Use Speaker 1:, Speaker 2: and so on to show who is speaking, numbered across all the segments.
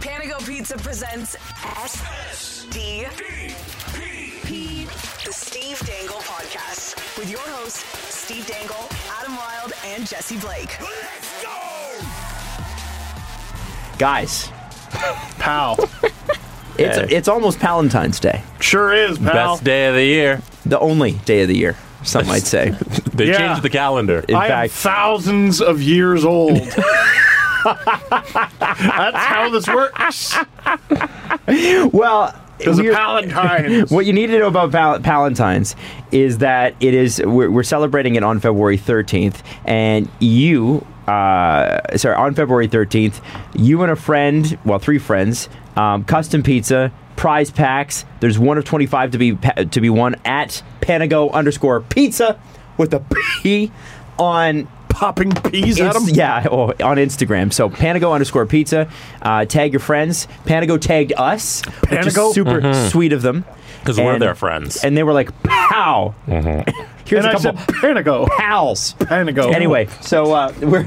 Speaker 1: Panago Pizza presents SDP, the Steve Dangle Podcast, with your hosts, Steve Dangle, Adam Wilde, and Jesse Blake.
Speaker 2: Let's go!
Speaker 3: Guys,
Speaker 2: Pal.
Speaker 3: it's it's almost Valentine's Day,
Speaker 2: Sure is, pal.
Speaker 4: Best day of the year.
Speaker 3: the only day of the year. Some might say.
Speaker 4: They
Speaker 2: Yeah.
Speaker 4: changed the calendar.
Speaker 3: In
Speaker 2: I am
Speaker 3: fact,
Speaker 2: thousands of years old. That's how this works.
Speaker 3: well,
Speaker 2: There's a
Speaker 3: we're-
Speaker 2: Palatine.
Speaker 3: what you need to know about Val- Valentine's is that it is we're, we're celebrating it on February 13th, and you, uh, sorry, on February 13th, you and a friend, well, three friends, um, custom pizza, prize packs. There's one of 25 to be pa- to be won at Panago underscore pizza with a P on
Speaker 2: Popping peas at
Speaker 3: Inst-
Speaker 2: him.
Speaker 3: yeah, oh, on Instagram. So Panago underscore pizza. Uh, tag your friends. Panago tagged us. Which
Speaker 2: Panago?
Speaker 3: is super sweet of them.
Speaker 4: Mm-hmm. 'Cause we're
Speaker 3: And-
Speaker 4: their friends. Mm-hmm.
Speaker 3: And they were like, pow. Here's
Speaker 2: And
Speaker 3: a
Speaker 2: I said,
Speaker 3: couple
Speaker 2: Panago.
Speaker 3: pals.
Speaker 2: Panago.
Speaker 3: Anyway, so uh, we're.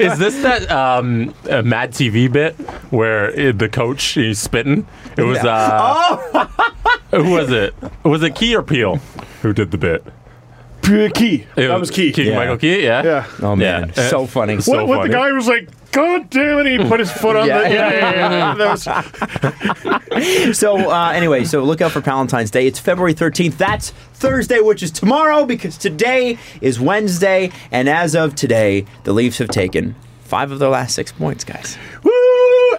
Speaker 4: Is this that um, uh, Mad TV bit where uh, the coach he's spitting? It was. Uh, who was it? Was it Key or Peel who did the bit?
Speaker 2: P- Key.
Speaker 4: It
Speaker 2: that was Key.
Speaker 4: Key
Speaker 3: Yeah.
Speaker 4: Michael Key. Yeah.
Speaker 2: Yeah.
Speaker 3: oh, man.
Speaker 4: Yeah.
Speaker 3: So funny.
Speaker 4: So-
Speaker 2: what, what the
Speaker 4: funny.
Speaker 2: guy was like, God damn it, he put his foot on
Speaker 3: Yeah.
Speaker 2: the. Yeah, yeah, yeah. yeah. That was-
Speaker 3: So uh, anyway, so look out for Valentine's Day. It's February 13th. That's Thursday, which is tomorrow, because today is Wednesday. And as of today, the Leafs have taken five of their last six points, guys.
Speaker 2: Woo!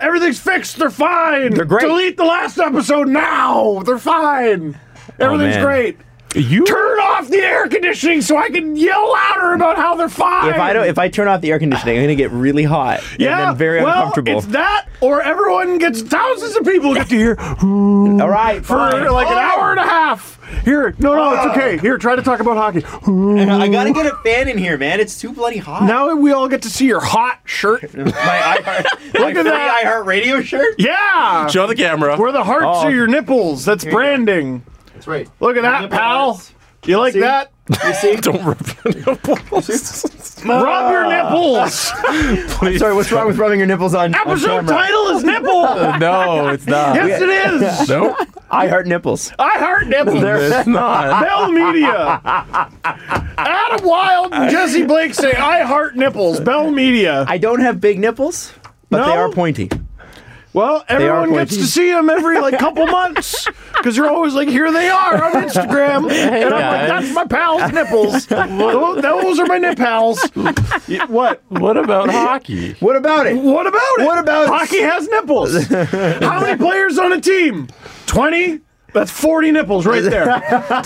Speaker 2: Everything's fixed. They're fine. They're
Speaker 3: great.
Speaker 2: Delete the last episode now. They're fine. Everything's
Speaker 3: Oh, man.
Speaker 2: great.
Speaker 4: You
Speaker 2: Turn off the air conditioning so I can yell louder about how they're fine.
Speaker 3: If I don't, if I turn off the air conditioning, I'm gonna get really hot
Speaker 2: yeah,
Speaker 3: and then very
Speaker 2: well,
Speaker 3: uncomfortable.
Speaker 2: It's that, or everyone gets thousands of people get to hear
Speaker 3: All right,
Speaker 2: for like an hour and a half. Here, no, no,
Speaker 3: Ah.
Speaker 2: it's okay. Here, try to talk about hockey.
Speaker 3: I gotta get a fan in here, man. It's too bloody hot.
Speaker 2: Now we all get to see your hot shirt.
Speaker 3: my iHeart, my
Speaker 2: at
Speaker 3: free
Speaker 2: that.
Speaker 3: iHeart Radio shirt.
Speaker 2: Yeah,
Speaker 4: show the camera.
Speaker 2: where the hearts
Speaker 3: Oh.
Speaker 2: are your nipples. That's branding.
Speaker 3: That's right.
Speaker 2: Look at that, pal. You like
Speaker 3: See?
Speaker 2: that?
Speaker 3: You see?
Speaker 4: Don't rub your nipples.
Speaker 2: Rub your nipples.
Speaker 4: Please.
Speaker 3: Sorry, what's wrong with rubbing your nipples on, on
Speaker 2: Episode
Speaker 3: camera?
Speaker 2: title is nipple.
Speaker 4: No, it's not.
Speaker 2: Yes, it is.
Speaker 4: Nope.
Speaker 3: I heart nipples.
Speaker 2: I heart nipples.
Speaker 4: It's not.
Speaker 2: Bell Media. Adam Wilde and Jesse Blake say, I heart nipples. Bell Media.
Speaker 3: I don't have big nipples, but they
Speaker 2: No?
Speaker 3: are pointy.
Speaker 2: Well,
Speaker 3: are
Speaker 2: everyone gets
Speaker 3: pointy.
Speaker 2: to see them every like couple months because you're always like, here they are on Instagram. And I'm like,
Speaker 4: guys.
Speaker 2: that's my pal's nipples. Tho- Those are my nip pals. Y- What?
Speaker 4: What about hockey?
Speaker 3: What about it?
Speaker 2: What about it?
Speaker 3: What about-
Speaker 2: hockey has nipples? How many players on a team? 20? That's 40 nipples right there.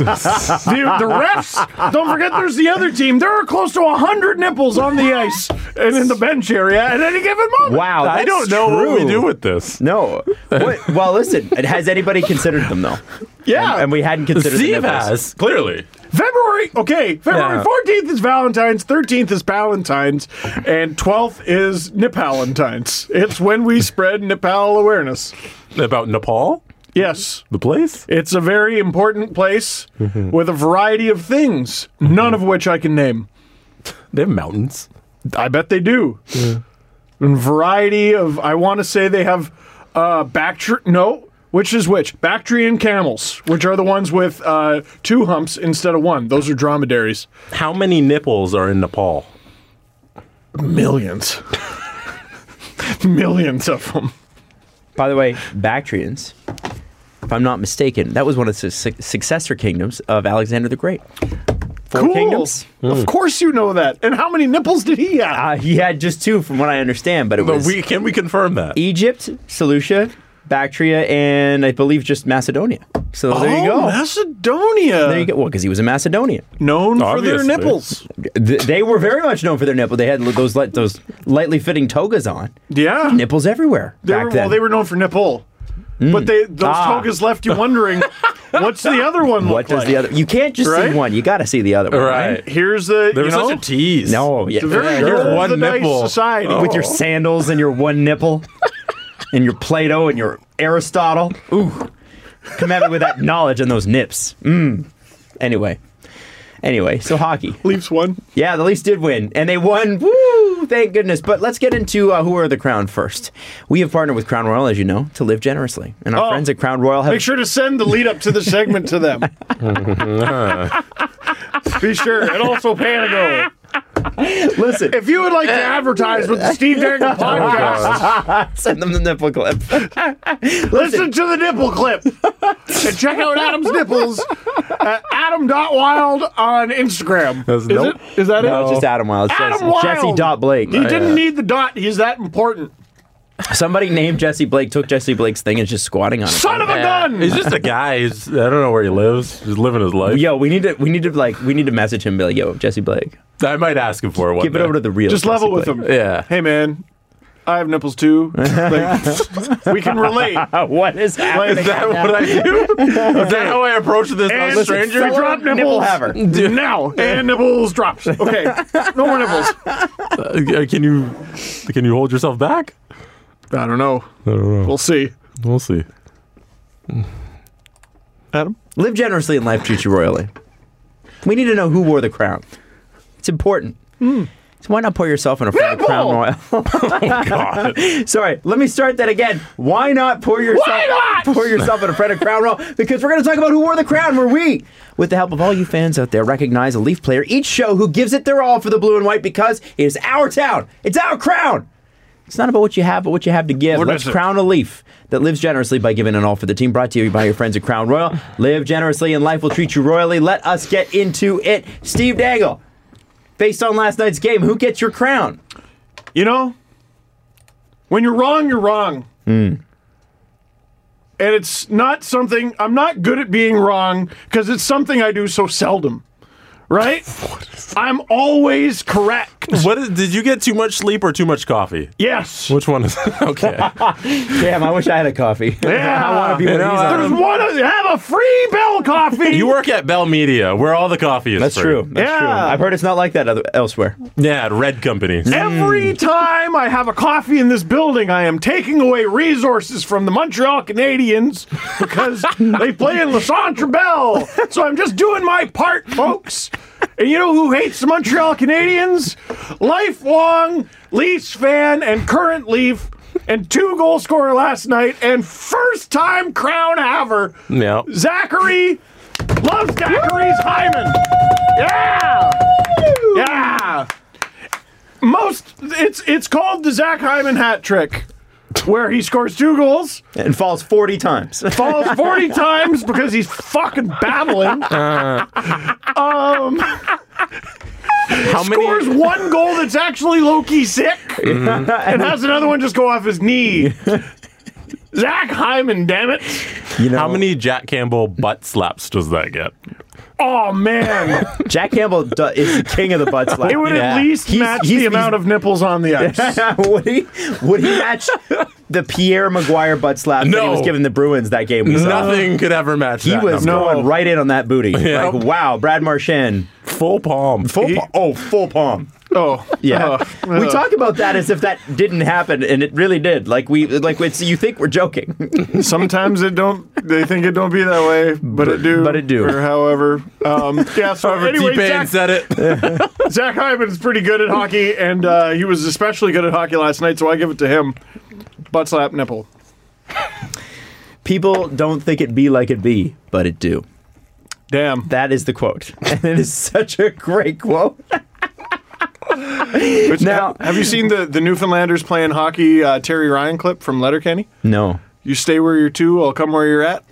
Speaker 2: the, the refs, don't forget there's the other team. There are close to 100 nipples on the ice and in the bench area at any given moment.
Speaker 3: Wow,
Speaker 4: I
Speaker 3: that's
Speaker 4: don't know what we
Speaker 3: true.
Speaker 4: do with this.
Speaker 3: No. What, well, listen. Has anybody considered them though?
Speaker 2: Yeah.
Speaker 3: And we hadn't considered the
Speaker 4: Steve
Speaker 3: nipples.
Speaker 4: has clearly.
Speaker 2: February, okay, February
Speaker 4: Yeah.
Speaker 2: 14th is Valentine's, 13th is Palentine's, and 12th is Nipalentine's. It's when we spread Nipal awareness.
Speaker 4: About Nepal?
Speaker 2: Yes,
Speaker 4: The place?
Speaker 2: it's a very important place
Speaker 3: Mm-hmm.
Speaker 2: with a variety of things, none of which I can name.
Speaker 4: They have mountains.
Speaker 2: I bet they do. And variety of, I want to say they have uh, Bactri- no, which is which? Bactrian camels, which are the ones with uh, two humps instead of one. Those are dromedaries.
Speaker 4: How many nipples are in Nepal?
Speaker 2: Millions. Millions of them.
Speaker 3: By the way, Bactrians, if I'm not mistaken, that was one of the su- successor kingdoms of Alexander the Great. Four kingdoms.
Speaker 2: Of course you know that. And how many nipples did he have?
Speaker 3: Uh, he had just two, from what I understand, but it
Speaker 4: But
Speaker 3: was
Speaker 4: we can we confirm that?
Speaker 3: Egypt, Seleucia, Bactria, and I believe just Macedonia. So there you
Speaker 2: oh,
Speaker 3: go.
Speaker 2: Macedonia.
Speaker 3: there you go. Well, because he was a Macedonian,
Speaker 2: Known for
Speaker 4: Obviously.
Speaker 2: their nipples.
Speaker 3: Th- they were very much known for their nipple. They had li- those light those lightly fitting togas on.
Speaker 2: Yeah.
Speaker 3: Nipples everywhere
Speaker 2: they
Speaker 3: back
Speaker 2: were,
Speaker 3: then.
Speaker 2: Well, they were known for nipple. But they those
Speaker 3: Ah.
Speaker 2: togas left you wondering, what's the other one look
Speaker 3: what does
Speaker 2: like?
Speaker 3: the other? You can't just
Speaker 2: Right?
Speaker 3: see one. You got to see the other one, right?
Speaker 4: Right.
Speaker 2: Here's the
Speaker 4: There
Speaker 2: you
Speaker 4: was
Speaker 2: know,
Speaker 4: such a tease.
Speaker 3: No, yeah.
Speaker 2: the very
Speaker 4: Yeah, you're
Speaker 2: roll of
Speaker 4: one
Speaker 2: the dice
Speaker 4: nipple.
Speaker 2: society. Oh.
Speaker 3: with your sandals and your one nipple and your Plato and your Aristotle. Ooh. Come at me with that knowledge and those nips. Mm. Anyway. Anyway, so hockey.
Speaker 2: Leafs one.
Speaker 3: Yeah, the Leafs did win, and they won. Woo! Woo! Thank goodness. But let's get into uh, who are the crown first. We have partnered with Crown Royal, as you know, to live generously, and our
Speaker 2: Oh.
Speaker 3: friends at Crown Royal have
Speaker 2: Make sure to send the lead up to the segment to them. Be sure. And also Panago.
Speaker 3: listen.
Speaker 2: If you would like to advertise with the Steve
Speaker 3: Oh,
Speaker 2: Dangle podcast,
Speaker 3: send them the nipple clip.
Speaker 2: listen to the nipple clip. and check out Adam's nipples at adam.wild on Instagram.
Speaker 4: That's
Speaker 2: is,
Speaker 4: nope.
Speaker 2: it? is that
Speaker 3: No,
Speaker 2: it?
Speaker 3: it's just Adam Wild. It says
Speaker 2: Adam Wild.
Speaker 3: Jesse Dot Blake. Oh,
Speaker 2: He didn't need the dot. He's that important.
Speaker 3: Somebody named Jesse Blake took Jesse Blake's thing and is just squatting on it.
Speaker 2: Son of a gun!
Speaker 4: He's just a guy. He's, I don't know where he lives. He's living his life.
Speaker 3: Yo, we need to we need to like we need to message him and be like, yo, Jesse Blake.
Speaker 4: I might ask him for one.
Speaker 3: Give it
Speaker 4: day.
Speaker 3: over to the real.
Speaker 2: Just
Speaker 3: Jesse
Speaker 2: level with
Speaker 3: Blake.
Speaker 2: him.
Speaker 4: Yeah.
Speaker 2: Hey, man. I have nipples too. Like, we can relate.
Speaker 3: Uh, what is happening?
Speaker 4: Is that what I do? Is that how I approach this
Speaker 2: And
Speaker 4: other stranger?
Speaker 2: we drop nipples.
Speaker 3: nipple haver.
Speaker 2: Now. And nipples drops. Okay. No more nipples.
Speaker 4: Uh, Can you can you hold yourself back?
Speaker 2: I don't know.
Speaker 4: I don't know.
Speaker 2: We'll see.
Speaker 4: We'll see.
Speaker 2: Adam?
Speaker 3: Live generously and life treats you royally. We need to know who wore the crown. It's important. So why not pour yourself in a front of crown royal? Sorry, let me start that again. Why not pour yourself
Speaker 2: Why not?
Speaker 3: pour yourself in a friend of crown royal? Because we're going to talk about who wore the crown. Where we, with the help of all you fans out there, recognize a Leaf player each show who gives it their all for the blue and white because it is our town. It's our crown. It's not about what you have, but what you have to give.
Speaker 2: What
Speaker 3: Let's
Speaker 2: is it?
Speaker 3: crown a leaf that lives generously by giving an all for the team. Brought to you by your friends at Crown Royal. Live generously and life will treat you royally. Let us get into it. Steve Dangle, based on last night's game, who gets your crown?
Speaker 2: You know, when you're wrong, you're wrong. And it's not something, I'm not good at being wrong because it's something I do so seldom. Right? I'm always correct.
Speaker 4: What is, did you get too much sleep or too much coffee?
Speaker 2: Yes.
Speaker 4: Which one is okay?
Speaker 3: Damn, I wish I had a coffee.
Speaker 2: Yeah.
Speaker 3: I want to be one
Speaker 4: You
Speaker 3: of
Speaker 4: know,
Speaker 3: these.
Speaker 4: I-
Speaker 2: There's one, of- have a free Bell coffee.
Speaker 4: you work at Bell Media, where all the coffee is.
Speaker 3: That's
Speaker 4: free.
Speaker 3: true. That's true.
Speaker 2: Yeah.
Speaker 3: I've heard it's not like that other, elsewhere.
Speaker 4: Yeah, at Red Company.
Speaker 2: Every time I have a coffee in this building, I am taking away resources from the Montreal Canadiens because they play in Lasantre Bell. So I'm just doing my part, folks. And you know who hates the Montreal Canadiens? Lifelong Leafs fan and current Leaf and two goal scorer last night and first time crown haver,
Speaker 4: Yeah.
Speaker 2: Zachary. Love Zachary's Hyman. Yeah. Yeah. Most it's it's called the Zach Hyman hat trick, where he scores two goals,
Speaker 3: And falls 40 times.
Speaker 2: falls forty times because he's fucking babbling,
Speaker 4: How
Speaker 2: scores
Speaker 4: many?
Speaker 2: one goal that's actually low key sick, and has another one just go off his knee. Zach Hyman, damn it!
Speaker 3: You know,
Speaker 4: How many Jack Campbell butt slaps does that get?
Speaker 2: Oh man,
Speaker 3: Jack Campbell do- is the king of the butt slap.
Speaker 2: it would
Speaker 4: Yeah.
Speaker 2: at least
Speaker 3: He's-
Speaker 2: match
Speaker 3: he's-
Speaker 2: the amount of nipples on the ice.
Speaker 3: would he? Would he match the Pierre Maguire butt slap that he
Speaker 4: No.
Speaker 3: was giving the Bruins that game? We saw?
Speaker 4: Nothing could ever match
Speaker 3: uh, He
Speaker 4: that.
Speaker 3: was
Speaker 4: number.
Speaker 3: going right in on that booty.
Speaker 4: Yeah.
Speaker 3: Like, wow, Brad Marchand.
Speaker 4: full palm.
Speaker 3: Full pa- oh, full palm.
Speaker 2: Oh
Speaker 3: Yeah,
Speaker 2: Uh,
Speaker 3: we
Speaker 2: uh.
Speaker 3: talk about that as if that didn't happen, and it really did. Like we, like it's, you think we're joking.
Speaker 2: Sometimes it don't. They think it don't be that way, but it do.
Speaker 3: But it do.
Speaker 2: Or however, um, yeah. So
Speaker 4: However,
Speaker 2: anyway,
Speaker 4: T-Pain
Speaker 2: Zach,
Speaker 4: said it.
Speaker 2: Zach Hyman's pretty good at hockey, and uh, he was especially good at hockey last night. So I give it to him. Butt slap nipple.
Speaker 3: People don't think it be like it be, but it do.
Speaker 2: Damn.
Speaker 3: That is the quote, and it is such a great quote.
Speaker 2: Which-
Speaker 3: now-
Speaker 2: have you seen the the Newfoundlanders playing hockey uh, Terry Ryan clip from Letterkenny?
Speaker 3: No,
Speaker 2: You stay where you're to, I'll come where you're at.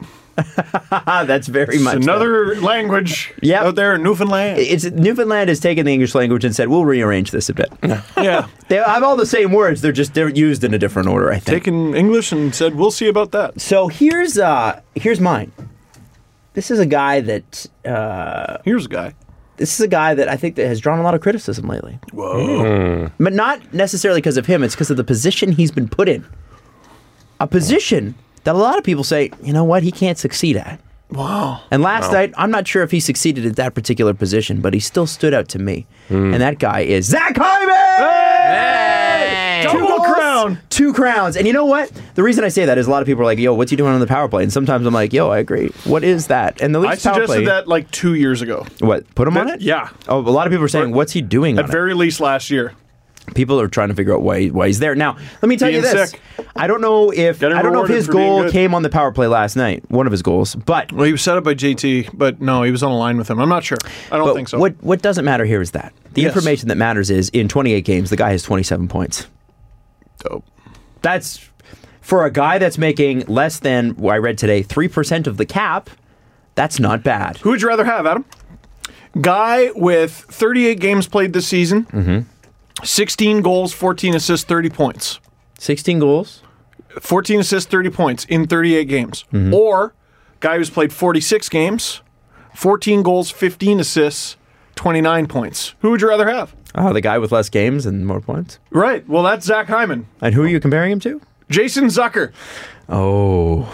Speaker 3: ah, that's very
Speaker 2: It's
Speaker 3: much
Speaker 2: another language
Speaker 3: Yep.
Speaker 2: out there in Newfoundland.
Speaker 3: It's Newfoundland has taken the English language and said we'll rearrange this a bit.
Speaker 2: yeah.
Speaker 3: they have all the same words; they're just they're used in a different order. I think.
Speaker 2: Taken English and said, we'll see about that.
Speaker 3: so here's uh here's mine. This is a guy that uh,
Speaker 2: Here's a guy.
Speaker 3: this is a guy that I think that has drawn a lot of criticism lately. Hmm.
Speaker 2: Whoa.
Speaker 3: but not necessarily because of him. It's because of the position he's been put in. A position that a lot of people say, you know what, he can't succeed at.
Speaker 2: Wow.
Speaker 3: And last night, I'm not sure if he succeeded at that particular position, but he still stood out to me. And that guy is Zach Hyman. Two
Speaker 2: Double
Speaker 3: goals,
Speaker 2: crown.
Speaker 3: two crowns. And you know what? The reason I say that is a lot of people are like, "Yo, what's he doing on the power play?" And sometimes I'm like, "Yo, I agree. What is that?" And the
Speaker 2: I
Speaker 3: Leafs power play,
Speaker 2: suggested that like two years ago.
Speaker 3: what put him on
Speaker 2: That-
Speaker 3: it?
Speaker 2: yeah.
Speaker 3: Oh, a lot of people are saying, "What's he doing?"
Speaker 2: At
Speaker 3: on it?"
Speaker 2: very least last year.
Speaker 3: People are trying to figure out why why he's there. Now, let me tell
Speaker 2: Being
Speaker 3: you this:
Speaker 2: sick.
Speaker 3: I don't know if
Speaker 2: Getting
Speaker 3: I don't know if
Speaker 2: rewarded
Speaker 3: his
Speaker 2: for being
Speaker 3: goal
Speaker 2: good.
Speaker 3: came on the power play last night, one of his goals. But
Speaker 2: Well, he was set up by JT, but no, he was on a line with him. I'm not sure. I don't
Speaker 3: but
Speaker 2: think so.
Speaker 3: what what doesn't matter here is that the
Speaker 2: Yes.
Speaker 3: information that matters is in 28 games, the guy has 27 points.
Speaker 2: Dope.
Speaker 3: That's for a guy that's making less than what I read today, three percent of the cap. That's not bad.
Speaker 2: Who would you rather have, Adam? Guy with 38 games played this season, Mm-hmm. 16 goals, 14 assists, 30 points.
Speaker 3: 16 goals.
Speaker 2: 14 assists, 30 points in 38 games. Or guy who's played 46 games, 14 goals, 15 assists, 29 points. Who would you rather have?
Speaker 3: Uh, the guy with less games and more points.
Speaker 2: Right. Well, that's Zach Hyman.
Speaker 3: And who are you comparing him to?
Speaker 2: Jason Zucker.
Speaker 3: Oh,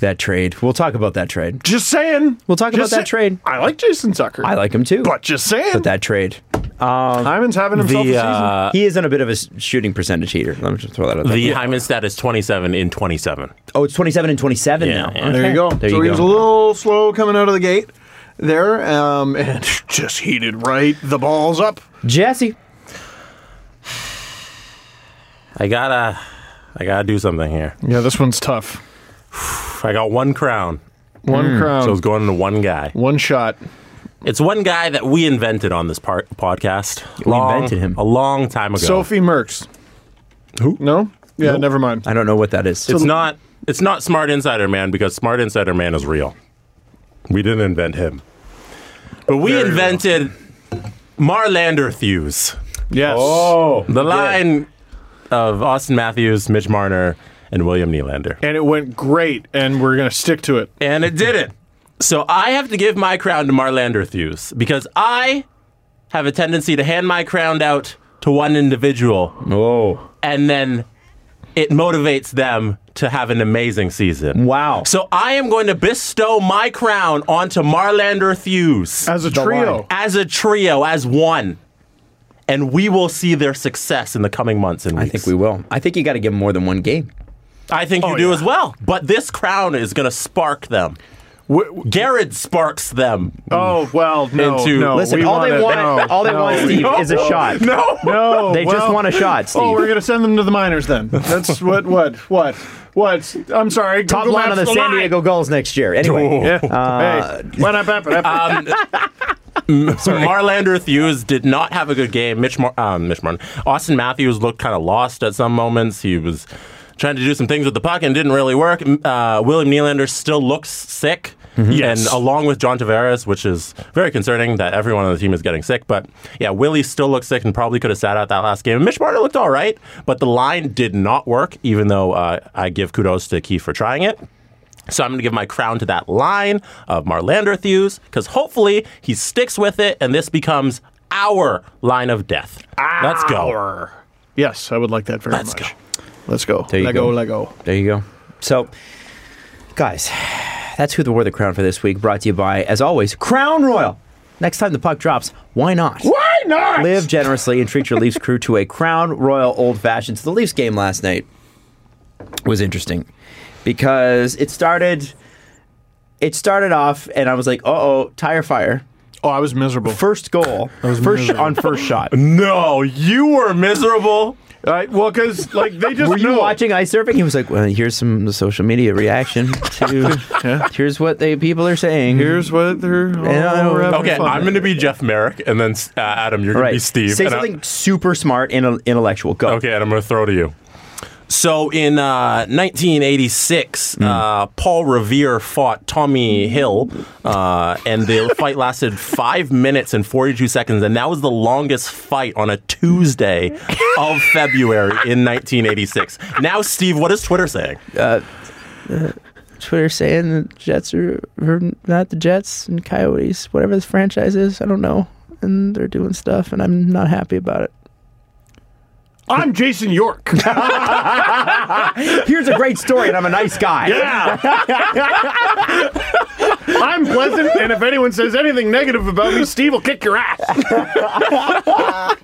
Speaker 3: that trade. We'll talk about that trade.
Speaker 2: Just saying.
Speaker 3: We'll talk
Speaker 2: Just
Speaker 3: about that trade.
Speaker 2: I like Jason Zucker.
Speaker 3: I like him too.
Speaker 2: but just saying.
Speaker 3: but that trade.
Speaker 2: Hyman's having himself a
Speaker 4: The
Speaker 2: season.
Speaker 4: uh,
Speaker 3: He isn't a bit of a s- shooting percentage eater. Let me just throw that out there.
Speaker 4: the Hyman stat is 27 in 27.
Speaker 3: oh, it's 27 and 27
Speaker 4: Yeah,
Speaker 3: now.
Speaker 4: yeah.
Speaker 2: There you go.
Speaker 3: There
Speaker 2: so
Speaker 3: you
Speaker 2: he
Speaker 3: go.
Speaker 2: was a little slow coming out of the gate there, um, and just heated right the balls up.
Speaker 3: Jesse.
Speaker 4: I gotta, I gotta do something here.
Speaker 2: Yeah, this one's tough.
Speaker 4: I got one crown,
Speaker 2: One
Speaker 3: Hmm.
Speaker 2: crown,
Speaker 4: so it's going to one guy.
Speaker 2: one shot.
Speaker 4: It's one guy that we invented on this part, podcast.
Speaker 3: We invented him.
Speaker 4: a long time ago.
Speaker 2: Sophie Merks.
Speaker 4: Who?
Speaker 2: No. Yeah, never mind.
Speaker 3: I don't know what that is.
Speaker 4: it's not. It's not Smart Insider Man because Smart Insider Man is real. We didn't invent him, but we
Speaker 2: Very real.
Speaker 4: invented Marlander Thews.
Speaker 2: Yes.
Speaker 3: Oh.
Speaker 4: The line of Austin Matthews, Mitch Marner, and William Nylander.
Speaker 2: And it went great, and we're gonna stick to it.
Speaker 4: And it did it. So I have to give my crown to Marlander Thews because I have a tendency to hand my crown out to one individual
Speaker 3: Oh,
Speaker 4: and then it motivates them to have an amazing season.
Speaker 3: wow.
Speaker 4: So I am going to bestow my crown onto Marlander Thews
Speaker 2: As a
Speaker 3: The
Speaker 2: trio.
Speaker 3: line.
Speaker 4: as a trio, as one. And we will see their success in the coming months and
Speaker 3: I
Speaker 4: weeks.
Speaker 3: think we will. I think you got to give him more than one game.
Speaker 4: I think you
Speaker 2: Oh,
Speaker 4: do
Speaker 2: yeah.
Speaker 4: as well. But this crown is going to spark them.
Speaker 2: W- w-
Speaker 4: Garrett sparks them.
Speaker 2: oh well, no,
Speaker 4: Into-
Speaker 2: no.
Speaker 3: Listen,
Speaker 2: we
Speaker 3: all they
Speaker 2: it.
Speaker 3: want,
Speaker 2: No,
Speaker 3: all they
Speaker 2: no,
Speaker 3: want, Steve, is a shot.
Speaker 4: No.
Speaker 2: No,
Speaker 3: They just
Speaker 2: well-
Speaker 3: want a shot, Steve.
Speaker 2: Oh, we're gonna send them to the minors then. That's what, what, what, what? I'm sorry.
Speaker 3: Top
Speaker 2: Google
Speaker 3: line on
Speaker 2: Maps
Speaker 3: the San
Speaker 2: line.
Speaker 3: Diego goals next year. Anyway,
Speaker 2: Yeah. hey, why not bap it up?
Speaker 4: Marlander Thews did not have a good game. Mitch, Mar- um, Mitch Martin. Austin Matthews looked kind of lost at some moments. He was trying to do some things with the puck and didn't really work. M- Uh, William Nylander still looks sick.
Speaker 2: Yes.
Speaker 4: And along with John Tavares, which is very concerning that everyone on the team is getting sick. But yeah, Willie still looks sick and probably could have sat out that last game. And Mitch Martin looked all right, but the line did not work, even though uh, I give kudos to Keith for trying it. So I'm going to give my crown to that line of Marlander Thews because hopefully he sticks with it and this becomes our line of death. Let's go.
Speaker 2: yes, I would like that very
Speaker 4: Let's
Speaker 2: much.
Speaker 4: go.
Speaker 2: Let's go.
Speaker 3: There you
Speaker 2: Lego,
Speaker 3: go.
Speaker 2: Lego.
Speaker 3: there you go. So, guys, that's who the wore the crown for this week. Brought to you by, as always, Crown Royal. Next time the puck drops, why not?
Speaker 2: Why not?
Speaker 3: Live generously and treat your Leafs crew to a Crown Royal Old Fashioned. So the Leafs game last night was interesting because it started. It started off, and I was like, "Uh oh, tire fire!"
Speaker 2: Oh, I was miserable.
Speaker 3: First goal, first sh- on first shot.
Speaker 4: No, you were miserable.
Speaker 2: All right, well, because like they just
Speaker 3: Were you
Speaker 2: know.
Speaker 3: watching ice surfing? He was like, "Well, here's some social media reaction to. here's what they people are saying.
Speaker 2: Here's what they're.
Speaker 3: I
Speaker 2: all
Speaker 3: don't-
Speaker 2: having
Speaker 4: Okay,
Speaker 2: fun.
Speaker 4: I'm going to be Jeff Merrick and then uh, Adam,
Speaker 3: All
Speaker 4: you're going to
Speaker 3: right,
Speaker 4: be Steve.
Speaker 3: Say
Speaker 4: and I-
Speaker 3: something super smart and intellectual. Go.
Speaker 4: Okay, and I'm going to throw to you. So in uh, 1986, uh, Paul Revere fought Tommy Hill, uh, and the fight lasted five minutes and 42 seconds, and that was the longest fight on a Tuesday of February in 1986. Now, Steve, what is Twitter saying?
Speaker 3: Twitter saying the Jets are, are not the Jets and Coyotes, whatever the franchise is. I don't know, and they're doing stuff, and I'm not happy about it.
Speaker 2: I'm Jason York.
Speaker 3: Here's a great story, and I'm a nice guy.
Speaker 2: Yeah. I'm pleasant, and if anyone says anything negative about me, Steve will kick your ass.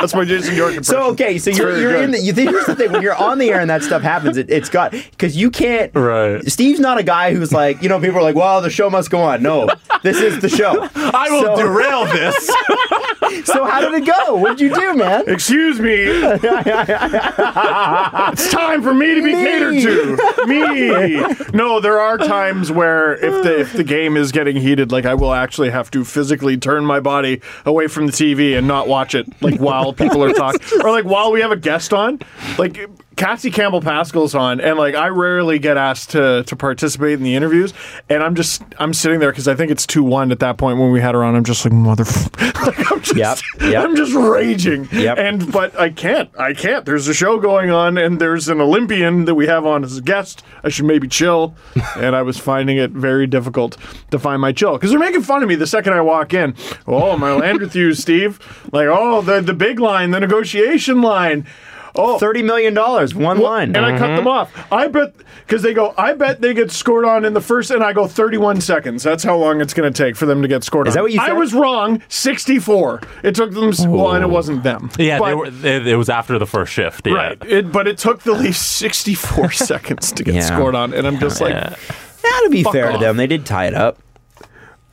Speaker 2: That's my Jason York impression.
Speaker 3: So okay, so
Speaker 2: It's
Speaker 3: you're,
Speaker 2: very
Speaker 3: you're
Speaker 2: good.
Speaker 3: in the. You, here's the thing: when you're on the air and that stuff happens, it, it's got because you can't.
Speaker 4: Right.
Speaker 3: Steve's not a guy who's like you know people are like, well, the show must go on. No, this is the show.
Speaker 4: I will
Speaker 3: So-
Speaker 4: derail this.
Speaker 3: So how did it go? What did you do, man?
Speaker 2: Excuse me. it's time for me to be
Speaker 3: Me.
Speaker 2: catered to. Me. No, there are times where if the if the game is getting heated, like I will actually have to physically turn my body away from the TV and not watch it, like while people are talking, or like while we have a guest on, like. Cassie Campbell Pascal's on, and like I rarely get asked to to participate in the interviews, and I'm just I'm sitting there because I think it's two one at that point when we had her on. I'm just like mother, like, I'm just
Speaker 3: Yep, yep.
Speaker 2: I'm just raging,
Speaker 3: Yep.
Speaker 2: and but I can't. I can't. There's a show going on, and there's an Olympian that we have on as a guest. I should maybe chill, and I was finding it very difficult to find my chill because they're making fun of me the second I walk in. Oh, my land with you, Steve. Like, oh, the the big line, the negotiation line. Oh,
Speaker 3: Thirty million dollars, one
Speaker 2: well,
Speaker 3: line.
Speaker 2: And I cut them off. I bet because they go. I bet they get scored on in the first, and I go 31 seconds. That's how long it's going to take for them to get scored on.
Speaker 3: that what you
Speaker 2: I
Speaker 3: said?
Speaker 2: was wrong. 64. It took them. s- Well, and it wasn't them.
Speaker 4: Yeah,
Speaker 2: but,
Speaker 4: they were, it, it was after the first shift. Yeah.
Speaker 2: right. It, but it took the Leafs 64 seconds to get
Speaker 3: Yeah.
Speaker 2: scored on, and I'm just like,
Speaker 3: Now, to be
Speaker 2: Fuck
Speaker 3: fair
Speaker 2: off.
Speaker 3: to them, they did tie it up.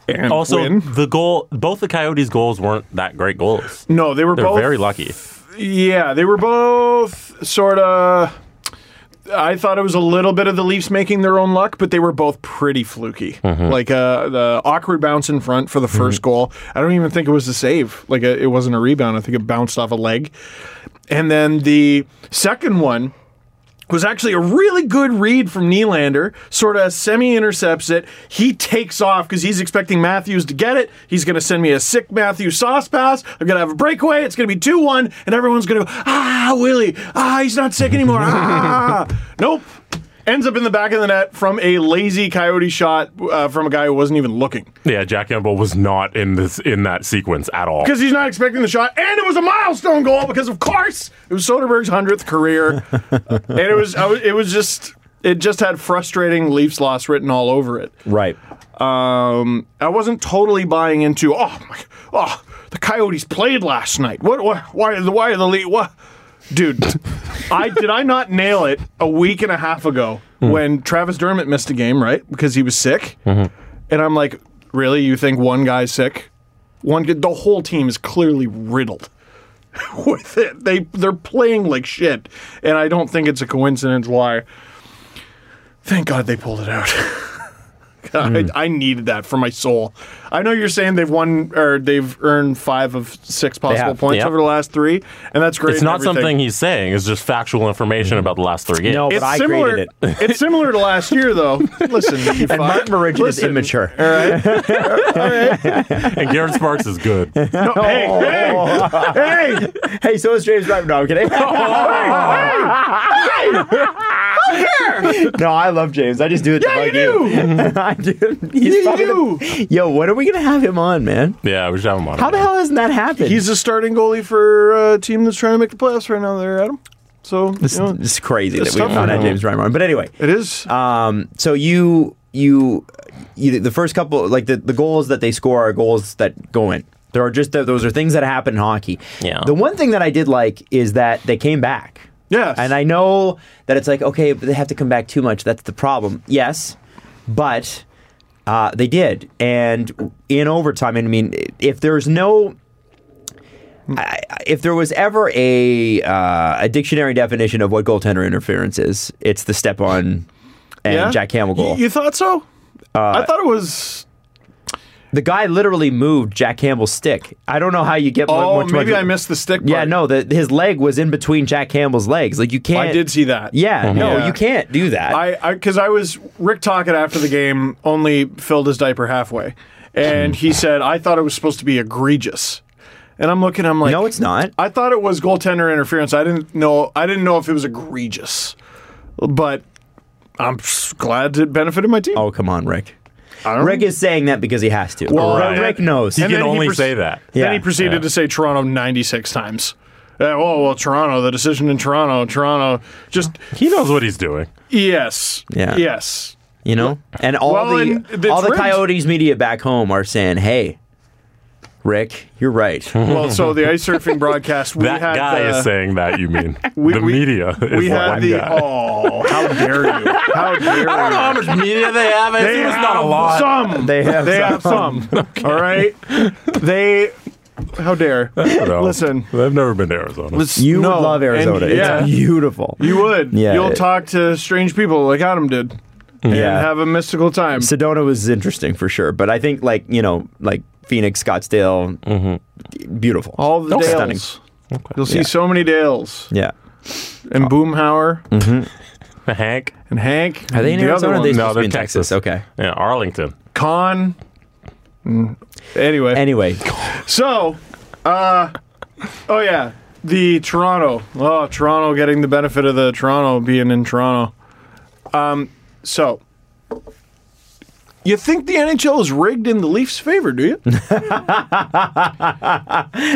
Speaker 2: and
Speaker 4: Also,
Speaker 2: win.
Speaker 4: the goal, both the Coyotes' goals weren't that great goals.
Speaker 2: no, they were
Speaker 4: They're
Speaker 2: both
Speaker 4: very lucky.
Speaker 2: Yeah, they were both sort of. I thought it was a little bit of the Leafs making their own luck, but they were both pretty fluky. Like uh, the awkward bounce in front for the 1st goal. I don't even think it was a save. Like uh it wasn't a rebound. I think it bounced off a leg. And then the second one was actually a really good read from Nylander. Sort of semi intercepts it. He takes off because he's expecting Matthews to get it. He's going to send me a sick Matthews sauce pass. I'm going to have a breakaway. It's going to be 2 1, and everyone's going to go, ah, Willie. Ah, he's not sick anymore. Ah. nope. Ends up in the back of the net from a lazy coyote shot uh, from a guy who wasn't even looking
Speaker 4: Yeah, Jack Campbell was not in this in that sequence at all.
Speaker 2: because he's not expecting the shot, and it was a milestone goal because, of course, it was Soderberg's hundredth career, and it was, I was it was just it just had frustrating Leafs loss written all over it.
Speaker 3: Right.
Speaker 2: Um, I wasn't totally buying into oh my, oh the Coyotes played last night. What, what why the why are the Leafs what dude? I did I not nail it a week and a half ago when Travis Dermott missed a game right because he was sick, and I'm like, really? You think one guy's sick? One g- the whole team is clearly riddled with it. They they're playing like shit, and I don't think it's a coincidence why. Thank God they pulled it out.
Speaker 3: Hmm.
Speaker 2: I, I needed that for my soul. I know you're saying they've won or they've earned five of six possible
Speaker 3: have,
Speaker 2: points
Speaker 4: yep.
Speaker 2: over the last three, and that's great.
Speaker 4: it's
Speaker 2: and
Speaker 4: not
Speaker 2: everything. Mm-hmm.
Speaker 4: something he's saying. It's just factual information about the last three games.
Speaker 3: No,
Speaker 2: It's
Speaker 3: but I
Speaker 2: similar.
Speaker 3: created it.
Speaker 2: it's similar to last year, though. Listen, you
Speaker 3: And Mark Meridian is
Speaker 2: Listen.
Speaker 3: immature.
Speaker 4: and Garrett Sparks is good.
Speaker 2: No,
Speaker 3: Oh.
Speaker 2: hey, hey, hey,
Speaker 3: Hey, so is James Driver. No, I'm kidding. Oh, no, I love James. I just do it
Speaker 2: Yeah,
Speaker 3: to bug
Speaker 2: you
Speaker 3: I do. He's
Speaker 2: You
Speaker 3: probably the- Yo, when are we gonna have him on, man?
Speaker 4: Yeah, we should have him on.
Speaker 3: How the hell hasn't that happened?
Speaker 2: he's a starting goalie for uh, a team that's trying to make the playoffs right now, there, Adam. So
Speaker 3: It's,
Speaker 2: you know,
Speaker 3: it's crazy
Speaker 2: it's
Speaker 3: that we've
Speaker 2: tough
Speaker 3: not
Speaker 2: for
Speaker 3: had
Speaker 2: him.
Speaker 3: James Reimer on. But anyway,
Speaker 2: it is.
Speaker 3: um, so you you, you the first couple like the, the goals that they score are goals that go in. There are just those are things that happen in hockey.
Speaker 4: Yeah.
Speaker 3: The one thing that I did like is that they came back.
Speaker 2: Yes.
Speaker 3: And I know that it's like okay, but they have to come back too much. That's the problem. Yes, but uh, they did, and in overtime. I mean, if there's no if there was ever a uh, a dictionary definition of what goaltender interference is, it's the step on and
Speaker 2: Yeah?
Speaker 3: Jack Campbell
Speaker 2: Y-
Speaker 3: goal. Uh,
Speaker 2: You, thought so? I thought it was.
Speaker 3: the guy literally moved Jack Campbell's stick. I don't know how you get.
Speaker 2: Oh,
Speaker 3: much, much,
Speaker 2: maybe I missed the stick.
Speaker 3: Yeah,
Speaker 2: part.
Speaker 3: no, the, his leg was in between Jack Campbell's legs. Like you can't.
Speaker 2: I did see that.
Speaker 3: Yeah, no,
Speaker 2: Yeah.
Speaker 3: you can't do that.
Speaker 2: I because I, was Rick Tockett after the game only filled his diaper halfway, and he said I thought it was supposed to be egregious, and I'm looking, I'm like,
Speaker 3: no, it's not.
Speaker 2: I thought it was goaltender interference. I didn't know. I didn't know if it was egregious, but I'm s- glad it benefited my team.
Speaker 3: oh, come on, Rick.
Speaker 2: I don't
Speaker 3: Rick is saying that because he has to.
Speaker 2: Well,
Speaker 3: Rick-
Speaker 2: right.
Speaker 3: Rick knows.
Speaker 4: He
Speaker 2: And
Speaker 4: can
Speaker 2: then he
Speaker 4: only
Speaker 2: pres-
Speaker 4: say that.
Speaker 3: Yeah.
Speaker 2: Then he proceeded
Speaker 4: Yeah.
Speaker 2: to say Toronto 96 times. Uh, oh well, Toronto. The decision in Toronto. Toronto. Just
Speaker 4: He knows what he's doing.
Speaker 2: yes.
Speaker 3: Yeah.
Speaker 2: Yes.
Speaker 3: you know, and all
Speaker 2: Well,
Speaker 3: the
Speaker 2: and it's
Speaker 3: all the
Speaker 2: rigged.
Speaker 3: Coyotes media back home are saying, "Hey, Rick, you're right.
Speaker 2: Well, so the ice surfing broadcast, we
Speaker 4: That
Speaker 2: had
Speaker 4: guy
Speaker 2: the,
Speaker 4: is saying that, you mean.
Speaker 2: we-
Speaker 4: the
Speaker 2: we-
Speaker 4: media is
Speaker 2: we
Speaker 4: the
Speaker 2: had
Speaker 4: one
Speaker 2: the
Speaker 4: guy.
Speaker 2: oh, how dare you? How dare you?
Speaker 4: I don't know how much media they have. I assume it's
Speaker 2: have
Speaker 4: not a lot.
Speaker 2: Some
Speaker 3: They have
Speaker 2: some. All right, they. How dare?
Speaker 4: I don't know.
Speaker 2: Listen.
Speaker 4: I've never been to Arizona.
Speaker 2: Let's-
Speaker 3: You
Speaker 2: no,
Speaker 3: would love Arizona.
Speaker 2: and- yeah,
Speaker 3: It's beautiful.
Speaker 2: you would.
Speaker 3: Yeah.
Speaker 2: You'll talk to strange people like Adam did, and
Speaker 3: Yeah.
Speaker 2: have a mystical time.
Speaker 3: Sedona was interesting for sure, but I think like you know like Phoenix, Scottsdale, beautiful.
Speaker 2: All the
Speaker 3: Okay.
Speaker 2: Dales. You'll see so many Dales
Speaker 3: Yeah.
Speaker 2: and Boomhauer
Speaker 4: Hank.
Speaker 2: and Hank.
Speaker 3: Are they in
Speaker 2: the
Speaker 3: Arizona?
Speaker 2: Other
Speaker 3: or are
Speaker 2: one,
Speaker 3: they
Speaker 4: No,
Speaker 3: supposed to
Speaker 4: they're
Speaker 3: be in Texas.
Speaker 4: Texas.
Speaker 3: Okay.
Speaker 4: Yeah, Arlington.
Speaker 2: Con. Mm. Anyway,
Speaker 3: Anyway,
Speaker 2: So, uh, oh yeah, the Toronto. Oh, Toronto getting the benefit of the Toronto being in Toronto. Um, so you think the NHL is rigged in the Leafs' favor, do you,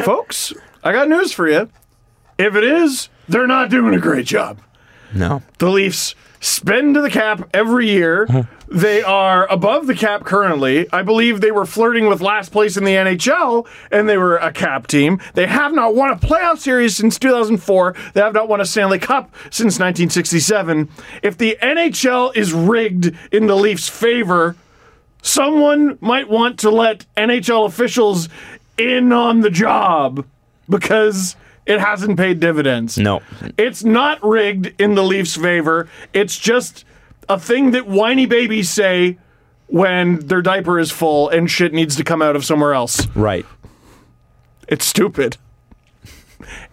Speaker 2: folks? I got news for you. If it is, they're not doing a great job.
Speaker 3: no.
Speaker 2: The Leafs spend to the cap every year. They are above the cap currently. I believe they were flirting with last place in the NHL, and they were a cap team. They have not won a playoff series since 2004. They have not won a Stanley Cup since 1967. If the NHL is rigged in the Leafs' favor, someone might want to let NHL officials in on the job because it hasn't paid dividends.
Speaker 3: No.
Speaker 2: It's not rigged in the Leafs' favor. It's just a thing that whiny babies say when their diaper is full and shit needs to come out of somewhere else.
Speaker 3: Right.
Speaker 2: It's stupid.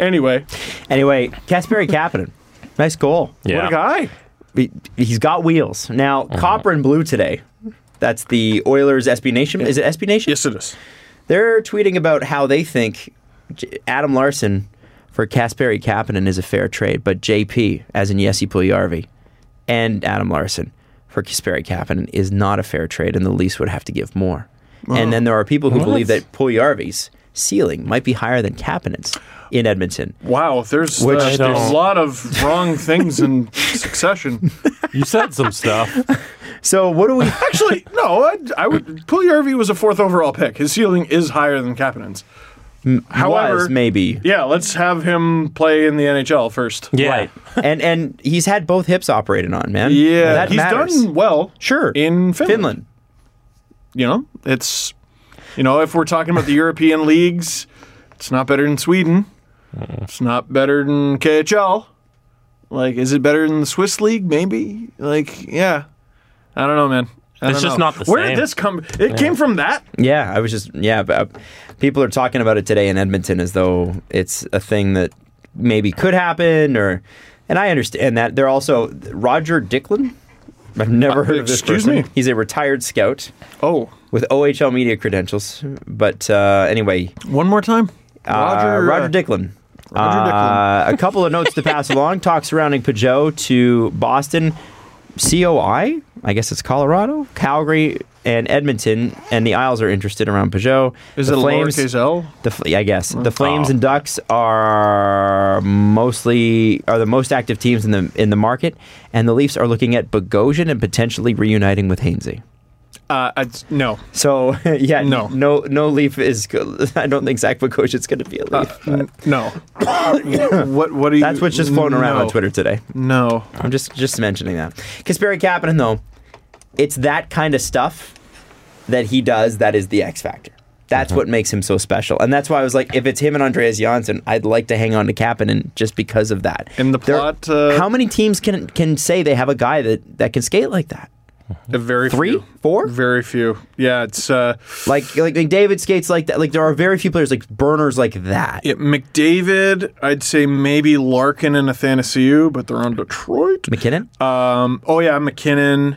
Speaker 2: Anyway,
Speaker 3: Anyway, Kasperi Kapanen. Nice goal.
Speaker 4: Yeah. Uh-huh.
Speaker 2: what a guy.
Speaker 3: He, he's got wheels. Now, copper and blue today. That's the Oilers SB Nation. Is it SB Nation?
Speaker 2: it is.
Speaker 3: They're tweeting about how they think J- Adam Larson for Kasperi Kapanen is a fair trade, but JP, as in Jesse Puljujarvi, and Adam Larson for Kasperi Kapanen is not a fair trade, and the least would have to give more. And then there are people who believe that Puljujarvi's ceiling might be higher than Kapanen's in Edmonton.
Speaker 2: Wow, there's,
Speaker 3: Which
Speaker 2: uh,
Speaker 3: I
Speaker 2: there's a
Speaker 4: don't-
Speaker 2: lot of wrong things in succession.
Speaker 4: You said some stuff.
Speaker 3: So what do we?
Speaker 2: Actually, no, I, I would. Puljujarvi was a fourth overall pick. His ceiling is higher than Kapanen's. However,
Speaker 3: was maybe
Speaker 2: yeah, let's have him play in the NHL first.
Speaker 4: Yeah.
Speaker 3: Right. and and he's had both hips operated on, man.
Speaker 2: Yeah,
Speaker 3: that
Speaker 2: he's
Speaker 3: matters.
Speaker 2: done well.
Speaker 3: Sure.
Speaker 2: in Finland.
Speaker 3: Finland.
Speaker 2: you know, it's you know, if we're talking about the European leagues, it's not better than Sweden. It's not better than KHL. Like, is it better than the Swiss league? Maybe. Like, yeah, I don't know, man. I
Speaker 4: It's
Speaker 2: don't
Speaker 4: just
Speaker 2: know.
Speaker 4: not the
Speaker 2: Where
Speaker 4: same.
Speaker 2: did this come? It came from that.
Speaker 3: Yeah, I was just yeah. But uh, people are talking about it today in Edmonton as though it's a thing that maybe could happen, or and I understand that. They're also Roger Dicklin. I've never heard of this.
Speaker 2: excuse
Speaker 3: person.
Speaker 2: me?
Speaker 3: He's a retired scout
Speaker 2: Oh,
Speaker 3: with OHL media credentials, but uh, anyway,
Speaker 2: one more time.
Speaker 3: Roger, Roger
Speaker 2: uh,
Speaker 3: Dicklin.
Speaker 2: Roger
Speaker 3: Uh, a couple of notes to pass along. Talk surrounding Peugeot to Boston, COI, I guess it's Colorado, Calgary, and Edmonton, and the Isles are interested around Peugeot.
Speaker 2: Is
Speaker 3: the
Speaker 2: it a
Speaker 3: Flames?
Speaker 2: lowercase Oh. L?
Speaker 3: The fl- yeah, I guess the Flames and Ducks are mostly are the most active teams in the in the market, and the Leafs are looking at Bogosian and potentially reuniting with Hainsey.
Speaker 2: Uh, it's, no.
Speaker 3: So yeah,
Speaker 2: No.
Speaker 3: no, no Leaf is. go- I don't think Zach Bogosian's going to be a
Speaker 2: Uh,
Speaker 3: Leaf.
Speaker 2: N- no. what? What are you?
Speaker 3: That's what's just floating around
Speaker 2: no.
Speaker 3: on Twitter today.
Speaker 2: No.
Speaker 3: I'm just just mentioning that. Kasperi Kapanen, though, it's that kind of stuff that he does that is the X factor. That's
Speaker 2: Uh-huh.
Speaker 3: what makes him so special, and that's why I was like, if it's him and Andreas Janssen, I'd like to hang on to Kapanen just because of that.
Speaker 2: In the
Speaker 3: There-
Speaker 2: plot, uh,
Speaker 3: how many teams can can say they have a guy that that can skate like that?
Speaker 2: A very
Speaker 3: Three?
Speaker 2: few.
Speaker 3: Four?
Speaker 2: Very few. Yeah, it's uh,
Speaker 3: Like like, like David skates like that. Like there are very few players like burners like that.
Speaker 2: Yeah, McDavid, I'd say maybe Larkin and Athanasiu, but they're on Detroit.
Speaker 3: McKinnon,
Speaker 2: Um, oh yeah, McKinnon,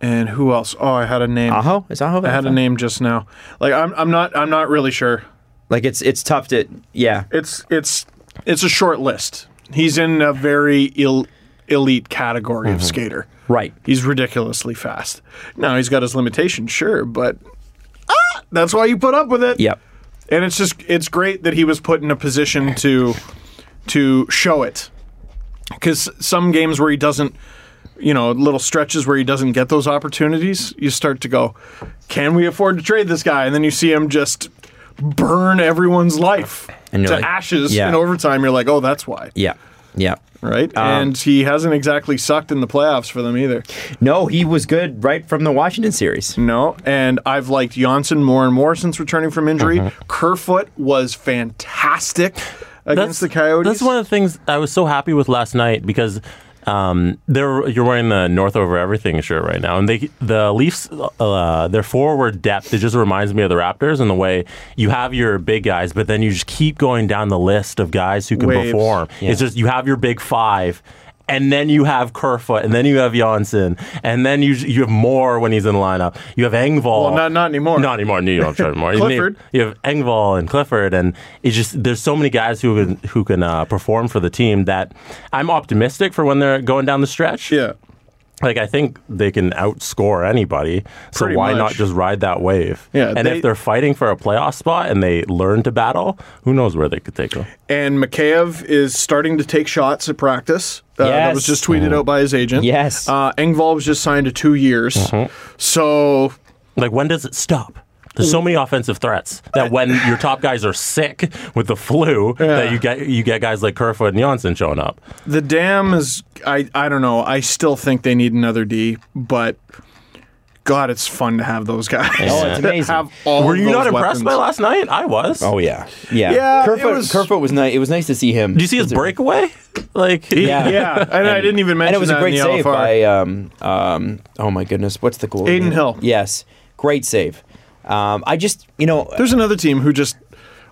Speaker 2: and who else? Oh, I had a name.
Speaker 3: Aho is Aho.
Speaker 2: I had a name just now. Like I'm, I'm not, I'm not really sure.
Speaker 3: Like it's it's tough to yeah.
Speaker 2: It's, it's, it's a short list. He's in a very ill, elite category of skater.
Speaker 3: Mm-hmm. Right.
Speaker 2: He's ridiculously fast. Now he's got his limitations, sure, but ah, that's why you put up with it.
Speaker 3: Yep.
Speaker 2: and it's just it's great that he was put in a position to to show it because some games where he doesn't you know little stretches where he doesn't get those opportunities you start to go can we afford to trade this guy and then you see him just burn everyone's life
Speaker 3: And
Speaker 2: to
Speaker 3: you're like-
Speaker 2: ashes
Speaker 3: yeah.
Speaker 2: in overtime. You're like, oh, that's why.
Speaker 3: Yeah. Yeah.
Speaker 2: Right?
Speaker 3: Um,
Speaker 2: and he hasn't exactly sucked in the playoffs for them either.
Speaker 3: No, he was good right from the Washington series.
Speaker 2: No, and I've liked Janssen more and more since returning from injury.
Speaker 4: Uh-huh.
Speaker 2: Kerfoot was fantastic against the Coyotes.
Speaker 4: That's one of the things I was so happy with last night because um, they're you're wearing the North over everything shirt right now, and they the Leafs uh, their forward depth it just reminds me of the Raptors in the way you have your big guys, but then you just keep going down the list of guys who can
Speaker 2: Waves.
Speaker 4: perform. It's just you have your big five. And then you have Kerfoot, and then you have Janssen, and then you you have Moore when he's in the lineup. You have Engvall.
Speaker 2: Well, not- not anymore.
Speaker 4: Not anymore. New York anymore.
Speaker 2: Clifford.
Speaker 4: You have Engvall and Clifford, and it's just there's so many guys who can who can uh, perform for the team that I'm optimistic for when they're going down the stretch.
Speaker 2: yeah.
Speaker 4: like I think they can outscore anybody. So
Speaker 2: Pretty
Speaker 4: why
Speaker 2: much.
Speaker 4: not just ride that wave?
Speaker 2: Yeah,
Speaker 4: and
Speaker 2: they-
Speaker 4: if they're fighting for a playoff spot and they learn to battle, who knows where they could take them?
Speaker 2: And Mikheyev is starting to take shots at practice. Uh, That
Speaker 3: Yes.
Speaker 2: was just tweeted out by his
Speaker 4: Mm.
Speaker 2: agent.
Speaker 3: Yes.
Speaker 2: Uh, Engvall was just signed to two years.
Speaker 4: Uh-huh.
Speaker 2: So
Speaker 4: Like when does it stop? There's so many offensive threats that when your top guys are sick with the flu, that you get you get guys like Kerfoot and Janssen showing up.
Speaker 2: the dam is, I, I don't know. I still think they need another D, but God, it's fun to have those guys.
Speaker 3: Oh, it's
Speaker 2: that
Speaker 3: amazing.
Speaker 2: Have all
Speaker 4: Were
Speaker 2: of
Speaker 4: you
Speaker 2: those
Speaker 4: not impressed
Speaker 2: weapons.
Speaker 4: by last night? I was.
Speaker 3: Oh yeah, yeah.
Speaker 2: Yeah, it
Speaker 3: Kerfoot
Speaker 2: was-
Speaker 3: was, Kerfoot was nice. It was nice to see him.
Speaker 4: Did you see his breakaway? Like,
Speaker 3: Yeah.
Speaker 2: Yeah, and, I didn't even mention
Speaker 3: And it was
Speaker 2: that
Speaker 3: a great
Speaker 2: in the
Speaker 3: save
Speaker 2: LFR.
Speaker 3: by um, um, oh my goodness, what's the goal?
Speaker 2: Aiden Hill.
Speaker 3: Yes, great save. Um, I just you know
Speaker 2: There's another team who just,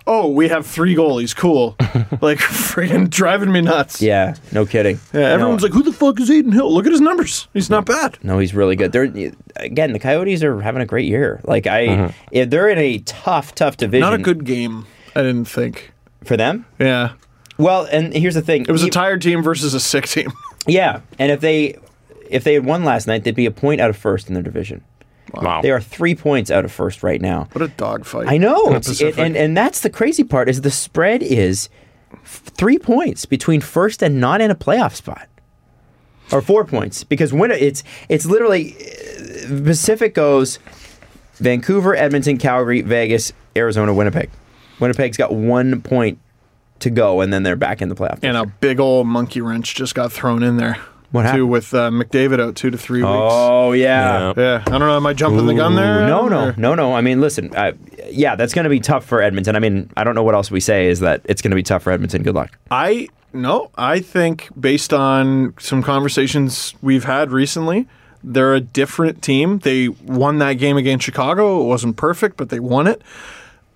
Speaker 2: oh, we have three goalies. Cool. like, freaking driving me nuts.
Speaker 3: yeah, no kidding.
Speaker 2: Yeah, everyone's like, who the fuck is Aiden Hill? Look at his numbers. He's not bad.
Speaker 3: No, he's really good. They're again, the Coyotes are having a great year. Like I, if they're in a tough, tough division.
Speaker 2: Mm-hmm. Not a good game, I didn't think.
Speaker 3: for them.
Speaker 2: Yeah.
Speaker 3: Well, and here's the thing.
Speaker 2: It was a tired team versus a sick team.
Speaker 3: Yeah, and if they if they had won last night, they'd be a point out of first in their division.
Speaker 4: wow.
Speaker 3: They are three points out of first right now.
Speaker 2: What a dogfight.
Speaker 3: I know, it's,
Speaker 2: Pacific.
Speaker 3: it, and and that's the crazy part is the spread is f- three points between first and not in a playoff spot, or four points because when it's it's literally uh, Pacific goes Vancouver, Edmonton, Calgary, Vegas, Arizona, Winnipeg. Winnipeg's got one point to go, and then they're back in the playoff.
Speaker 2: and a big old monkey wrench just got thrown in there.
Speaker 3: What
Speaker 2: Two
Speaker 3: happened?
Speaker 2: with uh, McDavid out two to three
Speaker 3: oh yeah.
Speaker 4: Yeah.
Speaker 2: weeks. Yeah. I don't know. Am I jumping the gun there?
Speaker 3: No,
Speaker 2: Adam,
Speaker 3: no,
Speaker 2: or-
Speaker 3: no, no. I mean, listen, uh, yeah, that's going to be tough for Edmonton. I mean, I don't know what else we say is that it's going to be tough for Edmonton. Good luck.
Speaker 2: I no, I think based on some conversations we've had recently, they're a different team. They won that game against Chicago. It wasn't perfect, but they won it.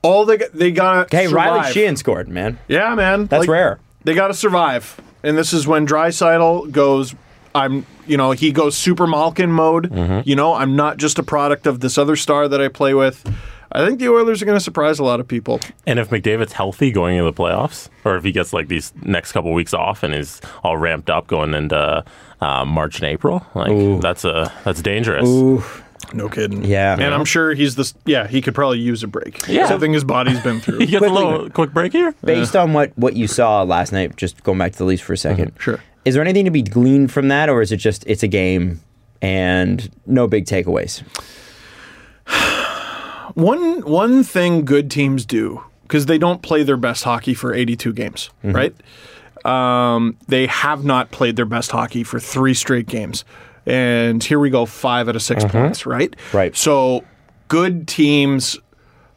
Speaker 2: All they got, they got
Speaker 3: Okay, Riley Sheehan scored, man.
Speaker 2: Yeah, man,
Speaker 3: That's rare.
Speaker 2: They got to survive, and this is when Drysidle goes. I'm, you know, he goes super Malkin mode.
Speaker 3: Mm-hmm.
Speaker 2: You know, I'm not just a product of this other star that I play with. I think the Oilers are going to surprise a lot of people.
Speaker 4: And if McDavid's healthy going into the playoffs, or if he gets like these next couple weeks off and is all ramped up going into uh, March and April, like that's a that's dangerous.
Speaker 2: No kidding.
Speaker 3: Yeah.
Speaker 2: And I'm sure he's this. Yeah, he could probably use a break.
Speaker 4: Yeah.
Speaker 2: Something his body's been through.
Speaker 4: You get a little quick break here.
Speaker 3: Based on what what you saw last night, just going back to the Leafs for a 2nd
Speaker 2: Uh-huh. Sure.
Speaker 3: Is there anything to be gleaned from that, or is it just it's a game and no big takeaways?
Speaker 2: One one thing good teams do because they don't play their best hockey for 82 games,
Speaker 3: Mm-hmm.
Speaker 2: right? Um, they have not played their best hockey for three straight games, and here we go, five out of 6 points, right?
Speaker 3: Mm-hmm. Right.
Speaker 2: So good teams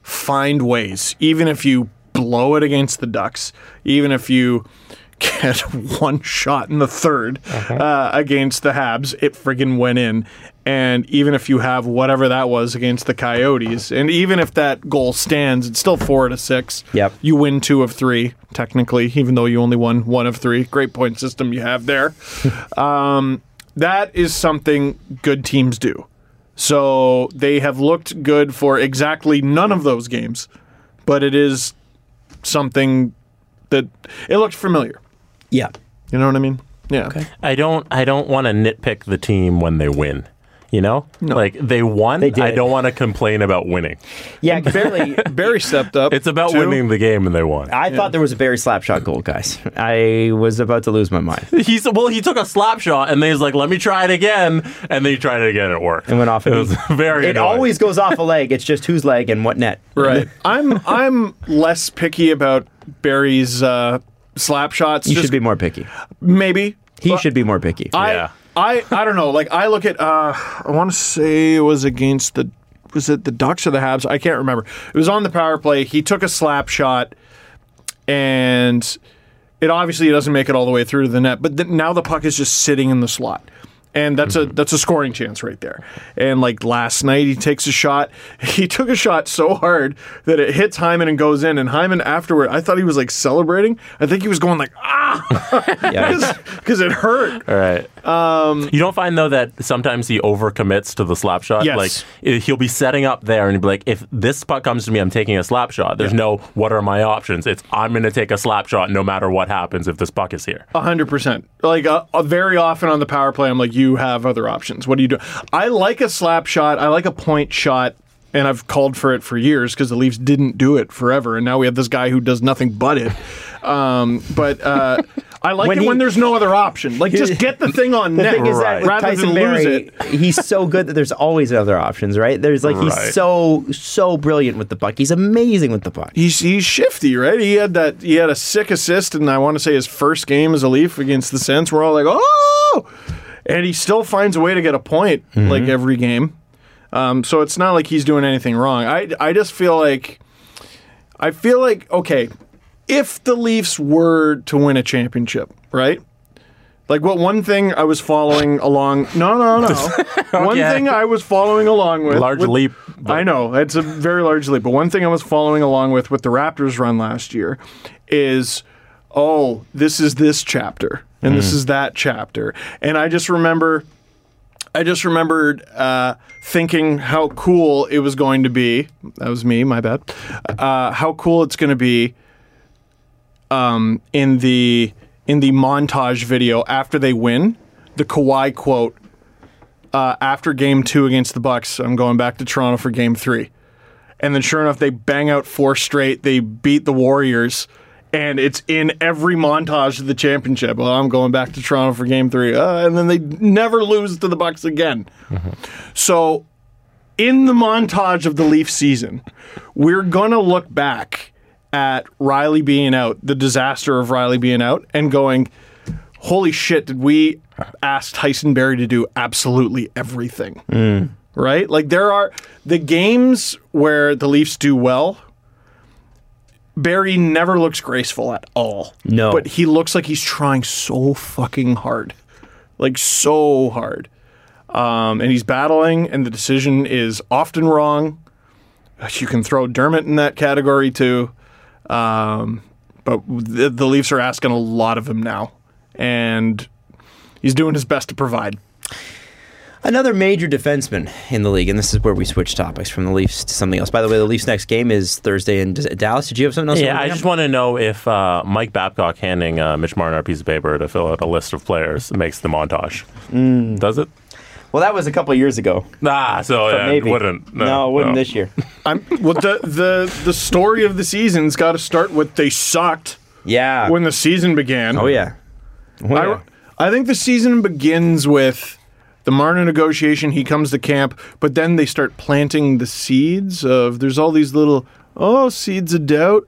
Speaker 2: find ways, even if you blow it against the Ducks, even if you get one shot in the 3rd uh, against the Habs, it friggin' went in. And even if you have whatever that was against the Coyotes, and even if that goal stands, it's still four to six.
Speaker 3: Yep.
Speaker 2: You win two of three, technically, even though you only won one of three. Great point system you have there. um, that is something good teams do. So they have looked good for exactly none of those games, but it is something that it looked familiar.
Speaker 3: Yeah.
Speaker 2: You know what I mean? Yeah.
Speaker 4: I don't I don't want to nitpick the team when they win. You know, like they won.
Speaker 3: They did.
Speaker 4: I don't want to complain about winning.
Speaker 3: Yeah, barely.
Speaker 2: Barry stepped up.
Speaker 4: It's about
Speaker 2: too.
Speaker 4: winning the game, and they won.
Speaker 3: I thought there was a Barry slapshot goal, guys. I was about to lose my mind.
Speaker 4: He's well. He took a slap shot, and then he's like, "Let me try it again," and then he tried it again. It worked.
Speaker 3: It went off.
Speaker 4: It
Speaker 3: Of
Speaker 4: was very.
Speaker 3: It
Speaker 4: annoying.
Speaker 3: always goes off a leg. It's just whose leg and what net.
Speaker 2: Right. I'm I'm less picky about Barry's uh, slap shots.
Speaker 3: You
Speaker 2: just
Speaker 3: should be more picky.
Speaker 2: maybe.
Speaker 3: He
Speaker 2: But
Speaker 3: should be more picky.
Speaker 2: I,
Speaker 4: Yeah.
Speaker 2: I I don't know. Like I look at uh, I want to say it was against the was it the Ducks or the Habs? I can't remember. It was on the power play. He took a slap shot, and it obviously doesn't make it all the way through to the net. But th- now the puck is just sitting in the slot. And that's a that's a scoring chance right there. And like last night, he takes a shot. He took a shot so hard that it hits Hyman and goes in. And Hyman afterward, I thought he was like celebrating. I think he was going like ah,
Speaker 3: Yeah.
Speaker 2: because it hurt.
Speaker 4: All right. Um, you don't find though that sometimes he overcommits to the slap shot.
Speaker 2: Yes.
Speaker 4: Like i- he'll be setting up there and he'll be like, "If this puck comes to me, I'm taking a slap shot." There's no what are my options. It's I'm going to take a slap shot no matter what happens if this puck is here.
Speaker 2: A hundred percent. Like uh, uh, very often on the power play, I'm like, you have other options. What do you do? I like a slap shot. I like a point shot, and I've called for it for years because the Leafs didn't do it forever, and now we have this guy who does nothing but it. Um, but uh, I like
Speaker 3: When
Speaker 2: it
Speaker 3: he-
Speaker 2: when there's no other option. Like just get the thing on net
Speaker 3: thing is that with
Speaker 2: rather
Speaker 3: Tyson
Speaker 2: than
Speaker 3: Berry,
Speaker 2: lose it.
Speaker 3: he's so good that there's always other options, right? There's like
Speaker 4: Right.
Speaker 3: he's so so brilliant with the puck. He's amazing with the puck.
Speaker 2: He's, he's shifty, right? He had that. He had a sick assist, and I want to say his first game as a Leaf against the Sens. We're all like, oh, and he still finds a way to get a point like every game. Um, so it's not like he's doing anything wrong. I I just feel like, I feel like okay, if the Leafs were to win a championship, right? Like what one thing I was following along? No, no, no. One
Speaker 4: Okay.
Speaker 2: thing I was following along with.
Speaker 4: Large
Speaker 2: with-
Speaker 4: leap, but-
Speaker 2: I know it's a very large leap, but one thing I was following along with with the Raptors run last year is, oh, this is this chapter and this
Speaker 4: Mm.
Speaker 2: is that chapter, and I just remember, I just remembered uh, thinking how cool it was going to be. That was me, my bad. Uh, how cool it's going to be in the in the montage video after they win, the Kawhi quote uh, after game two against the Bucks, I'm going back to Toronto for game three. And then sure enough, they bang out four straight, they beat the Warriors, and it's in every montage of the championship. Well, I'm going back to Toronto for game three. Uh, and then they never lose to the Bucks again. So in the montage of the Leaf season, we're going to look back at Riley being out, the disaster of Riley being out, and going, holy shit, did we ask Tyson Berry to do absolutely everything? Right? Like, there are the games where the Leafs do well. Barry never looks graceful at all.
Speaker 3: No.
Speaker 2: But he looks like he's trying so fucking hard. Like, so hard um, and he's battling, and the decision is often wrong. You can throw Dermot in that category too, um, but the, the Leafs are asking a lot of him now, and he's doing his best to provide.
Speaker 3: Another major defenseman in the league, and this is where we switch topics from the Leafs to something else. By the way, the Leafs' next game is Thursday in D- Dallas. Did you have something else? you
Speaker 4: Yeah,
Speaker 3: wanted
Speaker 4: I
Speaker 3: to
Speaker 4: just
Speaker 3: bring up?
Speaker 4: want to know if uh, Mike Babcock handing uh, Mitch Marner a piece of paper to fill out a list of players makes the montage.
Speaker 3: Mm.
Speaker 4: Does it?
Speaker 3: Well, that was a couple years ago.
Speaker 4: Ah, so, yeah,
Speaker 3: maybe
Speaker 4: it wouldn't. No,
Speaker 3: it wouldn't this year.
Speaker 2: I'm, well, the the the story of the season's got to start with they sucked
Speaker 3: Yeah.
Speaker 2: when the season began.
Speaker 3: oh yeah. Oh, yeah.
Speaker 2: I, I think the season begins with the Marner negotiation. He comes to camp, but then they start planting the seeds of there's all these little oh seeds of doubt.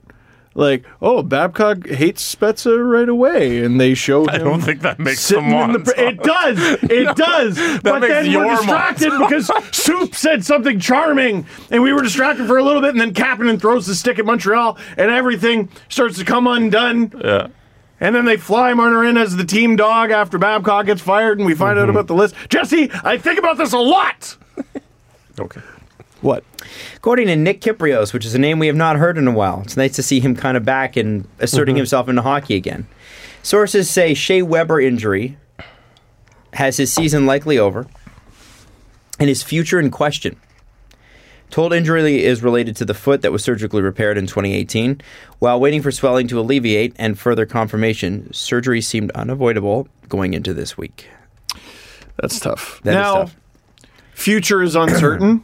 Speaker 2: Like oh, Babcock hates Spezza right away, and they show him.
Speaker 4: I don't think that makes the
Speaker 2: Sitting in the,
Speaker 4: montage.
Speaker 2: pr- it does. It does. But
Speaker 4: makes
Speaker 2: then
Speaker 4: your
Speaker 2: we're distracted because Soup said something charming, and we were distracted for a little bit, and then Kapanen throws the stick at Montreal, and everything starts to come undone.
Speaker 4: Yeah.
Speaker 2: And then they fly Marner in as the team dog after Babcock gets fired, and we find out about the list. Jesse, I think about this a lot.
Speaker 4: Okay.
Speaker 2: What?
Speaker 3: According to Nick Kiprios, which is a name we have not heard in a while, it's nice to see him kind of back and asserting himself into hockey again. Sources say Shea Weber injury has his season likely over and his future in question. Told injury is related to the foot that was surgically repaired in 2018. While waiting for swelling to alleviate and further confirmation, surgery seemed unavoidable going into this week.
Speaker 2: That's tough.
Speaker 3: That is
Speaker 2: now,
Speaker 3: tough.
Speaker 2: future is uncertain.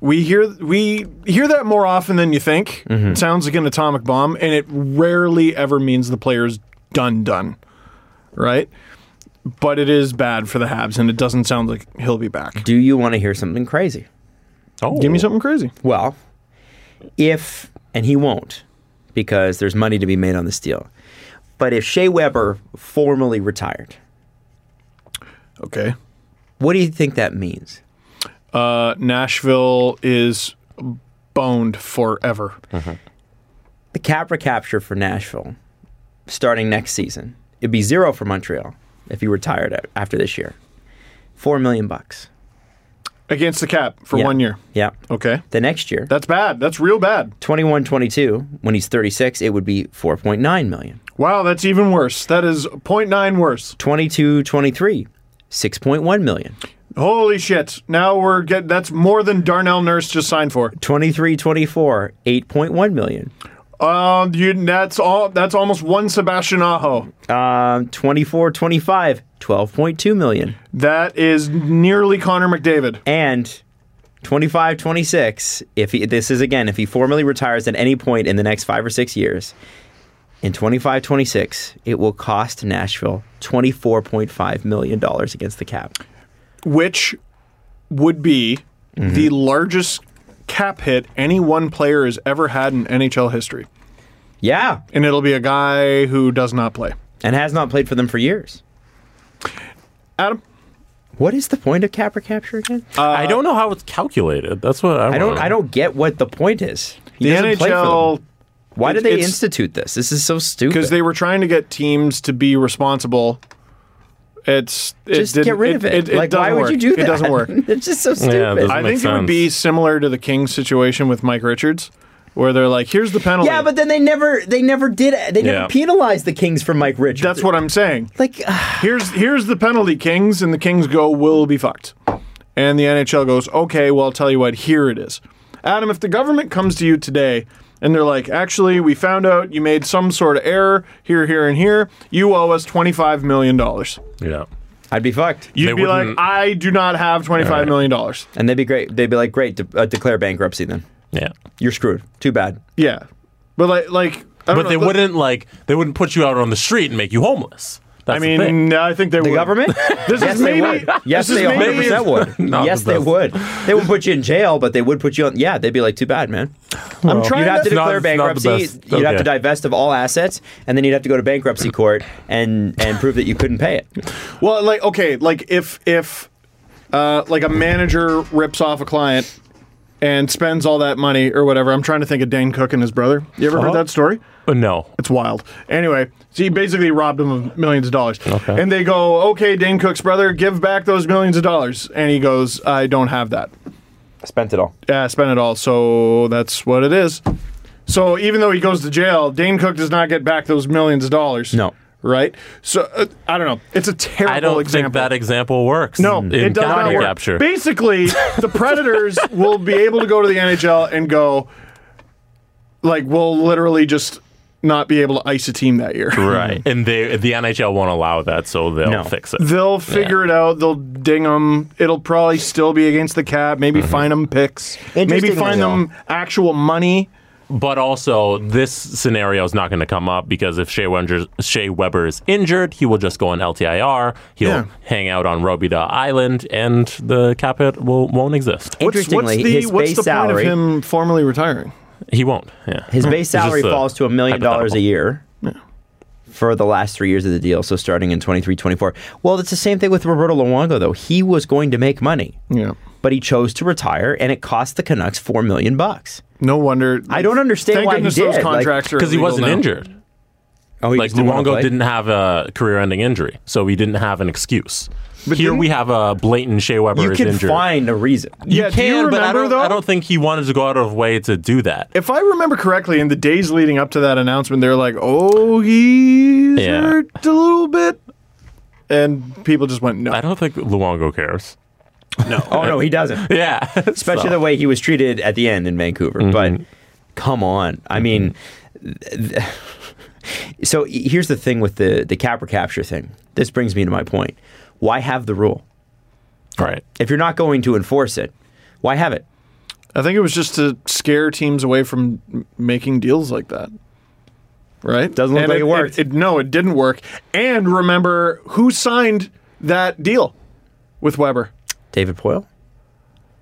Speaker 2: we hear we hear that more often than you think. It sounds like an atomic bomb, and it rarely ever means the player's done done, right? But it is bad for the Habs, and it doesn't sound like he'll be back.
Speaker 3: Do you want to hear something crazy?
Speaker 4: Oh,
Speaker 2: Give me something crazy.
Speaker 3: Well, if and he won't because there's money to be made on this deal. But if Shea Weber formally retired,
Speaker 2: Okay.
Speaker 3: what do you think that means?
Speaker 2: Uh, Nashville is boned forever.
Speaker 3: The cap recapture for Nashville starting next season. It'd be zero for Montreal if he retired a- after this year. 4 million bucks
Speaker 2: Against the cap for
Speaker 3: Yeah.
Speaker 2: one year.
Speaker 3: Yeah.
Speaker 2: Okay.
Speaker 3: The next year,
Speaker 2: That's bad. That's real bad.
Speaker 3: 21 22, when he's 36, it would be 4.9 million.
Speaker 2: Wow, that's even worse. That is 0.9 worse.
Speaker 3: 22 23, 6.1 million.
Speaker 2: Holy shit. Now we're getting that's more than Darnell Nurse just signed for.
Speaker 3: 23 24, 8.1 million.
Speaker 2: Um you that's all that's almost one Sebastian Aho.
Speaker 3: Um, 24 25, 12.2 million.
Speaker 2: That is nearly Connor McDavid.
Speaker 3: And 25 26, if he, this is again, if he formally retires at any point in the next five or six years, in 25 26, it will cost Nashville $24.5 million against the cap.
Speaker 2: Which would be
Speaker 3: Mm-hmm.
Speaker 2: the largest cap hit any one player has ever had in NHL history.
Speaker 3: Yeah.
Speaker 2: And it'll be a guy who does not play.
Speaker 3: And has not played for them for years.
Speaker 2: Adam,
Speaker 3: What is the point of cap recapture again?
Speaker 4: I don't know how it's calculated. That's what I,
Speaker 3: I don't.
Speaker 4: wanna-
Speaker 3: I don't get what the point is. He
Speaker 2: the
Speaker 3: doesn't play for
Speaker 2: NHL
Speaker 3: them. Why did they
Speaker 2: it's-
Speaker 3: institute this? This is so stupid.
Speaker 2: because they were trying to get teams to be responsible. It's it
Speaker 3: just
Speaker 2: didn't-
Speaker 3: get rid of it. like,
Speaker 2: doesn't
Speaker 3: why would
Speaker 2: work.
Speaker 3: you do that?
Speaker 2: It doesn't work.
Speaker 3: it's just so stupid.
Speaker 4: Yeah, it doesn't
Speaker 2: I
Speaker 4: make
Speaker 2: think it would be similar to the Kings situation with Mike Richards, where they're like, "Here's the penalty."
Speaker 3: Yeah, but then they never, they never did, they never
Speaker 4: Yeah.
Speaker 3: penalized the Kings for Mike Richards.
Speaker 2: that's what I'm saying.
Speaker 3: Like, uh,
Speaker 2: Here's here's the penalty, Kings, and the Kings go, "We'll be fucked," and the NHL goes, "Okay, well, I'll tell you what. Here it is, Adam. If the government comes to you today." And they're like, actually, we found out you made some sort of error here, here, and here. You owe us $25 million.
Speaker 4: Yeah.
Speaker 3: I'd be fucked,
Speaker 2: You'd
Speaker 4: They
Speaker 2: be like,
Speaker 4: wouldn't-
Speaker 2: I do not have twenty-five million dollars.
Speaker 3: and they'd be great. They'd be like, great, de- uh, declare bankruptcy. Then
Speaker 4: Yeah.
Speaker 3: you're screwed. Too bad.
Speaker 2: Yeah, but like, like, I don't
Speaker 4: But
Speaker 2: know,
Speaker 4: they
Speaker 2: the-
Speaker 4: wouldn't like they wouldn't put you out on the street and make you homeless.
Speaker 2: I
Speaker 4: That's the thing.
Speaker 2: mean, I think they
Speaker 3: The
Speaker 2: would.
Speaker 3: government?
Speaker 2: This
Speaker 3: yes,
Speaker 2: is maybe.
Speaker 3: they would. Yes,
Speaker 2: this
Speaker 3: they
Speaker 2: is
Speaker 3: 100
Speaker 2: maybe.
Speaker 3: percent would.
Speaker 4: Not
Speaker 3: yes,
Speaker 4: the
Speaker 3: they
Speaker 4: best.
Speaker 3: would. They would put you in jail, but they would put you on. Yeah, they'd be like, too bad, man.
Speaker 2: I'm
Speaker 3: You'd
Speaker 2: trying
Speaker 3: have
Speaker 2: to.
Speaker 3: to
Speaker 4: not-
Speaker 3: declare
Speaker 4: it's not the
Speaker 3: bankruptcy.
Speaker 4: best.
Speaker 3: You'd have to
Speaker 4: Okay.
Speaker 3: divest of all assets, and then you'd have to go to bankruptcy court and and prove that you couldn't pay it.
Speaker 2: well, like, okay, like if if uh, like a manager rips off a client and spends all that money or whatever. I'm trying to think of Dane Cook and his brother. You ever heard
Speaker 4: Uh-huh.
Speaker 2: that story?
Speaker 4: But no.
Speaker 2: It's wild. Anyway, so you basically robbed him of millions of dollars.
Speaker 4: Okay.
Speaker 2: And they go, okay, Dane Cook's brother, give back those millions of dollars. And he goes, I don't have that.
Speaker 3: Spent it all.
Speaker 2: uh, spend it all. So that's what it is. So even though he goes to jail, Dane Cook does not get back those millions of dollars.
Speaker 3: No.
Speaker 2: Right? So uh, I don't know. It's a terrible
Speaker 4: I don't
Speaker 2: example.
Speaker 4: think that example works.
Speaker 2: no,
Speaker 4: in
Speaker 2: it does
Speaker 4: cap
Speaker 2: not work.
Speaker 4: Capture.
Speaker 2: Basically, the Predators will be able to go to the NHL and go, like, we'll literally just not be able to ice a team that year.
Speaker 4: Right. And they the NHL won't allow that, so they'll
Speaker 3: No.
Speaker 4: fix it.
Speaker 2: They'll figure it out. They'll ding them. It'll probably still be against the cap.
Speaker 4: Mm-hmm.
Speaker 2: Maybe find them picks. Maybe
Speaker 3: Interestingly,
Speaker 2: find them actual money.
Speaker 4: But also, this scenario is not going to come up because if Shea, Wenger, Shea Weber is injured, he will just go on LTIR. He'll
Speaker 2: Yeah.
Speaker 4: hang out on Robida Island, and the cap hit will, won't exist.
Speaker 3: Interestingly, his base salary.
Speaker 2: point of him formally retiring?
Speaker 4: He won't. Yeah.
Speaker 3: His base
Speaker 4: Hmm. just
Speaker 3: salary
Speaker 4: a
Speaker 3: falls to a million dollars a
Speaker 4: hypothetical.
Speaker 3: year for the last three years of the deal. So starting in 23, 24. Well, it's the same thing with Roberto Luongo, though. He was going to make money,
Speaker 2: Yeah.
Speaker 3: but he chose to retire, and it cost the Canucks four million bucks.
Speaker 2: No wonder.
Speaker 3: I don't understand
Speaker 2: Thank
Speaker 3: why he
Speaker 2: goodness
Speaker 3: did,
Speaker 2: those
Speaker 3: like-
Speaker 2: contracts are
Speaker 4: Because he
Speaker 2: illegal
Speaker 4: wasn't
Speaker 2: now.
Speaker 4: injured.
Speaker 3: Oh, he
Speaker 4: Like,
Speaker 3: just didn't wanna
Speaker 4: Luongo
Speaker 3: play?
Speaker 4: didn't have a career ending injury, so he didn't have an excuse.
Speaker 2: But
Speaker 4: Here
Speaker 2: didn't-
Speaker 4: we have a blatant Shea Weber
Speaker 3: You
Speaker 4: is
Speaker 3: can
Speaker 4: injured.
Speaker 3: find a reason.
Speaker 2: Yeah,
Speaker 4: You can,
Speaker 2: do you remember
Speaker 4: but I don't,
Speaker 2: though?
Speaker 4: I don't think he wanted to go out of way to do that.
Speaker 2: if I remember correctly, in the days leading up to that announcement, they're like, "Oh, he's
Speaker 4: Yeah.
Speaker 2: hurt a little bit," and people just went, "No."
Speaker 4: I don't think Luongo cares.
Speaker 3: Oh no, he doesn't.
Speaker 4: Yeah.
Speaker 3: especially the way he was treated at the end in Vancouver.
Speaker 4: Mm-hmm.
Speaker 3: But come on, I mean, th- th- so e- here's the thing with the the cap recapture thing. This brings me to my point. Why have the rule?
Speaker 4: Right.
Speaker 3: If you're not going to enforce it, why have it?
Speaker 2: I think it was just to scare teams away from m- making deals like that. Right?
Speaker 3: Doesn't look
Speaker 2: And
Speaker 3: like it worked.
Speaker 2: It, no, it didn't work. And remember who signed that deal with Weber?
Speaker 3: David Poyle?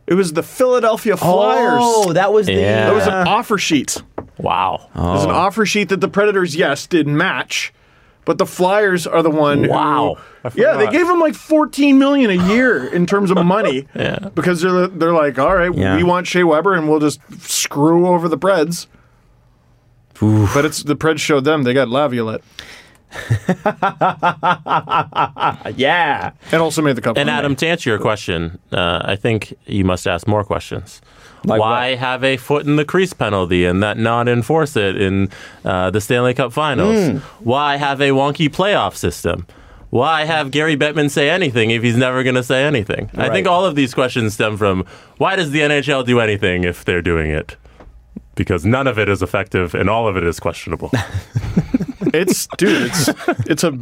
Speaker 2: It was the Philadelphia Flyers.
Speaker 3: Oh, that was the.
Speaker 4: Yeah. Oh.
Speaker 2: That was an offer sheet.
Speaker 4: Wow.
Speaker 2: It was an offer sheet that the Predators, yes, did match, but the Flyers are the one. who-
Speaker 4: Wow. I
Speaker 2: yeah, they
Speaker 4: forgot.
Speaker 2: gave them like 14 million a year in terms of money.
Speaker 4: Yeah.
Speaker 2: Because they're they're like, all right,
Speaker 3: Yeah.
Speaker 2: we want Shea Weber, and we'll just screw over the Preds. But it's the Preds showed them they got Laviolette
Speaker 3: yeah.
Speaker 2: and also made the cup.
Speaker 4: And
Speaker 2: run.
Speaker 4: Adam, to answer your question, uh, I think you must ask more questions.
Speaker 3: Like
Speaker 4: Why have a foot in the crease penalty and that not enforce it in uh, the Stanley Cup Finals?
Speaker 3: Hmm.
Speaker 4: Why have a wonky playoff system? Why have Gary Bettman say anything if he's never going to say anything? I
Speaker 3: Right.
Speaker 4: think all of these questions stem from why does the NHL do anything if they're doing it? Because none of it is effective and all of it is questionable.
Speaker 2: it's dude, it's it's a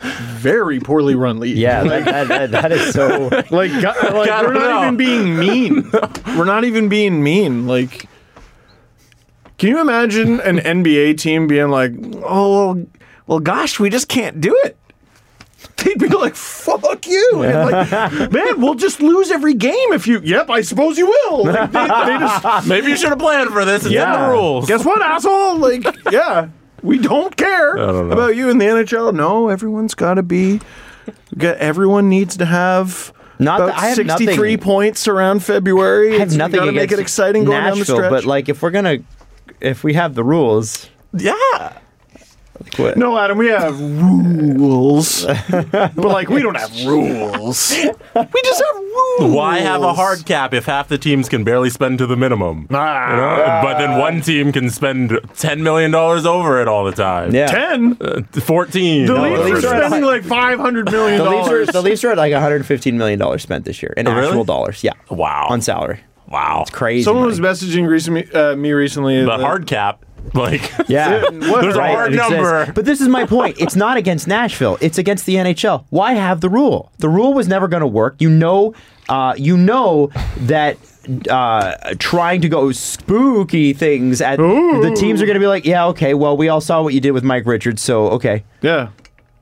Speaker 2: very poorly run league.
Speaker 3: Yeah, that, that, that, that is so.
Speaker 2: Like, gu- like
Speaker 4: God,
Speaker 2: we're not
Speaker 4: no.
Speaker 2: even being mean. we're not even being mean. Like, can you imagine an NBA team being like, "Oh, well, well gosh, we just can't do it." They'd be like, "Fuck you!" And like, man, we'll just lose every game if you. Yep, I suppose you will. Like, they, they just,
Speaker 4: Maybe you should have planned for this. It's in the rules.
Speaker 2: Guess what, asshole? Like, yeah, we don't care
Speaker 4: don't know.
Speaker 2: about you in the NHL. No, everyone's got to be. Got, everyone needs to have
Speaker 3: Not
Speaker 2: about
Speaker 3: that- I have
Speaker 2: 63
Speaker 3: nothing-
Speaker 2: points around February.
Speaker 3: I have
Speaker 2: You
Speaker 3: nothing
Speaker 2: gotta
Speaker 3: against
Speaker 2: make it exciting going down the
Speaker 3: Nashville,
Speaker 2: stretch.
Speaker 3: but like if we're gonna, if we have the rules,
Speaker 2: yeah.
Speaker 3: like what?
Speaker 2: No, Adam, we have rules, but like we don't have rules. We just have rules.
Speaker 4: Why have a hard cap if half the teams can barely spend to the minimum?
Speaker 2: Ah.
Speaker 4: You know? But then one team can spend ten million dollars over it all the time.
Speaker 3: Yeah.
Speaker 2: ten?
Speaker 4: Uh, fourteen.
Speaker 2: The
Speaker 4: No,
Speaker 2: Leafs
Speaker 4: the
Speaker 2: are
Speaker 4: Leafs are-
Speaker 2: spending like five hundred million
Speaker 3: The Leafs, are,
Speaker 2: dollars. Oh,
Speaker 3: the Leafs are at like 115 million dollars spent this year in
Speaker 4: really?
Speaker 3: actual dollars. Yeah,
Speaker 4: Wow.
Speaker 3: on salary.
Speaker 4: Wow.
Speaker 3: Crazy.
Speaker 2: Someone was
Speaker 3: money.
Speaker 2: messaging recently, uh, me recently.
Speaker 4: But
Speaker 2: that-
Speaker 4: hard cap, like
Speaker 3: yeah.
Speaker 2: What?
Speaker 4: there's
Speaker 2: Right,
Speaker 4: a hard
Speaker 3: it exists.
Speaker 4: number.
Speaker 3: But this is my point. It's not against Nashville. It's against the NHL. Why have the rule? The rule was never going to work. You know, uh, you know that uh, trying to go spooky things at the teams are going to be like, yeah, okay. Well, we all saw what you did with Mike Richards, so okay,
Speaker 2: Yeah.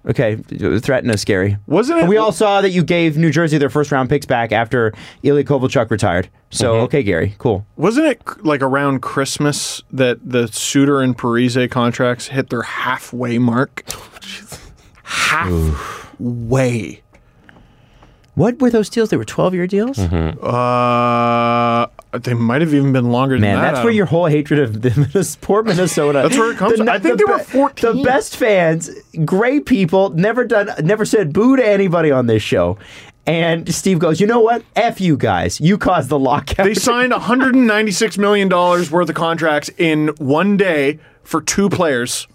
Speaker 3: okay. Threaten us, scary.
Speaker 2: Wasn't it-
Speaker 3: We all saw that you gave New Jersey their first round picks back after Ilya Kovalchuk retired. So okay, Gary, cool.
Speaker 2: Wasn't it c- like around Christmas that the Suter and Parise contracts hit their halfway mark? halfway.
Speaker 3: What were those deals? They were twelve year deals.
Speaker 2: Uh, they might have even been longer
Speaker 3: Man,
Speaker 2: than that.
Speaker 3: that's where
Speaker 2: Adam.
Speaker 3: your whole hatred of the Minnes- poor Minnesota.
Speaker 2: um, That's where it comes from. I think they were
Speaker 3: be-
Speaker 2: 14.
Speaker 3: The best fans, great people, never done, never said boo to anybody on this show. And Steve goes, you know what? F you guys. You caused the lockout.
Speaker 2: They signed 196 million dollars worth of contracts in one day for two players,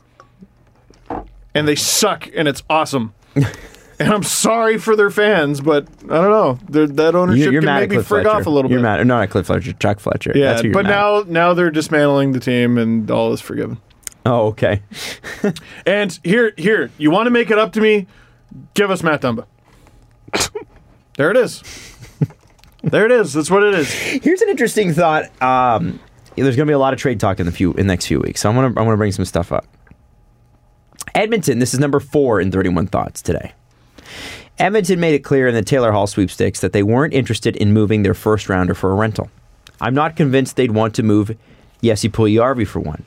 Speaker 2: and they suck, and it's awesome. and I'm sorry for their fans, but I don't know. They're, that ownership
Speaker 3: you, are
Speaker 2: can
Speaker 3: mad at
Speaker 2: maybe
Speaker 3: Cliff
Speaker 2: frig
Speaker 3: Fletcher.
Speaker 2: off a little
Speaker 3: you're
Speaker 2: bit.
Speaker 3: mad. Not at Cliff Fletcher. Chuck Fletcher.
Speaker 2: Yeah,
Speaker 3: That's who you're
Speaker 2: but
Speaker 3: mad at.
Speaker 2: now now they're dismantling the team, and all is forgiven.
Speaker 3: Oh, okay.
Speaker 2: And here, here, you want to make it up to me? Give us Matt Dumba. there it is. There it is. That's what it is.
Speaker 3: Here's an interesting thought. Um, there's going to be a lot of trade talk in the few in the next few weeks. So I'm going to I'm going to bring some stuff up. Edmonton, this is number 4 in 31 thoughts today. Edmonton made it clear in the Taylor Hall sweepstakes that they weren't interested in moving their first rounder for a rental. I'm not convinced they'd want to move Jesse Pugliarvi for one.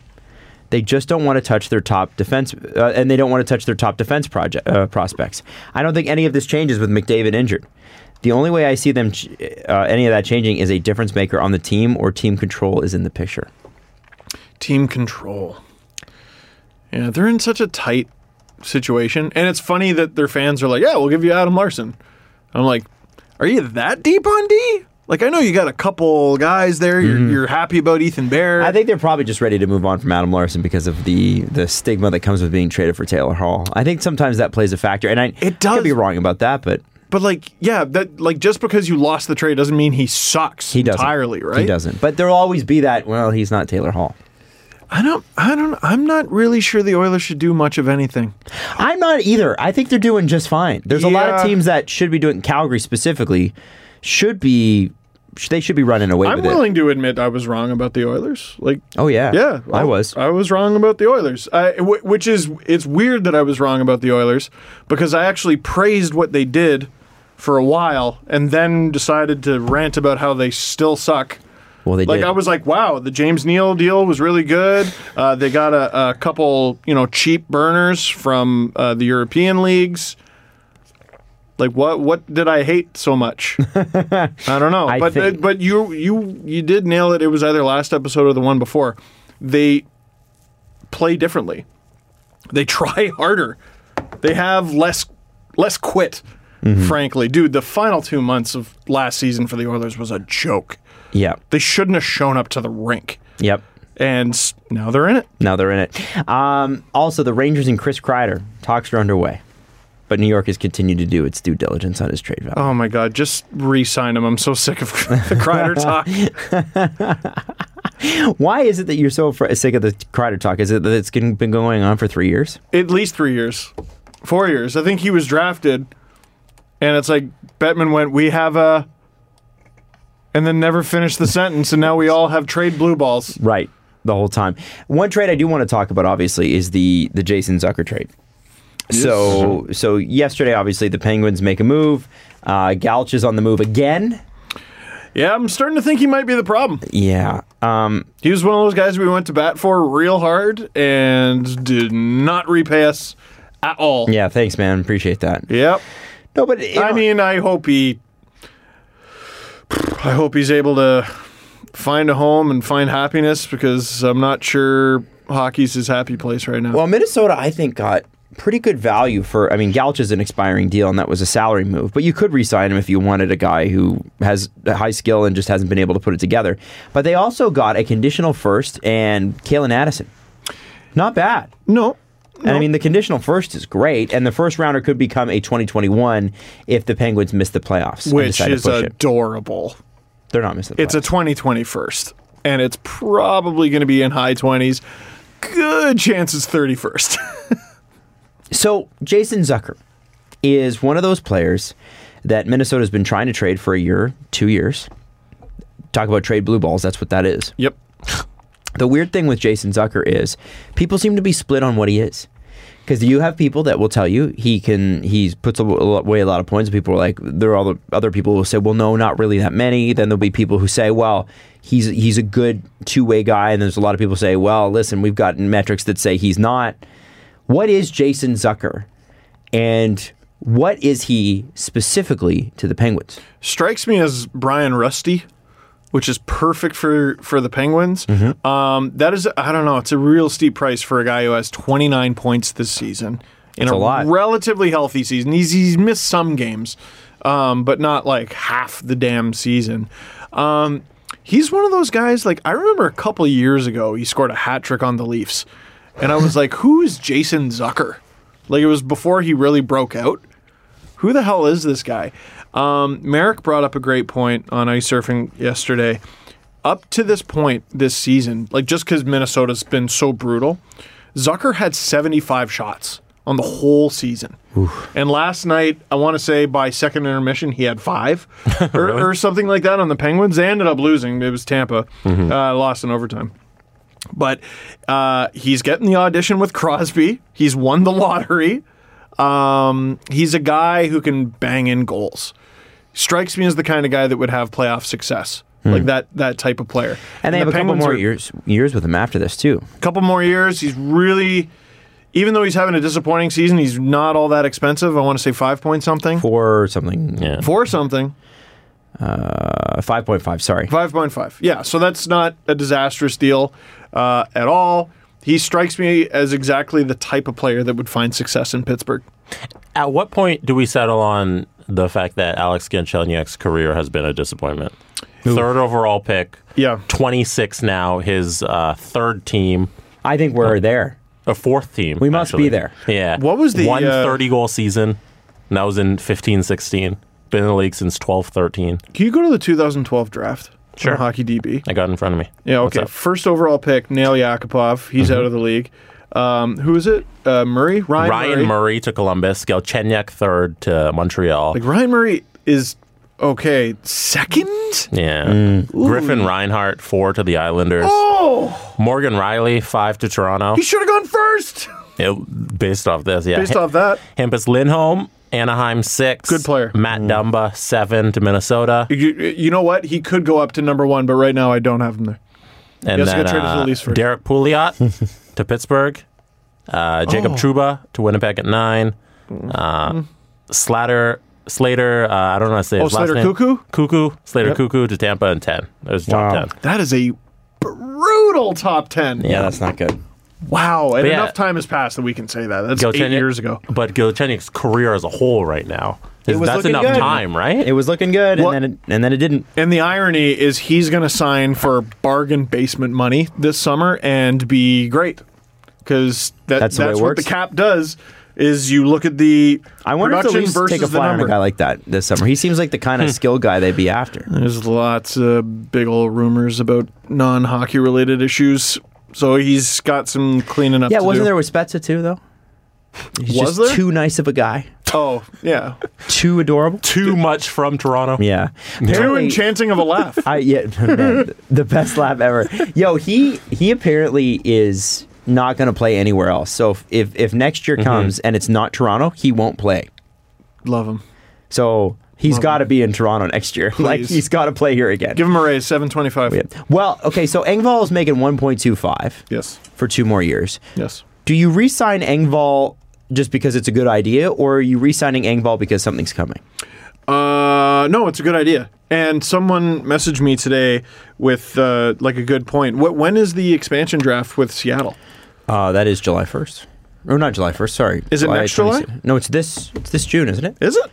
Speaker 3: They just don't want to touch their top defense, uh, and they don't want to touch their top defense project uh, prospects. I don't think any of this changes with McDavid injured. The only way I see them ch- uh, any of that changing is a difference maker on the team or team control is in the picture.
Speaker 2: Team control. Yeah, they're in such a tight situation, and it's funny that their fans are like, "Yeah, we'll give you Adam Larson." I'm like, "Are you that deep on D?" Like, I know you got a couple guys there. You're,
Speaker 3: Mm-hmm.
Speaker 2: you're happy about Ethan Bear.
Speaker 3: I think they're probably just ready to move on from Adam Larson because of the the stigma that comes with being traded for Taylor Hall. I think sometimes that plays a factor, and I
Speaker 2: It does.
Speaker 3: could be wrong about that, but
Speaker 2: but like, yeah, that like just because you lost the trade doesn't mean he sucks
Speaker 3: he doesn't
Speaker 2: entirely, right?
Speaker 3: He doesn't, but there'll always be that. Well, he's not Taylor Hall.
Speaker 2: I don't. I don't. I'm not really sure the Oilers should do much of anything.
Speaker 3: I'm not either. I think they're doing just fine. There's a lot of
Speaker 2: Yeah.
Speaker 3: teams that should be doing Calgary specifically should be sh- they should be running away
Speaker 2: I'm
Speaker 3: with it.
Speaker 2: willing to admit I was wrong about the Oilers. Like,
Speaker 3: Oh yeah,
Speaker 2: yeah, uh,
Speaker 3: I was.
Speaker 2: I was wrong about the Oilers. I, w- which is, it's weird that I was wrong about the Oilers because I actually praised what they did for a while and then decided to rant about how they still suck.
Speaker 3: well, they
Speaker 2: Like
Speaker 3: did.
Speaker 2: I was like, wow, the James Neal deal was really good. Uh, they got a, a couple, you know, cheap burners from uh, the European leagues. Like what? What did I hate so much? I don't know.
Speaker 3: I
Speaker 2: but
Speaker 3: think-
Speaker 2: but you you you did nail it. It was either last episode or the one before. They play differently. They try harder. They have less less quit.
Speaker 3: Mm-hmm.
Speaker 2: Frankly, dude, the final two months of last season for the Oilers was a joke.
Speaker 3: yeah,
Speaker 2: They shouldn't have shown up to the rink.
Speaker 3: yep.
Speaker 2: And s- now they're in it.
Speaker 3: Now they're in it. Um, also, the Rangers and Chris Kreider talks are underway, but New York has continued to do its due diligence on his trade value.
Speaker 2: Oh my God, just re sign him. I'm so sick of the Kreider talk. Oh.
Speaker 3: Why is it that you're so fr- sick of the Kreider talk? Is it that it's been been going on for three years?
Speaker 2: At least three years, four years. I think he was drafted. And it's like Bettman went, we have a. And then never finished the sentence. And now we all have trade blue balls.
Speaker 3: Right, the whole time. One trade I do want to talk about, obviously, is the the Jason Zucker trade. So so yesterday, obviously, the Penguins make a move. Uh, Galch is on the move again.
Speaker 2: Yeah, I'm starting to think he might be the problem.
Speaker 3: Yeah. Um,
Speaker 2: He was one of those guys we went to bat for real hard and did not repay us at all.
Speaker 3: yeah. Thanks, man. Appreciate that.
Speaker 2: Yep.
Speaker 3: No, but you
Speaker 2: I
Speaker 3: know-
Speaker 2: mean, I hope he, I hope he's able to find a home and find happiness because I'm not sure hockey's his happy place right now.
Speaker 3: Well, Minnesota, I think, got pretty good value for. I mean, Galch is an expiring deal, and that was a salary move. But you could re-sign him if you wanted a guy who has a high skill and just hasn't been able to put it together. But they also got a conditional first and Kalen Addison. Not bad.
Speaker 2: no,
Speaker 3: And I mean, the conditional first is great, and the first rounder could become a 2021 if the Penguins miss the playoffs. and
Speaker 2: which
Speaker 3: decide
Speaker 2: is
Speaker 3: to push it.
Speaker 2: adorable.
Speaker 3: They're not missing. The
Speaker 2: It's a
Speaker 3: playoffs.
Speaker 2: 2020 first, and it's probably going to be in high 20s. Good chances 31st.
Speaker 3: So Jason Zucker is one of those players that Minnesota's been trying to trade for a year, two years. Talk about trade blue balls. That's what that is.
Speaker 2: yep.
Speaker 3: The weird thing with Jason Zucker is people seem to be split on what he is. Because you have people that will tell you he can, he puts a- away a lot of points. and People are like, there are all the other people who say, well, no, not really that many. Then there'll be people who say, well, he's he's a good two way guy. And there's a lot of people say, well, listen, we've gotten metrics that say he's not. What is Jason Zucker, and what is he specifically to the Penguins?
Speaker 2: strikes me as Brian Rusty, which is perfect for for the Penguins.
Speaker 3: Mm-hmm.
Speaker 2: Um, that is, I don't know, it's a real steep price for a guy who has 29 points this season in
Speaker 3: That's a lot.
Speaker 2: relatively healthy season. He's he's missed some games, um, but not like half the damn season. Um, he's one of those guys. Like I remember a couple years ago, he scored a hat trick on the Leafs, and I was like, "Who is Jason Zucker?" Like it was before he really broke out who the hell is this guy? Um, Merrick brought up a great point on ice surfing yesterday. Up to this point this season, like just because Minnesota's been so brutal, Zucker had 75 shots on the whole season. And last night, I want to say by second intermission, he had five or, or something like that on the Penguins. They ended up losing. It was Tampa,
Speaker 3: Mm-hmm.
Speaker 2: uh, lost in overtime. But uh, he's getting the audition with Crosby. He's won the lottery. Um, he's a guy who can bang in goals. Strikes me as the kind of guy that would have playoff success, like that that type of player.
Speaker 3: Hmm. And they have
Speaker 2: the
Speaker 3: a couple
Speaker 2: Penguins
Speaker 3: more
Speaker 2: are-
Speaker 3: years years with him after this too.
Speaker 2: couple more years. He's really, even though he's having a disappointing season, he's not all that expensive. I want to say five point something,
Speaker 3: Four something, uh,
Speaker 4: Yeah.
Speaker 2: four something.
Speaker 3: five point five. Sorry,
Speaker 2: Five point five. Yeah, so that's not a disastrous deal uh, at all. He strikes me as exactly the type of player that would find success in Pittsburgh.
Speaker 4: At what point do we settle on the fact that Alex Galchenyuk's career has been a disappointment? Third overall pick.
Speaker 2: Yeah.
Speaker 4: 26 now, his uh, third team,
Speaker 3: I think we're there.
Speaker 4: or fourth team.
Speaker 3: We must
Speaker 4: actually.
Speaker 3: be there.
Speaker 4: Yeah.
Speaker 2: What was the,
Speaker 4: one
Speaker 2: uh,
Speaker 4: 30 goal season? And that was in 15 16. Been in the league since 12 13.
Speaker 2: Can you go to the 2012 draft?
Speaker 4: Sure.
Speaker 2: on Hockey DB.
Speaker 4: I got it in front of me.
Speaker 2: Yeah,
Speaker 4: What's
Speaker 2: okay.
Speaker 4: up? Mm-hmm.
Speaker 2: First overall pick, Nail Yakupov. He's out of the league. Um, who is it? Uh, Murray? Ryan,
Speaker 4: Ryan Murray. to Columbus, Galchenyuk third to Montreal.
Speaker 2: Like Ryan Murray is okay. Second?
Speaker 4: yeah. Griffin Reinhardt four to the Islanders.
Speaker 2: mm. Oh,
Speaker 4: Morgan Riley five to Toronto.
Speaker 2: he should have gone first.
Speaker 4: It- based off this, yeah.
Speaker 2: Based off that,
Speaker 4: Hampus Lindholm, Anaheim six.
Speaker 2: Good player.
Speaker 4: Matt
Speaker 3: Mm.
Speaker 4: Dumba seven to Minnesota.
Speaker 2: you, you know what? He could go up to number one, but right now I don't have him there.
Speaker 4: And
Speaker 2: Yes,
Speaker 4: then
Speaker 2: good trade is
Speaker 4: uh,
Speaker 2: the least for-
Speaker 4: Derek Pouliot to Pittsburgh. Uh,
Speaker 2: Oh.
Speaker 4: Jacob Truba to Winnipeg at nine.
Speaker 2: Mm.
Speaker 4: Uh, Slatter Slater. Uh, I don't know how to say
Speaker 2: Oh,
Speaker 4: his last
Speaker 2: Slater
Speaker 4: name.
Speaker 2: Cuckoo?
Speaker 4: Cuckoo. Slater Cuckoo to Tampa and ten. There's top
Speaker 3: Wow.
Speaker 4: ten.
Speaker 2: That is a brutal top ten.
Speaker 3: Yeah, that's not good.
Speaker 2: Wow, and
Speaker 4: But yeah.
Speaker 2: enough time has passed that we can say that. That's
Speaker 4: Galchenyuk-
Speaker 2: eight years ago.
Speaker 4: But Galchenyuk's career as a whole right now. is-
Speaker 3: was
Speaker 4: that's
Speaker 3: looking
Speaker 4: enough
Speaker 3: good.
Speaker 4: time, right?
Speaker 3: It was looking good,
Speaker 2: What-
Speaker 3: and then it, and then it didn't.
Speaker 2: And the irony is he's going to sign for bargain basement money this summer and be great because that, that's,
Speaker 3: That's the way it
Speaker 2: what
Speaker 3: works.
Speaker 2: the cap does. Is you look at the
Speaker 3: I wonder if the
Speaker 2: production
Speaker 3: Leafs
Speaker 2: versus
Speaker 3: take a
Speaker 2: the
Speaker 3: flyer on
Speaker 2: number.
Speaker 3: a guy like that this summer. He seems like the kind of skill guy they'd be after.
Speaker 2: There's lots of big old rumors about non-hockey related issues, so he's got some cleaning up.
Speaker 3: Yeah,
Speaker 2: to
Speaker 3: wasn't there
Speaker 2: do.
Speaker 3: with Spezza too though? He's
Speaker 2: Was
Speaker 3: just
Speaker 2: there?
Speaker 3: too nice of a guy,
Speaker 2: Oh yeah,
Speaker 3: too adorable.
Speaker 4: Too much from Toronto.
Speaker 3: Yeah,
Speaker 2: too
Speaker 3: Apparently-
Speaker 2: enchanting of a laugh.
Speaker 3: I yeah, man, the best laugh ever. Yo, he he apparently is not going to play anywhere else. So if if, if next year comes and it's not Toronto, he won't play.
Speaker 2: Love him.
Speaker 3: So he's got to be in Toronto next year. Like
Speaker 2: Please.
Speaker 3: he's got to play here again.
Speaker 2: Give him a raise. Seven twenty-five.
Speaker 3: Yeah. Well, okay, so Engvall is making 1.25
Speaker 2: Yes.
Speaker 3: for two more years.
Speaker 2: Yes.
Speaker 3: Do you re-sign Engvall just because it's a good idea, or are you re-signing Engvall because something's coming?
Speaker 2: Uh, no, it's a good idea. And someone messaged me today with uh, like a good point. What when is the expansion draft with Seattle?
Speaker 3: Uh, that is July 1st. Or not July 1st, sorry.
Speaker 2: Is it next July?
Speaker 3: 26th. No, it's this it's this June, isn't it?
Speaker 2: Is it?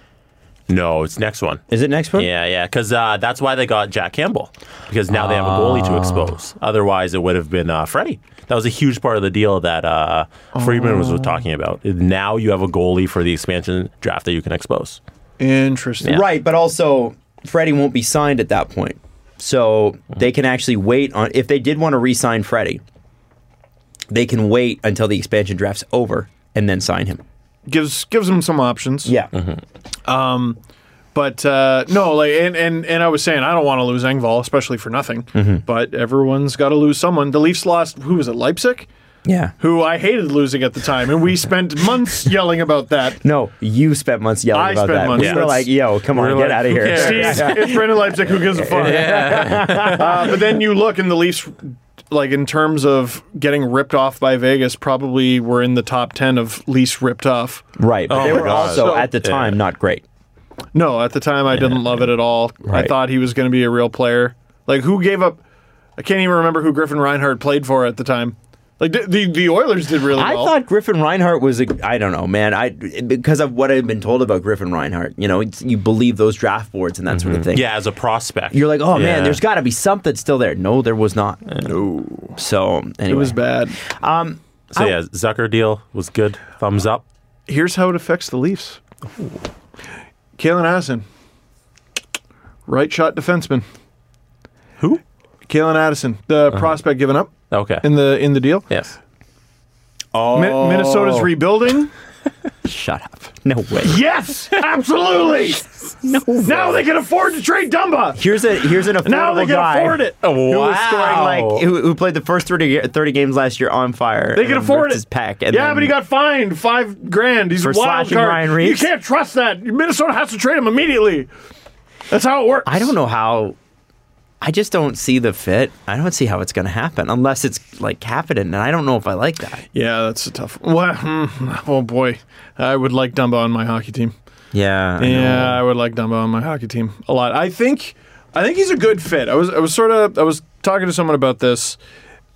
Speaker 4: No, it's next one.
Speaker 3: Is it next one?
Speaker 4: Yeah, yeah, because uh, that's why they got Jack Campbell because now they have a goalie
Speaker 3: Ah.
Speaker 4: to expose. Otherwise, it would have been uh, Freddie. That was a huge part of the deal that uh, Friedman was
Speaker 3: Oh.
Speaker 4: talking about. Now you have a goalie for the expansion draft that you can expose.
Speaker 2: Interesting.
Speaker 3: Right, but also Freddie won't be signed at that point. So they can actually wait on if they did want to re-sign Freddie, they can wait until the expansion draft's over and then sign him.
Speaker 2: Gives gives them some options.
Speaker 3: Yeah.
Speaker 2: But uh, no, like and, and and I was saying I don't want to lose Engvall, especially for nothing. But everyone's got to lose someone. The Leafs lost. Who was it? Leipzig,
Speaker 3: Yeah.
Speaker 2: who I hated losing at the time, and we spent months yelling about that.
Speaker 3: No, you spent months yelling
Speaker 2: I
Speaker 3: about
Speaker 2: spent
Speaker 3: that.
Speaker 2: months.
Speaker 3: We
Speaker 2: Yeah.
Speaker 3: were like, yo, come
Speaker 4: We
Speaker 3: on,
Speaker 4: were
Speaker 3: get
Speaker 4: like,
Speaker 3: out of
Speaker 4: who
Speaker 3: here.
Speaker 4: cares?
Speaker 2: Steve, it's Brendan Leipzig. Who gives a fuck? uh, but then you look, and the Leafs, like in terms of getting ripped off by Vegas, probably were in the top ten of least ripped off.
Speaker 3: Right. But
Speaker 4: Oh
Speaker 3: they
Speaker 4: my
Speaker 3: were
Speaker 4: God.
Speaker 3: also
Speaker 4: So-
Speaker 3: at the time not great.
Speaker 2: No, at the time I didn't love it at all. I
Speaker 3: Right.
Speaker 2: thought he was going to be a real player. Like who gave up? I can't even remember who Griffin Reinhardt played for at the time. Like the the, the Oilers did really
Speaker 3: I
Speaker 2: well.
Speaker 3: thought Griffin Reinhardt was a I don't know, man. I because of what I've been told about Griffin Reinhardt, you know, it's, you believe those draft boards and that sort of thing.
Speaker 4: Yeah, as a prospect,
Speaker 3: You're like, "Oh
Speaker 4: Yeah.
Speaker 3: man, there's got to be something still there." No, there was not. No. So, anyway.
Speaker 2: it was bad.
Speaker 4: So yeah, Zucker deal was good. Thumbs up.
Speaker 2: Here's how it affects the Leafs. Kalen Addison, right shot defenseman.
Speaker 4: Who?
Speaker 2: Kalen Addison, the
Speaker 5: Uh-huh.
Speaker 2: prospect given up
Speaker 4: Okay.
Speaker 2: in the in the deal.
Speaker 4: yes.
Speaker 2: Mi-
Speaker 5: Oh.
Speaker 2: Minnesota's rebuilding.
Speaker 3: Shut up. No way.
Speaker 5: Yes, absolutely. Now they can afford to trade Dumba.
Speaker 3: Here's a here's an affordable
Speaker 5: Now they can
Speaker 3: guy Oh,
Speaker 5: afford it.
Speaker 3: Who
Speaker 4: Wow.
Speaker 3: was scoring like who, who played the first 30, ga- 30 games last year on fire?
Speaker 5: They can afford it.
Speaker 3: His pack and
Speaker 5: yeah,
Speaker 3: then-
Speaker 5: but he got fined five grand. He's a
Speaker 3: For
Speaker 5: wild
Speaker 3: slashing
Speaker 5: card.
Speaker 3: Ryan Reeves?
Speaker 5: You can't trust that. Minnesota has to trade him immediately. That's how it works.
Speaker 3: I don't know how. I just don't see the fit. I don't see how it's going to happen unless it's like happening, and I don't know if I like that.
Speaker 2: Yeah, that's a tough. Well, hmm, oh boy, I would like Dumbo on my hockey team.
Speaker 3: Yeah.
Speaker 2: Yeah, I would like Dumbo on my hockey team a lot. I think, I think he's a good fit. I was, I was sort of, I was talking to someone about this.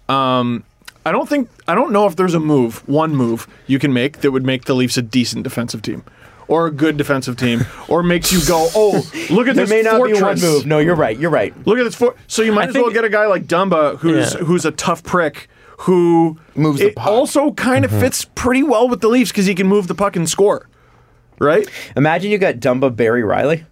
Speaker 2: Um, I don't think, I don't know if there's a move, one move you can make that would make the Leafs a decent defensive team, or a good defensive team, or makes you go, oh, look at
Speaker 3: There
Speaker 2: this
Speaker 3: may not
Speaker 2: fortress.
Speaker 3: be one move. No, you're right. You're right.
Speaker 2: Look at this. For- so you might as well get a guy like Dumba, who's
Speaker 4: Yeah.
Speaker 2: who's a tough prick, who
Speaker 6: Moves the
Speaker 2: it
Speaker 6: puck.
Speaker 2: Also, kind of
Speaker 3: Mm-hmm.
Speaker 2: fits pretty well with the Leafs because he can move the puck and score. Right?
Speaker 3: Imagine you got Dumba Barry Riley.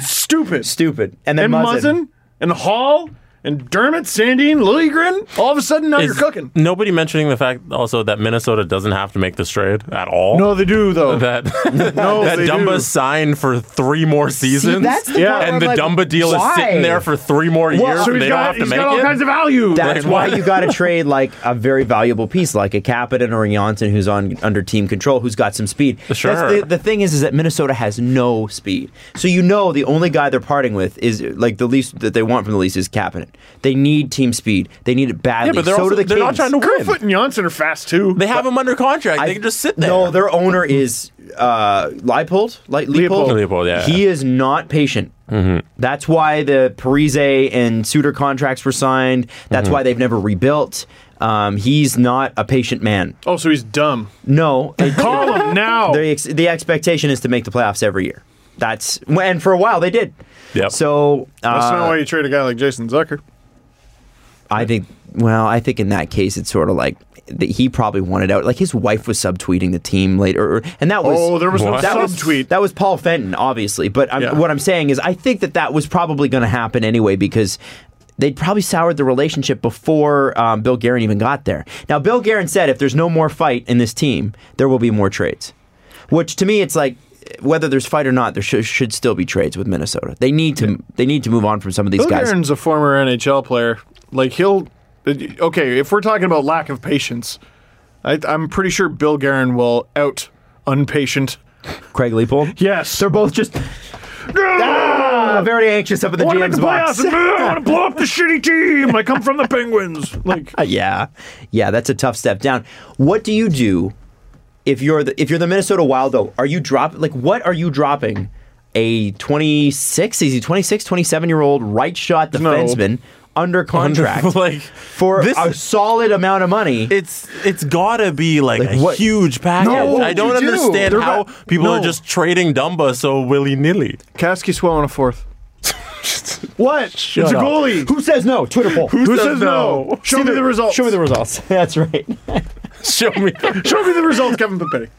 Speaker 2: Stupid.
Speaker 3: Stupid. And then
Speaker 2: and
Speaker 3: Muzzin.
Speaker 2: Muzzin, and Hall and Dermot, Sandine, Lilligren. All of a sudden,
Speaker 3: Oh,
Speaker 2: now you're
Speaker 4: Is
Speaker 2: cooking.
Speaker 4: Nobody mentioning the fact also that Minnesota doesn't have to make this trade at all.
Speaker 2: No, they do though.
Speaker 4: That
Speaker 2: No,
Speaker 4: that
Speaker 2: they
Speaker 4: Dumba
Speaker 2: do.
Speaker 4: signed for three more seasons.
Speaker 7: that's the
Speaker 2: Yeah. part
Speaker 4: and the
Speaker 7: where I'm like,
Speaker 4: Dumba deal
Speaker 7: why?
Speaker 4: is sitting there for three more years.
Speaker 2: so
Speaker 4: and
Speaker 2: he's
Speaker 4: they
Speaker 2: got-
Speaker 4: don't have to
Speaker 2: he's
Speaker 4: make
Speaker 2: got all
Speaker 4: it.
Speaker 2: kinds of value.
Speaker 4: Like,
Speaker 3: That's why
Speaker 4: what?
Speaker 3: you got to trade like a very valuable piece, like a Capitan or a Janssen who's on under team control, who's got some speed. That's
Speaker 4: Sure.
Speaker 3: the, the thing is, is that Minnesota has no speed, so you know the only guy they're parting with is like the least that they want from the least is Capitan. They need team speed. They need it badly.
Speaker 4: yeah, but they're,
Speaker 3: so
Speaker 4: also,
Speaker 3: do the
Speaker 4: they're not
Speaker 3: Kings.
Speaker 4: trying to win.
Speaker 2: Kerfoot and Janssen are fast too.
Speaker 4: They have him under contract. they can just sit there.
Speaker 3: No, their owner is uh, Leipold. Like Leopold.
Speaker 4: Leopold, yeah. Mm-hmm.
Speaker 3: He is not patient. That's why the Parise and Suter contracts were signed.
Speaker 4: Mm-hmm.
Speaker 3: That's why they've never rebuilt. Um, he's not a patient man.
Speaker 2: oh, so he's dumb.
Speaker 3: No, it-
Speaker 2: Call him now.
Speaker 3: the, ex- the expectation is to make the playoffs every year. That's and for a while they did.
Speaker 4: Yep.
Speaker 3: So uh,
Speaker 2: That's not why you trade a guy like Jason Zucker.
Speaker 3: I think. Well, I think in that case it's sort of like that he probably wanted out. Like his wife was subtweeting the team later, or- and that was
Speaker 2: Oh, there was no
Speaker 4: What?
Speaker 3: that was
Speaker 2: subtweet.
Speaker 3: That was Paul Fenton, obviously. But I'm,
Speaker 2: Yeah.
Speaker 3: what I'm saying is, I think that that was probably going to happen anyway because they'd probably soured the relationship before um, Bill Guerin even got there. Now, Bill Guerin said if there's no more fight in this team, there will be more trades. Which to me, it's like whether there's fight or not, there should, should still be trades with Minnesota. They need to they need to move on from some of these
Speaker 2: Bill
Speaker 3: guys.
Speaker 2: Guerin's a former NHL player. Like he'll okay. If we're talking about lack of patience, I, I'm pretty sure Bill Guerin will out unpatient.
Speaker 3: Craig Leopold.
Speaker 2: Yes,
Speaker 3: They're both just ah, very anxious up in the
Speaker 2: I want to make
Speaker 3: GM's
Speaker 2: the
Speaker 3: box.
Speaker 2: playoffs. I want to blow up the shitty team. I come from the Penguins. Like
Speaker 3: Uh, yeah, yeah, that's a tough step down. What do you do if you're the if you're the Minnesota Wild though? Are you dropping like what are you dropping? A 26, is he 26, 27 year old right shot defenseman under contract
Speaker 4: like
Speaker 3: for
Speaker 4: this-
Speaker 3: a solid amount of money.
Speaker 4: It's it's gotta be like,
Speaker 3: Like
Speaker 4: a
Speaker 3: what-
Speaker 4: huge package.
Speaker 3: No, what
Speaker 4: I
Speaker 3: would
Speaker 4: don't
Speaker 3: you do?
Speaker 4: understand
Speaker 2: They're
Speaker 4: how
Speaker 2: ba-
Speaker 4: people are
Speaker 2: No.
Speaker 4: just trading Dumba so willy nilly.
Speaker 2: Kasky swell on a fourth. what? it's a
Speaker 4: up.
Speaker 2: goalie.
Speaker 3: Who says no? Twitter poll. Who,
Speaker 2: says no? Show me the results.
Speaker 3: Show me the results. That's right.
Speaker 4: Show me.
Speaker 2: Show me the results, Kevin Papetti.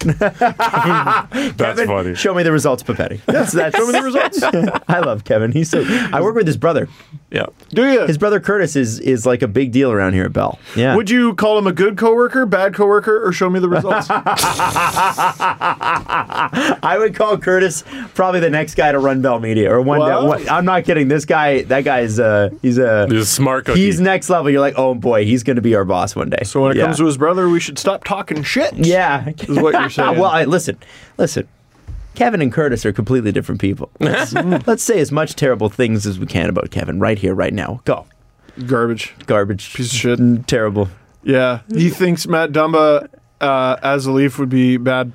Speaker 4: That's funny.
Speaker 3: Show me the results, Papetti. That's that's. Show me the results. I love Kevin. He's so. I work with his brother.
Speaker 4: Yeah.
Speaker 2: Do you?
Speaker 3: His brother Curtis is is like a big deal around here at Bell. Yeah.
Speaker 2: Would you call him a good coworker, bad coworker, or show me the results?
Speaker 3: I would call Curtis probably the next guy to run Bell Media or one. That,
Speaker 2: Wow.
Speaker 3: one I'm not kidding. This guy, that guy is uh, he's a
Speaker 4: He's a smart cookie.
Speaker 3: He's next level. You're like, oh boy, he's going to be our boss one day.
Speaker 2: so when it
Speaker 3: yeah.
Speaker 2: comes to his brother, we should stop talking shit.
Speaker 3: yeah,
Speaker 2: is what you're saying.
Speaker 3: well, I, listen, listen. Kevin and Curtis are completely different people. Let's, let's say as much terrible things as we can about Kevin right here, right now. Go.
Speaker 2: Garbage.
Speaker 3: Garbage.
Speaker 2: Piece of shit.
Speaker 3: Mm, Terrible.
Speaker 2: Yeah, he thinks Matt Dumba uh, as a Leaf would be bad.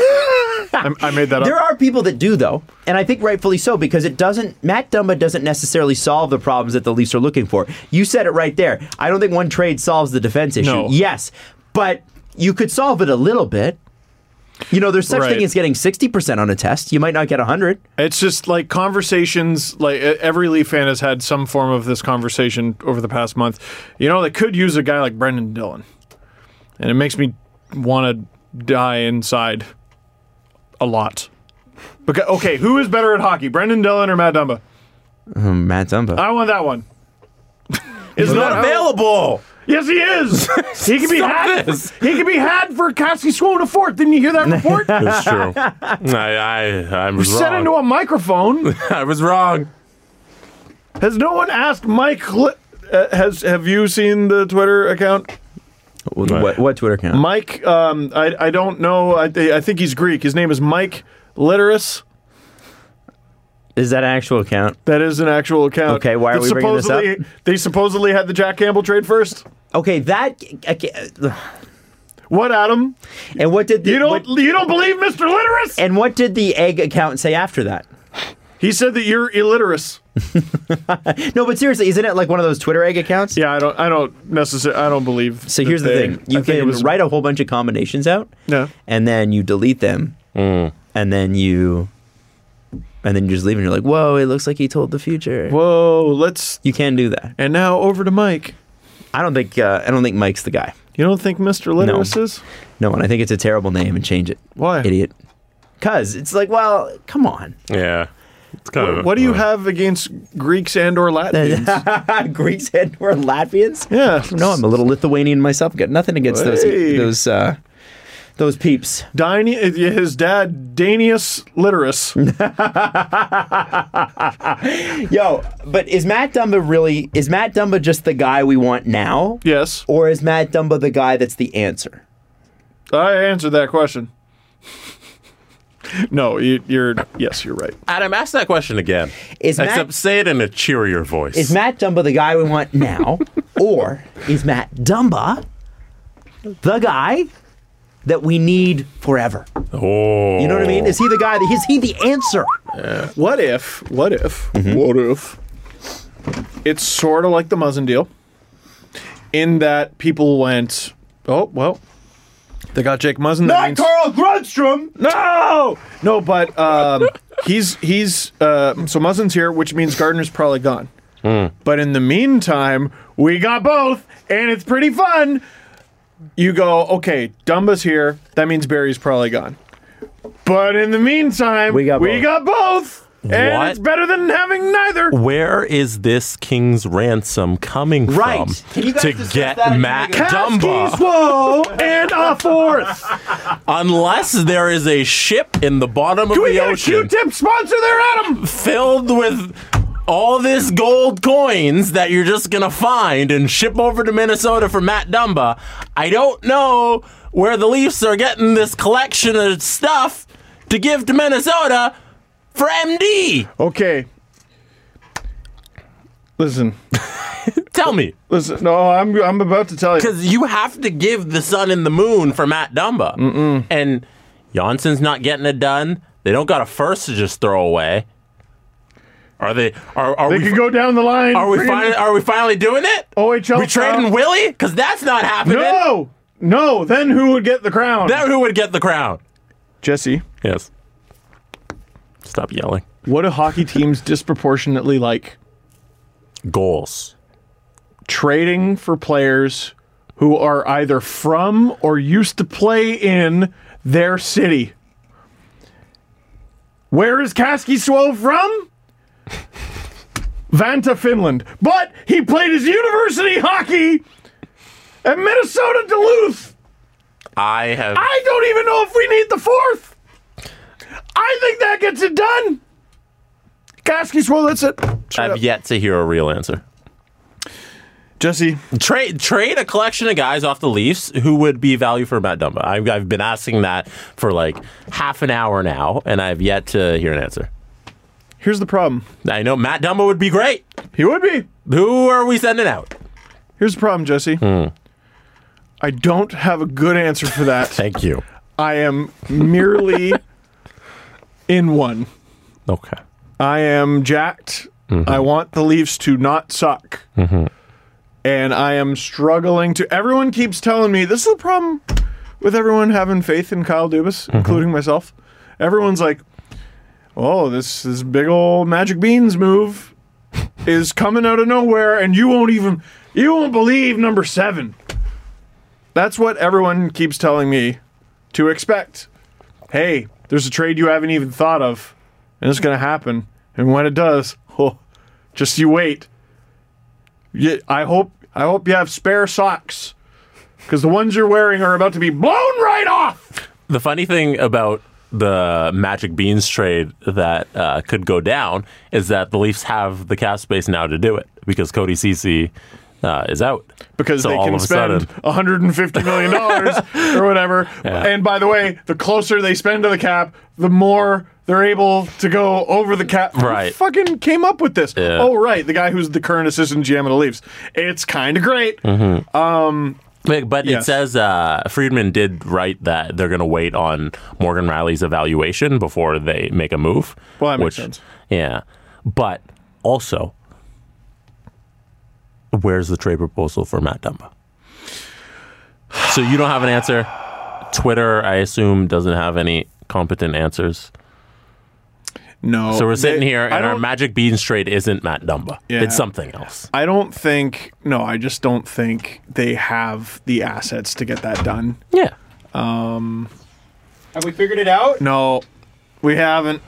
Speaker 2: I, I made that up.
Speaker 3: There are people that do though, and I think rightfully so because it doesn't. Matt Dumba doesn't necessarily solve the problems that the Leafs are looking for. You said it right there. I don't think one trade solves the defense issue.
Speaker 2: No.
Speaker 3: Yes, but you could solve it a little bit. You know, there's such
Speaker 2: Right.
Speaker 3: thing as getting sixty percent on a test. You might not get hundred.
Speaker 2: It's just like conversations. Like e- every Leaf fan has had some form of this conversation over the past month. You know, they could use a guy like Brendan Dillon, and it makes me want to die inside a lot. Because okay, who is better at hockey, Brendan Dillon or Matt Dumba?
Speaker 3: Matt Dumba.
Speaker 2: I want that one.
Speaker 4: It's not available.
Speaker 2: Yes, he is. He can be
Speaker 4: Stop
Speaker 2: had.
Speaker 4: this.
Speaker 2: He can be had for Cassie Swoon a fourth. Didn't you hear that report?
Speaker 4: It's true. I, I, I was
Speaker 2: Said into
Speaker 4: wrong.
Speaker 2: a microphone.
Speaker 4: I was wrong.
Speaker 2: Has no one asked Mike? Li- uh, has have you seen the Twitter account?
Speaker 3: What, what Twitter account?
Speaker 2: Mike, um, I, I don't know. I, I think he's Greek. His name is Mike Literis.
Speaker 3: Is that an actual account?
Speaker 2: That is an actual account.
Speaker 3: Okay, why are
Speaker 2: That
Speaker 3: we bringing this
Speaker 2: supposedly- They supposedly had the Jack Campbell trade first.
Speaker 3: Okay, that. okay, uh,
Speaker 2: What, Adam?
Speaker 3: and what did the,
Speaker 2: You don't
Speaker 3: what-
Speaker 2: you don't believe Mr. Literis?
Speaker 3: and what did the egg account say after that?
Speaker 2: He said that you're illiterate.
Speaker 3: No, but seriously, isn't it like one of those Twitter egg accounts?
Speaker 2: Yeah, I don't I don't necessarily I don't believe.
Speaker 3: So
Speaker 2: that
Speaker 3: here's the
Speaker 2: they-
Speaker 3: thing: you
Speaker 2: I think
Speaker 3: can
Speaker 2: it was-
Speaker 3: write a whole bunch of combinations out,
Speaker 2: Yeah.
Speaker 3: and then you delete them,
Speaker 2: Mm.
Speaker 3: and then you, and then you just leave, and you're like, "Whoa, it looks like he told the future."
Speaker 2: Whoa, let's
Speaker 3: You can do that.
Speaker 2: and now over to Mike.
Speaker 3: I don't think uh, I don't think Mike's the guy.
Speaker 2: You don't think Mr. Literis is?
Speaker 3: No, and I think it's a terrible name, and change it.
Speaker 2: Why?
Speaker 3: idiot? Cause it's like, well, come on.
Speaker 4: Yeah. It's kind
Speaker 2: What do you have against Greeks and or Latins?
Speaker 3: Greeks and or Latvians?
Speaker 2: Yeah.
Speaker 3: No, I'm a little Lithuanian myself. Got nothing against those
Speaker 2: Hey.
Speaker 3: those uh, those peeps.
Speaker 2: Dini- his dad, Danius Litterus.
Speaker 3: Yo, but is Matt Dumba really? Is Matt Dumba just the guy we want now?
Speaker 2: yes.
Speaker 3: Or is Matt Dumba the guy that's the answer?
Speaker 2: I answered that question. no, you, you're, yes, you're right.
Speaker 4: Adam, ask that question again.
Speaker 3: Is Matt-
Speaker 4: Except say it in a cheerier voice.
Speaker 3: Is Matt Dumba the guy we want now, or is Matt Dumba the guy that we need forever?
Speaker 4: oh.
Speaker 3: You know what I mean? Is he the guy? That, is he the answer?
Speaker 2: What if, what if,
Speaker 3: Mm-hmm.
Speaker 2: what if it's sort of like the Muzzin deal in that people went, oh, well, they got Jake Muzzin. That means-
Speaker 3: Grunstrom.
Speaker 2: No, Oh! no, but um, he's he's uh, so Muzzin's here, which means Gardner's probably gone. But in the meantime, we got both, and it's pretty fun. You go, okay, Dumba's here. That means Barry's probably gone. But in the meantime,
Speaker 3: We got
Speaker 2: we
Speaker 3: both.
Speaker 2: got both, and
Speaker 4: What?
Speaker 2: it's better than having neither.
Speaker 4: Where is this king's ransom coming
Speaker 3: Right.
Speaker 4: from
Speaker 3: Can you guys
Speaker 4: to
Speaker 3: discuss
Speaker 4: get
Speaker 3: that?
Speaker 4: Matt
Speaker 3: Can
Speaker 4: Dumba?
Speaker 2: Whoa, and a fourth.
Speaker 4: Unless there is a ship in the bottom
Speaker 2: Do
Speaker 4: of
Speaker 2: we
Speaker 4: the
Speaker 2: get a
Speaker 4: ocean
Speaker 2: Q-tip sponsor there, Adam?
Speaker 4: filled with all this gold coins that you're just gonna find and ship over to Minnesota for Matt Dumba. I don't know where the Leafs are getting this collection of stuff to give to Minnesota for MD.
Speaker 2: Okay. Listen,
Speaker 4: Tell me.
Speaker 2: listen. No, I'm I'm about to tell you.
Speaker 4: Because you have to give the sun and the moon for Matt Dumba. And Janssen's not getting it done. They don't got a first to just throw away. Are they? Are, are
Speaker 2: They
Speaker 4: we?
Speaker 2: could go down the line.
Speaker 4: are we
Speaker 2: Friggin-
Speaker 4: finally? Are we finally doing it?
Speaker 2: OHL
Speaker 4: We trading
Speaker 2: crown.
Speaker 4: Willie? Because that's not happening.
Speaker 2: No, no. Then who would get the crown?
Speaker 4: Then who would get the crown?
Speaker 2: Jesse.
Speaker 4: Yes. Stop yelling.
Speaker 2: What do hockey teams disproportionately like?
Speaker 4: Goals.
Speaker 2: Trading for players who are either from or used to play in their city. Where is Kaski Swole from? Vanta, Finland. But he played his university hockey at Minnesota Duluth.
Speaker 4: I have.
Speaker 2: I don't even know if we need the fourth. I think that gets it done. Kasky swole, that's it.
Speaker 4: I've yet to hear a real answer.
Speaker 2: Jesse.
Speaker 4: Trade trade a collection of guys off the Leafs who would be value for Matt Dumba. I've, I've been asking that for like half an hour now, and I've yet to hear an answer.
Speaker 2: Here's the problem.
Speaker 4: I know Matt Dumba would be great.
Speaker 2: He would be.
Speaker 4: Who are we sending out?
Speaker 2: Here's the problem, Jesse. I don't have a good answer for that.
Speaker 4: Thank you.
Speaker 2: I am merely in one.
Speaker 4: Okay.
Speaker 2: I am jacked. I want the Leafs to not suck. And I am struggling to. Everyone keeps telling me this is the problem with everyone having faith in Kyle Dubas, including myself. Everyone's like, oh, this, this big old Magic Beans move is coming out of nowhere, and you won't even. You won't believe number seven. That's what everyone keeps telling me to expect. Hey, there's a trade you haven't even thought of and it's going to happen. And when it does, oh, just you wait. You, I hope I hope you have spare socks because the ones you're wearing are about to be blown right off.
Speaker 4: The funny thing about the Magic Beans trade that uh, could go down is that the Leafs have the cap space now to do it because Cody Cece uh, is out.
Speaker 2: Because
Speaker 4: So
Speaker 2: they
Speaker 4: all
Speaker 2: can
Speaker 4: of a
Speaker 2: spend
Speaker 4: sudden-
Speaker 2: $150 million or whatever. And by the way, the closer they spend to the cap, the more they're able to go over the cap. Who
Speaker 4: Right.
Speaker 2: fucking came up with this?
Speaker 4: Yeah.
Speaker 2: Oh, right. The guy who's the current assistant GM of the Leafs. It's kind of great.
Speaker 4: Mm-hmm. But, but
Speaker 2: Yes.
Speaker 4: it says uh, Friedman did write that they're going to wait on Morgan Riley's evaluation before they make a move.
Speaker 2: Well, that makes sense.
Speaker 4: Yeah. But also, where's the trade proposal for Matt Dumba? So you don't have an answer. Twitter, I assume, doesn't have any competent answers.
Speaker 2: No.
Speaker 4: So we're sitting
Speaker 2: Oh, They-
Speaker 4: here,
Speaker 2: I
Speaker 4: and our
Speaker 2: don't-
Speaker 4: Magic Beans trade isn't Matt Dumba.
Speaker 2: Yeah.
Speaker 4: It's something else.
Speaker 2: I don't think. No, I just don't think they have the assets to get that done.
Speaker 4: Yeah.
Speaker 3: Have we figured it out?
Speaker 2: No, we haven't.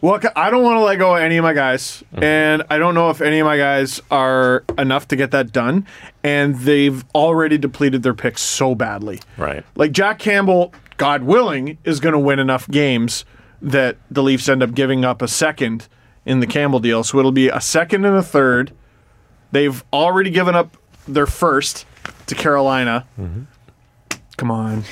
Speaker 2: Well, I don't want to let go of any of my guys, and I don't know if any of my guys are enough to get that done. And they've already depleted their picks so badly.
Speaker 4: Right.
Speaker 2: Like Jack Campbell, God willing, is going to win enough games that the Leafs end up giving up a second in the Campbell deal. So it'll be a second and a third. They've already given up their first to Carolina. Come on.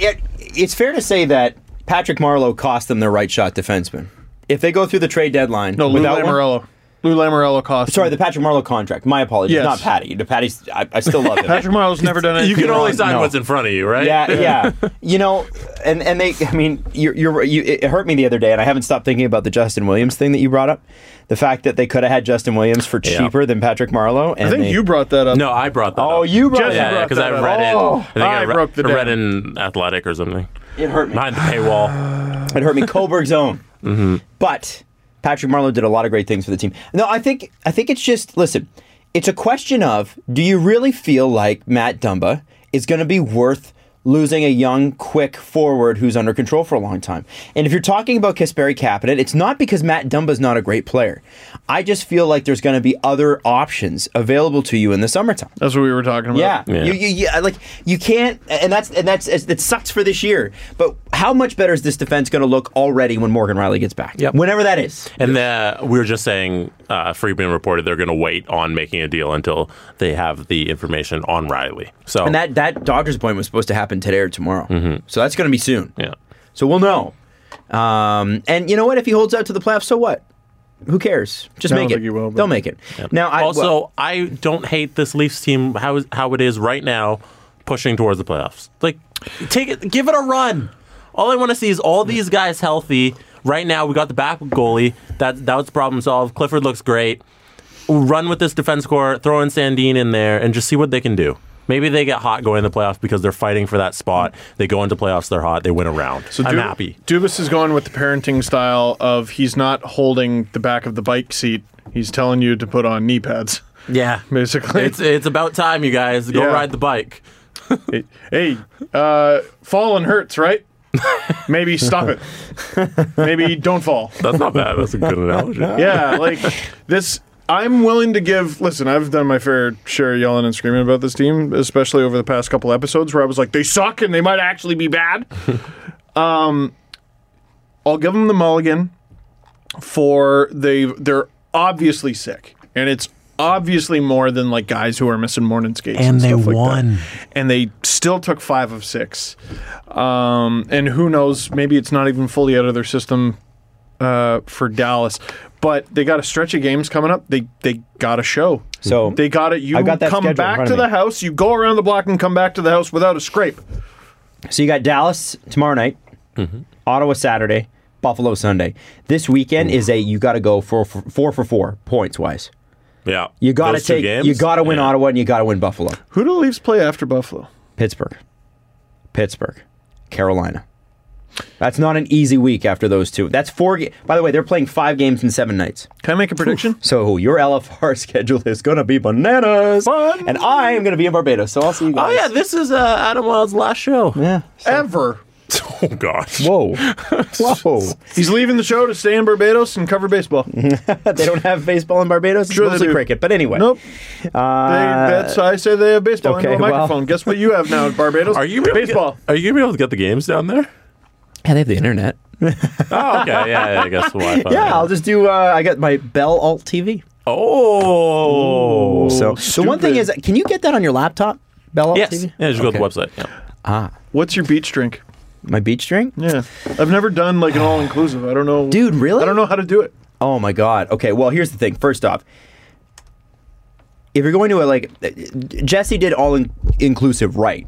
Speaker 3: it, it's fair to say that Patrick Marlowe cost them their right shot defenseman. If they go through the trade deadline
Speaker 2: No, Lou
Speaker 3: without one,
Speaker 2: Lamorello. Lou Lamorello cost.
Speaker 3: sorry, the Patrick Marlowe contract. My apologies,
Speaker 2: Yes.
Speaker 3: not Patty. The Patty's, I, I still love him.
Speaker 2: Patrick Marlowe's never done anything.
Speaker 4: You can only
Speaker 2: wrong.
Speaker 4: sign
Speaker 3: no.
Speaker 4: what's in front of you, right?
Speaker 3: Yeah, yeah. you know, and and they. I mean, you're, you're you. It hurt me the other day, and I haven't stopped thinking about the Justin Williams thing that you brought up. The fact that they could have had Justin Williams for
Speaker 4: Yeah.
Speaker 3: cheaper than Patrick Marlowe. And
Speaker 2: I think
Speaker 3: they-
Speaker 2: you brought that up.
Speaker 4: No, I brought that.
Speaker 3: Oh,
Speaker 4: up.
Speaker 3: you brought
Speaker 2: Jesse
Speaker 3: it.
Speaker 4: Yeah,
Speaker 2: brought
Speaker 4: because
Speaker 2: that
Speaker 4: I
Speaker 2: up.
Speaker 4: read
Speaker 2: Oh,
Speaker 4: it. I think I,
Speaker 2: I
Speaker 4: re-
Speaker 2: broke the
Speaker 4: read
Speaker 2: dam.
Speaker 4: in Athletic or something
Speaker 3: It hurt me.
Speaker 4: behind the paywall.
Speaker 3: It hurt me. Coburg's own. But Patrick Marlowe did a lot of great things for the team. No, I think I think it's just listen. It's a question of do you really feel like Matt Dumba is going to be worth losing a young, quick forward who's under control for a long time? And if you're talking about Kasperi Kapanen, it's not because Matt Dumba's not a great player. I just feel like there's going to be other options available to you in the summertime.
Speaker 2: That's what we were talking about.
Speaker 3: Yeah.
Speaker 4: Yeah.
Speaker 3: You, you, you, like you can't, and that's and that's it sucks for this year. But how much better is this defense going to look already when Morgan Riley gets back?
Speaker 4: Yep.
Speaker 3: Whenever that is.
Speaker 4: And the, we were just saying, uh, Friedman reported they're going to wait on making a deal until they have the information on Riley. So
Speaker 3: And that that Dodgers point was supposed to happen today or tomorrow. So that's going to be soon.
Speaker 4: Mm-hmm. yeah,
Speaker 3: So we'll know. Um, and you know what? If he holds out to the playoffs, so what? Who cares? Just
Speaker 2: I
Speaker 3: make
Speaker 2: don't
Speaker 3: it.
Speaker 2: think he will, but-
Speaker 3: They'll make it. Now, I,
Speaker 4: also,
Speaker 3: well,
Speaker 4: I don't hate this Leafs team how how it is right now, pushing towards the playoffs. Like, take it, give it a run. All I want to see is all these guys healthy. Right now, we got the back goalie. That that was problem solved. Clifford looks great. Run with this defense core. Throw in Sandine in there and just see what they can do. Maybe they get hot going in the playoffs because they're fighting for that spot. They go into playoffs, they're hot, they win a round. So I'm
Speaker 2: Du-
Speaker 4: happy.
Speaker 2: Dubas is going with the parenting style of he's not holding the back of the bike seat. He's telling you to put on knee pads.
Speaker 4: Yeah,
Speaker 2: Basically.
Speaker 4: it's it's about time you guys go
Speaker 2: Yeah.
Speaker 4: ride the bike.
Speaker 2: hey, uh, falling hurts, right? Maybe stop it. Maybe don't fall.
Speaker 4: That's not bad. That's a good analogy.
Speaker 2: Yeah, like this. I'm willing to give. Listen, I've done my fair share of yelling and screaming about this team, especially over the past couple episodes where I was like, they suck and they might actually be bad. um, I'll give them the mulligan for they they're obviously sick, and it's obviously more than like guys who are missing morning skates and,
Speaker 4: And they
Speaker 2: stuff like that.
Speaker 4: won.
Speaker 2: and they still took five of six. Um, and who knows? Maybe it's not even fully out of their system uh, for Dallas. But they got a stretch of games coming up. They they got a show.
Speaker 3: So,
Speaker 2: they got it. You
Speaker 3: I've got that schedule
Speaker 2: come
Speaker 3: in
Speaker 2: back
Speaker 3: front
Speaker 2: to
Speaker 3: of
Speaker 2: the
Speaker 3: me.
Speaker 2: house. You go around the block and come back to the house without a scrape.
Speaker 3: So you got Dallas tomorrow night,
Speaker 4: Mm-hmm.
Speaker 3: Ottawa Saturday, Buffalo Sunday. This weekend is a you got to go for, for four for four points wise.
Speaker 4: Yeah,
Speaker 3: You got to
Speaker 4: Those two
Speaker 3: take.
Speaker 4: games?
Speaker 3: You got to win
Speaker 4: Yeah.
Speaker 3: Ottawa and you got to win Buffalo.
Speaker 2: Who do the Leafs play after Buffalo?
Speaker 3: Pittsburgh, Pittsburgh, Carolina. That's not an easy week after those two. That's four. Ga- By the way, they're playing five games in seven nights.
Speaker 2: Can I make a prediction?
Speaker 3: So your LFR schedule is gonna be bananas,
Speaker 2: Fun.
Speaker 3: and I am gonna be in Barbados. So I'll see you
Speaker 4: Oh
Speaker 3: guys.
Speaker 4: yeah, this is uh, Adam Wild's last show.
Speaker 3: yeah.
Speaker 2: Ever.
Speaker 4: Oh gosh.
Speaker 3: Whoa, whoa!
Speaker 2: He's leaving the show to stay in Barbados and cover baseball.
Speaker 3: they don't have baseball in Barbados. It's
Speaker 2: Sure they
Speaker 3: mostly
Speaker 2: do.
Speaker 3: cricket. But anyway,
Speaker 2: Nope. They,
Speaker 3: Uh,
Speaker 2: that's I say they have baseball
Speaker 3: okay,
Speaker 2: into a
Speaker 3: well-
Speaker 2: microphone. Guess what you have now, Barbados?
Speaker 4: Are you gonna
Speaker 2: baseball?
Speaker 4: Get, are you gonna be able to get the games down there?
Speaker 3: yeah, they have the internet.
Speaker 4: Oh okay, yeah, yeah I guess the Wi-Fi.
Speaker 3: Yeah, I'll just do. Uh, I got my Bell Alt TV.
Speaker 4: Oh.
Speaker 3: so the one thing is,
Speaker 2: stupid.
Speaker 3: can you get that on your laptop? Bell Alt
Speaker 4: yes.
Speaker 3: TV.
Speaker 4: Yeah, just go
Speaker 3: Okay.
Speaker 4: to the website. Yeah.
Speaker 2: What's your beach drink?
Speaker 3: My beach drink.
Speaker 2: Yeah, I've never done like an all inclusive. I don't know,
Speaker 3: Dude, really?
Speaker 2: I don't know how to do it.
Speaker 3: Oh my god. Okay. Well, here's the thing. First off, if you're going to a like, Jesse did all in- inclusive right.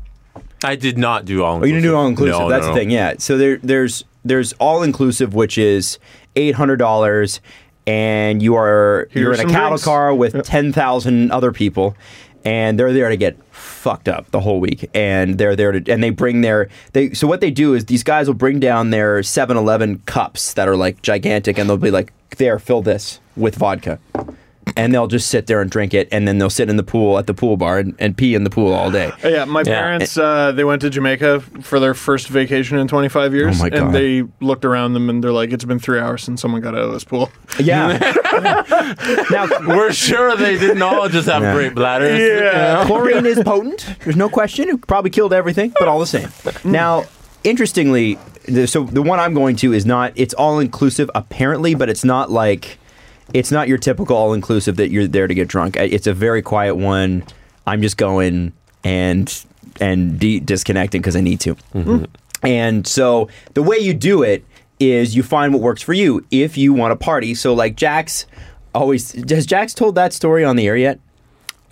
Speaker 4: I did not do all.
Speaker 3: Oh, you didn't do all inclusive.
Speaker 4: No,
Speaker 3: That's
Speaker 4: no,
Speaker 3: the thing. Yeah. So there, there's there's all inclusive, which is eight hundred dollars, and you are you're
Speaker 2: are
Speaker 3: in a
Speaker 2: some
Speaker 3: cattle
Speaker 2: drinks.
Speaker 3: car with ten thousand other people. And they're there to get fucked up the whole week, and they're there to, and they bring their they. So what they do is these guys will bring down their 7-Eleven cups that are like gigantic, and they'll be like, "There, fill this with vodka," and they'll just sit there and drink it, and then they'll sit in the pool at the pool bar and, and pee in the pool all day.
Speaker 2: Yeah, my parents uh, they went to Jamaica for their first vacation in 25 years,
Speaker 3: Oh my God.
Speaker 2: and they looked around them and they're like, "It's been three hours since someone got out of this pool."
Speaker 3: Yeah. now,
Speaker 4: We're sure they didn't all just have great bladders.
Speaker 2: Yeah.
Speaker 3: chlorine is potent. There's no question. It probably killed everything, but all the same. Now, interestingly, the- so the one I'm going to is not. It's all inclusive apparently, but it's not like it's not your typical all inclusive that you're there to get drunk. I- It's a very quiet one. I'm just going and and de- disconnecting because I need to. Hmm. And so the way you do it is you find what works for you if you want to party. So like Jax always has Jax told that story on the air yet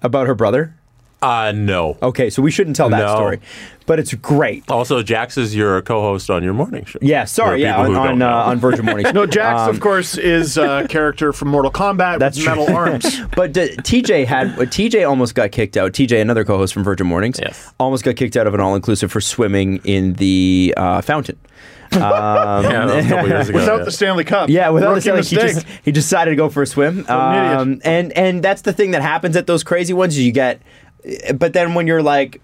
Speaker 3: about her brother.
Speaker 4: Uh, no.
Speaker 3: Okay, so we shouldn't tell that
Speaker 4: No.
Speaker 3: story, but it's great.
Speaker 4: Also, Jax is your co-host on your morning show.
Speaker 3: Yeah,
Speaker 4: For
Speaker 3: sorry, yeah,
Speaker 4: people
Speaker 3: on
Speaker 4: who
Speaker 3: on,
Speaker 4: don't
Speaker 3: uh,
Speaker 4: know.
Speaker 3: on Virgin Mornings.
Speaker 2: No, Jax, of course, is a character from Mortal Kombat
Speaker 3: Um, That's
Speaker 2: with
Speaker 3: true.
Speaker 2: metal arms.
Speaker 3: But uh, TJ had uh, TJ almost got kicked out. TJ, another co-host from Virgin Mornings,
Speaker 4: Yes.
Speaker 3: almost got kicked out of an all-inclusive for swimming in the uh, fountain.
Speaker 4: yeah, that was a couple years ago.
Speaker 2: Without
Speaker 4: yeah.
Speaker 2: the Stanley Cup.
Speaker 3: Yeah, without
Speaker 2: Rookie
Speaker 3: the sound, like, he
Speaker 2: mistake.
Speaker 3: just he decided to go for a swim.
Speaker 2: an idiot.
Speaker 3: Um, and and that's the thing that happens at those crazy ones. is You get, but then when you're like,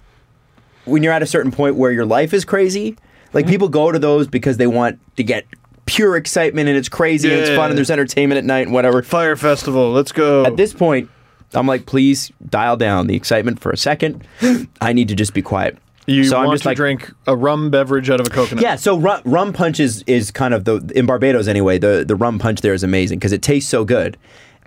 Speaker 3: when you're at a certain point where your life is crazy,
Speaker 2: Mm-hmm.
Speaker 3: like people go to those because they want to get pure excitement and it's crazy and it's
Speaker 2: Yeah.
Speaker 3: fun and there's entertainment at night and whatever.
Speaker 2: Fire Festival. Let's go.
Speaker 3: At this point, I'm like, please dial down the excitement for a second. I need to just be quiet.
Speaker 2: you
Speaker 3: so
Speaker 2: want
Speaker 3: I'm just
Speaker 2: to
Speaker 3: like,
Speaker 2: drink a rum beverage out of a coconut.
Speaker 3: yeah, so rum, rum punch is, is kind of the in Barbados anyway. The the rum punch there is amazing because it tastes so good,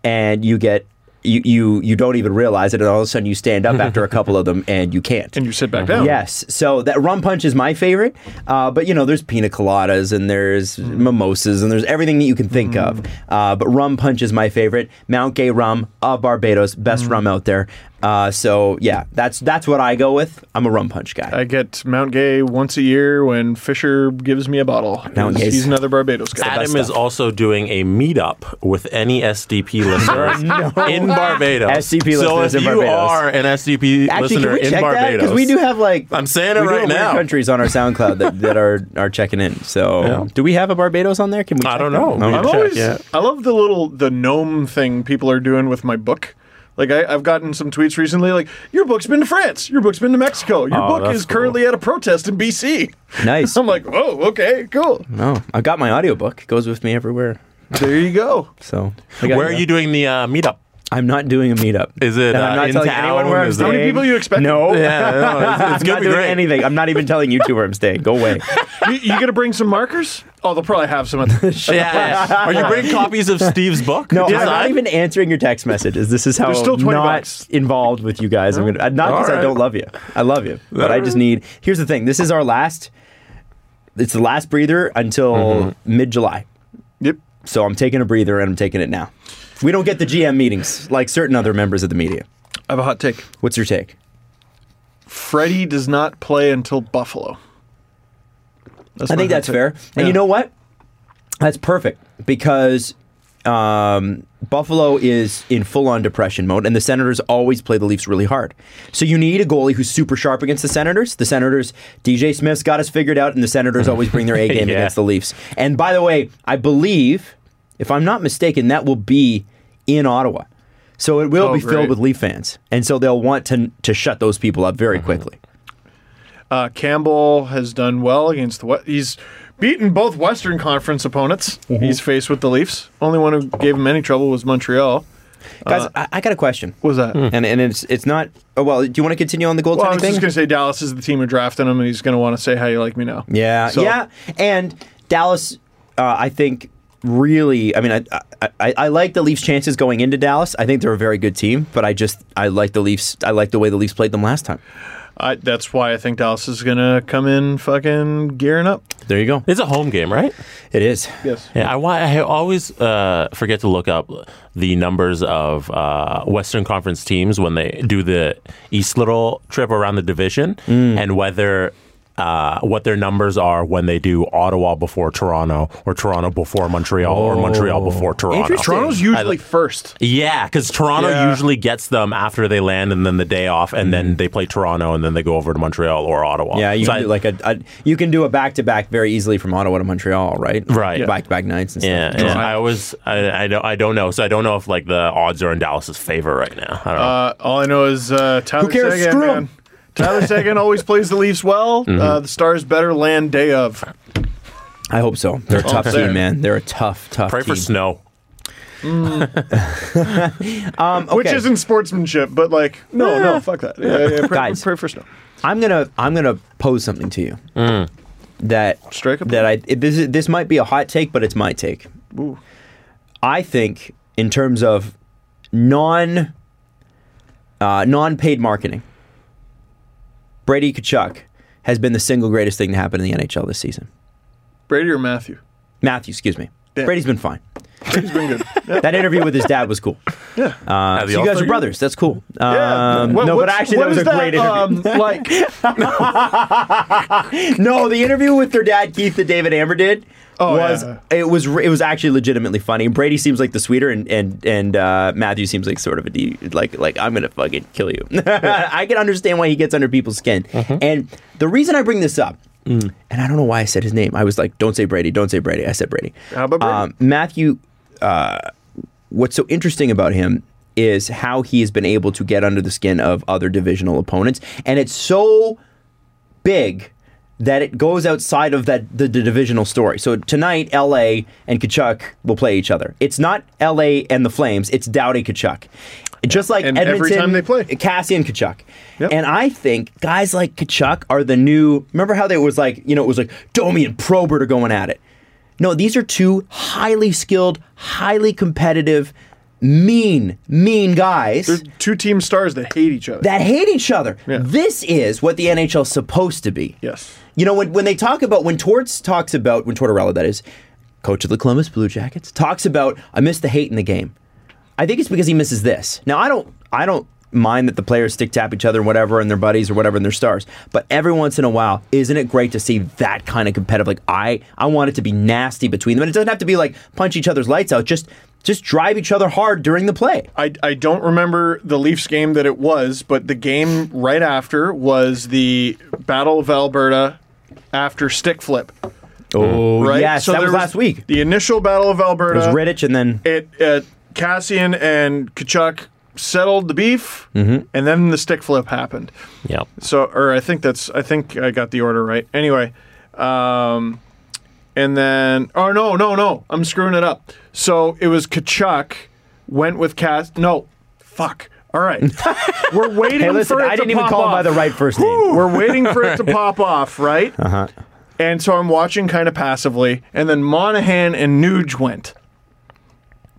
Speaker 3: and you get you you you don't even realize it, and all of a sudden you stand up after a couple of them and you can't.
Speaker 2: And you sit
Speaker 4: Mm-hmm.
Speaker 2: back down.
Speaker 3: Yes, so that rum punch is my favorite, uh, but you know there's pina coladas and there's
Speaker 2: Mm.
Speaker 3: mimosas and there's everything that you can think of. Uh, but rum punch is my favorite. Mount Gay rum of Barbados, best
Speaker 2: Mm.
Speaker 3: rum out there. Uh, so yeah, that's that's what I go with. I'm a rum punch guy.
Speaker 2: I get Mount Gay once a year when Fisher gives me a bottle.
Speaker 3: Mount Gay's-
Speaker 2: He's another Barbados guy.
Speaker 4: Adam is also doing a meetup with any SDP listeners in Barbados.
Speaker 3: SDP
Speaker 4: so
Speaker 3: listeners
Speaker 4: if
Speaker 3: in
Speaker 4: you
Speaker 3: Barbados.
Speaker 4: are an SDP
Speaker 3: Actually,
Speaker 4: listener
Speaker 3: can we
Speaker 4: in
Speaker 3: check that?
Speaker 4: Barbados,
Speaker 3: Because we do have like
Speaker 4: I'm saying it
Speaker 3: we do
Speaker 4: right
Speaker 3: have weird
Speaker 4: now.
Speaker 3: Countries on our SoundCloud that, that are are checking in. So do we have a Barbados on there? Can we?
Speaker 4: I
Speaker 3: check
Speaker 4: don't
Speaker 3: that? Oh,
Speaker 4: know. We
Speaker 3: Okay.
Speaker 4: can
Speaker 2: I'm
Speaker 4: check,
Speaker 2: always.
Speaker 4: yeah.
Speaker 2: I love the little the gnome thing people are doing with my book. Like I, I've gotten some tweets recently, like your book's been to France, your book's been to Mexico, your
Speaker 4: Oh,
Speaker 2: book
Speaker 4: that's
Speaker 2: is
Speaker 4: cool.
Speaker 2: currently at a protest in BC.
Speaker 3: Nice.
Speaker 2: I'm like, oh, okay, cool.
Speaker 3: No, I've got my audiobook. It goes with me everywhere.
Speaker 2: There you go.
Speaker 3: So I got
Speaker 4: where are you doing the uh, meetup?
Speaker 3: I'm not doing a meetup.
Speaker 4: Is it,
Speaker 3: And
Speaker 4: uh,
Speaker 3: I'm not
Speaker 4: in
Speaker 3: telling
Speaker 4: town?
Speaker 3: anyone where I'm
Speaker 4: Is it-
Speaker 3: staying.
Speaker 4: How
Speaker 2: many people you expecting?
Speaker 3: No,
Speaker 4: Yeah, no, it's,
Speaker 3: I'm
Speaker 4: it's gonna
Speaker 3: not
Speaker 4: be
Speaker 3: doing
Speaker 4: great.
Speaker 3: anything. I'm not even telling you two where I'm staying. Go away.
Speaker 2: you, you gonna bring some markers? Oh, they'll probably have some. At the,
Speaker 4: Yeah, yeah. Are you bringing copies of Steve's book?
Speaker 3: No,
Speaker 4: Design?
Speaker 3: I'm not even answering your text messages. This is how
Speaker 2: There's still 20
Speaker 3: not
Speaker 2: bucks.
Speaker 3: involved with you guys. I'm gonna uh, not because I
Speaker 4: Alright.
Speaker 3: don't love you. I love you, but I just need. Here's the thing. This is our last. It's the last breather until
Speaker 2: Mm-hmm.
Speaker 3: mid July.
Speaker 2: yep.
Speaker 3: So I'm taking a breather and I'm taking it now. We don't get the GM meetings like certain other members of the media.
Speaker 2: I have a hot take.
Speaker 3: What's your take?
Speaker 2: Freddie does not play until Buffalo. That's
Speaker 3: I
Speaker 2: my
Speaker 3: think
Speaker 2: hot
Speaker 3: that's
Speaker 2: take.
Speaker 3: fair.
Speaker 2: Yeah.
Speaker 3: And you know what? That's perfect because um, Buffalo is in full on depression mode, and the Senators always play the Leafs really hard. So you need a goalie who's super sharp against the Senators. The Senators, DJ Smith's got us figured out, and the Senators always bring their A game
Speaker 4: Yeah.
Speaker 3: against the Leafs. And by the way, I believe, if I'm not mistaken, that will be in Ottawa. So it will
Speaker 2: Oh,
Speaker 3: be filled
Speaker 2: great.
Speaker 3: with Leaf fans, and so they'll want to to shut those people up very
Speaker 2: Mm-hmm.
Speaker 3: quickly.
Speaker 2: Uh, Campbell has done well against the West. He's beaten both Western Conference opponents. He's faced with the Leafs. Only one who gave him any trouble was Montreal.
Speaker 3: Guys,
Speaker 2: Uh,
Speaker 3: I, I got a question.
Speaker 2: What was that?
Speaker 3: and and it's it's not. Oh, well, do you want to continue on the goaltending
Speaker 2: Well, I was
Speaker 3: thing?
Speaker 2: just going to say Dallas is the team who drafted him, and he's going to want to say how you like me now.
Speaker 3: yeah,
Speaker 2: So-
Speaker 3: yeah. And Dallas, uh, I think really. I mean, I, I I I like the Leafs' chances going into Dallas. I think they're a very good team, but I just I like the Leafs. I like the way the Leafs played them last time.
Speaker 2: I, that's why I think Dallas is going to come in fucking gearing up.
Speaker 3: There you go.
Speaker 4: It's a home game, right?
Speaker 3: It is.
Speaker 2: Yes.
Speaker 4: Yeah, I, wa- I always uh, forget to look up the numbers of uh, Western Conference
Speaker 3: Mm.
Speaker 4: teams when they do the East Little trip around the division and whether uh, what their numbers are when they do Ottawa before Toronto or Toronto before Montreal or Montreal
Speaker 3: Oh.
Speaker 4: before Toronto.
Speaker 7: Interesting.
Speaker 2: Toronto's usually first.
Speaker 4: Yeah, because Toronto
Speaker 2: Yeah.
Speaker 4: usually gets them after they land and then the day off, and then they play Toronto and then they go over to Montreal or Ottawa.
Speaker 3: Mm. Yeah, you
Speaker 4: So
Speaker 3: can
Speaker 4: I-
Speaker 3: do like a, a you can do a back to back very easily from Ottawa to Montreal, right?
Speaker 4: Right. Yeah.
Speaker 3: Back to back nights and stuff.
Speaker 4: Yeah, yeah. I always, I, I don't, I don't know. So I don't know if like the odds are in Dallas's favor right now. I don't know.
Speaker 2: Uh, all I know is uh, Tyler
Speaker 3: cares?
Speaker 2: Seguin.
Speaker 3: Screw 'em.
Speaker 2: man. Tyler Seguin always plays the Leafs well.
Speaker 3: Mm-hmm.
Speaker 2: Uh, the Stars better land day of.
Speaker 3: I hope so. They're a tough
Speaker 2: there.
Speaker 3: team, man. They're a tough, tough
Speaker 4: Pray
Speaker 3: team.
Speaker 4: for snow.
Speaker 2: Which
Speaker 3: Okay.
Speaker 2: isn't sportsmanship, but like, no, no, fuck that. Yeah, yeah, pray,
Speaker 3: Guys.
Speaker 2: pray for snow.
Speaker 3: I'm gonna I'm gonna pose something to you
Speaker 4: Mm.
Speaker 3: that
Speaker 2: Strike a
Speaker 3: that I it, this is- this might be a hot take, but it's my take. I think in terms of non uh, non paid marketing, Brady Kachuk has been the single greatest thing to happen in the NHL this season.
Speaker 2: Brady or Matthew?
Speaker 3: Matthew, excuse me.
Speaker 2: Yeah.
Speaker 3: Brady's been fine.
Speaker 2: Brady's been good. Yeah.
Speaker 3: That interview with his dad was cool.
Speaker 4: Uh,
Speaker 3: So you guys are brothers. That's cool.
Speaker 2: Yeah.
Speaker 3: Um,
Speaker 2: What-
Speaker 3: no, but
Speaker 2: what's-
Speaker 3: actually,
Speaker 2: what
Speaker 3: that was a
Speaker 2: is
Speaker 3: great interview.
Speaker 2: Um, like,
Speaker 3: No, the interview with their dad, Keith, that David Amber did.
Speaker 2: Oh,
Speaker 3: was
Speaker 2: yeah.
Speaker 3: it was re- it was actually legitimately funny. Brady seems like the sweeter, and and and uh, Matthew seems like sort of a de- like like I'm gonna fucking kill you. I can understand why he gets under people's skin,
Speaker 2: Uh-huh.
Speaker 3: and the reason I bring this up,
Speaker 2: Mm.
Speaker 3: and I don't know why I said his name. I was like, don't say Brady, don't say Brady. I said Brady.
Speaker 2: How about Brady?
Speaker 3: Um, Matthew? Uh, what's so interesting about him is how he has been able to get under the skin of other divisional opponents, and it's so big that it goes outside of that the, the divisional story. So tonight, LA and Kachuk will play each other. It's not LA and the Flames. It's Dowdy Kachuk. Just like
Speaker 2: And
Speaker 3: Edmonton,
Speaker 2: every time they play.
Speaker 3: Cassie and Kachuk.
Speaker 2: Yep.
Speaker 3: And I think guys like Kachuk are the new. Remember how they was like you know it was like Domi and Probert are going at it. No, these are two highly skilled, highly competitive, mean, mean guys
Speaker 2: there's two team stars that hate each other.
Speaker 3: that hate each other.
Speaker 2: Yeah.
Speaker 3: This is what the NHL's supposed to be.
Speaker 2: Yes.
Speaker 3: You know, when, when they talk about, when Torts talks about, when Tortorella, that is, coach of the Columbus Blue Jackets, talks about, I miss the hate in the game. I think it's because he misses this. Now, I don't, I don't mind that the players stick tap each other and whatever and their buddies or whatever and their stars but every once in a while isn't it great to see that kind of competitive like i i want it to be nasty between them and it doesn't have to be like punch each other's lights out just just drive each other hard during the play
Speaker 2: I, I don't remember the Leafs game that it was, but the game right after was the Battle of Alberta after stick flip.
Speaker 3: oh
Speaker 2: Right?
Speaker 3: yes that
Speaker 2: there uh,
Speaker 3: was last week
Speaker 2: The initial Battle of Alberta.
Speaker 3: It was Riddich, and then
Speaker 2: it uh, Cassian and Kachuk settled the beef,
Speaker 3: Mm-hmm.
Speaker 2: and then the stick flip happened.
Speaker 4: Yeah.
Speaker 2: So, or I think that's I think I got the order right. Anyway, um, and then oh no no no I'm screwing it up. So it was Kachuk went with Cass. No, fuck. All right, we're waiting
Speaker 3: hey, listen,
Speaker 2: for it
Speaker 3: I
Speaker 2: to
Speaker 3: didn't even
Speaker 2: pop
Speaker 3: call him
Speaker 2: off.
Speaker 3: by the right first name.
Speaker 2: We're waiting for it to pop off, right? Uh-huh. And so I'm watching kind of passively, and then Monahan and Nuge went.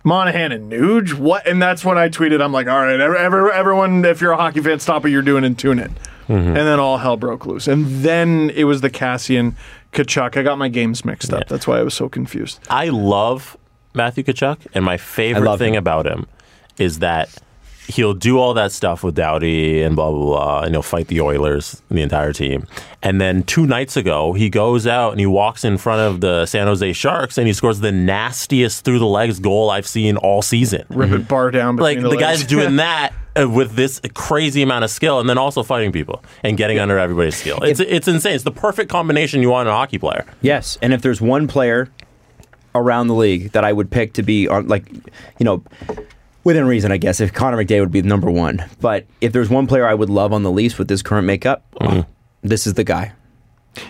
Speaker 2: Monahan and Nuge, what? And that's when I tweeted, I'm like, all right, ev- ev- everyone, if you're a hockey fan, stop what you're doing and tune in.
Speaker 3: Mm-hmm.
Speaker 2: And then all hell broke loose. And then it was the Cassian Kachuk. I got my games mixed up. That's why I was so confused.
Speaker 3: Mm-hmm.
Speaker 4: I love Matthew Kachuk, and my favorite
Speaker 3: love
Speaker 4: thing
Speaker 3: him.
Speaker 4: about him is that he'll do all that stuff with Dowdy and blah blah blah, and he'll fight the Oilers, the entire team. And then two nights ago, he goes out and he walks in front of the San Jose Sharks, and he scores the nastiest through the legs goal I've seen all season.
Speaker 2: Rip it bar down between
Speaker 4: like the,
Speaker 2: legs.
Speaker 4: guy's doing that uh, with this crazy amount of skill, and then also fighting people and getting under everybody's skill. It's it's insane. It's the perfect combination you want in a hockey player.
Speaker 3: Yes, and if there's one player around the league that I would pick to be on, like, you know, within reason, I guess, if Connor McDavid would be the number one. But if there's one player I would love on the Leafs with this current makeup, oh, this is the guy.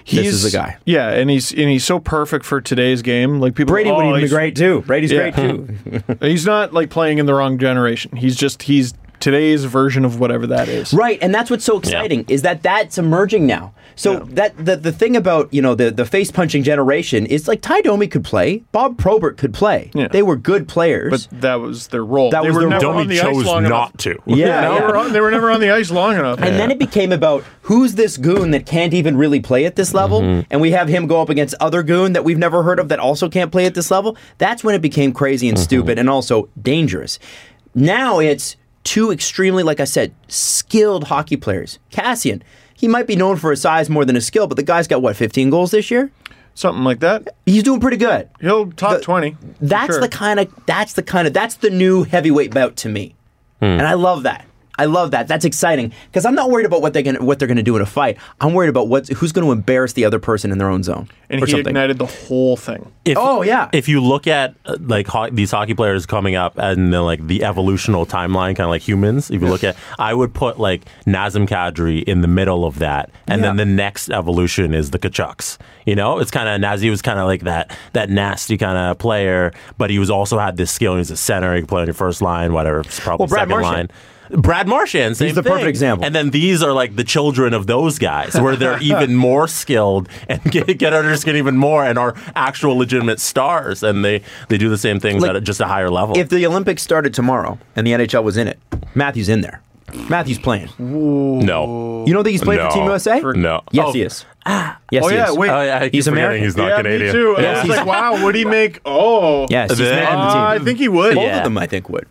Speaker 3: This is the guy.
Speaker 2: Yeah, and he's and he's so perfect for today's game. Like people,
Speaker 3: Brady
Speaker 2: oh,
Speaker 3: would even be
Speaker 2: he's-
Speaker 3: great too. Brady's
Speaker 2: Yeah.
Speaker 3: great too.
Speaker 2: He's not like playing in the wrong generation. He's just he's today's version of whatever that is.
Speaker 3: Right, and that's what's so exciting is that that's emerging now. So that the, the thing about you know the the face punching generation is like Ty Domi could play, Bob Probert could play.
Speaker 2: Yeah.
Speaker 3: They were good players.
Speaker 2: But that was their role.
Speaker 3: That
Speaker 2: they
Speaker 3: was
Speaker 2: were
Speaker 3: their
Speaker 2: never
Speaker 3: role.
Speaker 2: on
Speaker 4: Domi
Speaker 2: the ice
Speaker 4: chose
Speaker 2: long enough.
Speaker 4: not to.
Speaker 3: Yeah,
Speaker 2: They
Speaker 3: yeah.
Speaker 2: were on- they were never on the ice long enough.
Speaker 3: And then it became about who's this goon that can't even really play at this level, and we have him go up against other goon that we've never heard of that also can't play at this level. That's when it became crazy and stupid and also dangerous. Now it's two extremely, like I said, skilled hockey players. Cassian, He might be known for his size more than his skill, but the guy's got what 15 goals this year.
Speaker 2: Something like that.
Speaker 3: He's doing pretty good.
Speaker 2: He'll top
Speaker 3: The-
Speaker 2: 20. for
Speaker 3: That's
Speaker 2: sure.
Speaker 3: the kind of that's the kind of that's the new heavyweight bout to me,
Speaker 4: Hmm.
Speaker 3: and I love that. I love that. That's exciting because I'm not worried about what they're gonna what they're gonna do in a fight. I'm worried about what's who's going to embarrass the other person in their own zone
Speaker 2: And
Speaker 3: or
Speaker 2: he
Speaker 3: something.
Speaker 2: ignited the whole thing.
Speaker 4: If,
Speaker 3: Oh, yeah.
Speaker 4: If you look at uh, like ho- these hockey players coming up and then like the evolutional timeline, kind of like humans. If you look at, I would put like Nazem Kadri in the middle of that, and then the next evolution is the Kachucks. You know, it's kind of Nazi was kind of like that that nasty kind of player, but he was also had this skill. He was a center. He could play on your first line, whatever. It's probably
Speaker 3: Well, Brad
Speaker 4: second
Speaker 3: Marchand.
Speaker 4: line. Brad Marchand, same
Speaker 3: the
Speaker 4: thing.
Speaker 3: perfect example.
Speaker 4: And then these are like the children of those guys, where they're even more skilled and get, get under their skin even more, and are actual legitimate stars, and they they do the same things
Speaker 3: Like,
Speaker 4: at just a higher level.
Speaker 3: If the Olympics started tomorrow and the NHL was in it, Matthew's in there. Matthew's playing.
Speaker 4: no,
Speaker 3: You don't think he's playing
Speaker 4: No.
Speaker 3: for Team USA?
Speaker 4: No.
Speaker 3: Yes,
Speaker 4: Oh.
Speaker 3: he is. Yes,
Speaker 2: Oh,
Speaker 3: he
Speaker 2: yeah,
Speaker 3: is.
Speaker 2: wait.
Speaker 4: Oh, yeah, I keep
Speaker 3: He's
Speaker 4: forgetting
Speaker 3: American.
Speaker 4: He's not
Speaker 2: yeah,
Speaker 4: Canadian.
Speaker 2: me too. uh, And I
Speaker 4: Yeah.
Speaker 2: was like, wow, would he make? Oh.
Speaker 3: Yes, he's
Speaker 4: The-
Speaker 3: not in the team.
Speaker 2: Uh, I think he would.
Speaker 3: Both
Speaker 4: Yeah.
Speaker 3: of them, I think, would.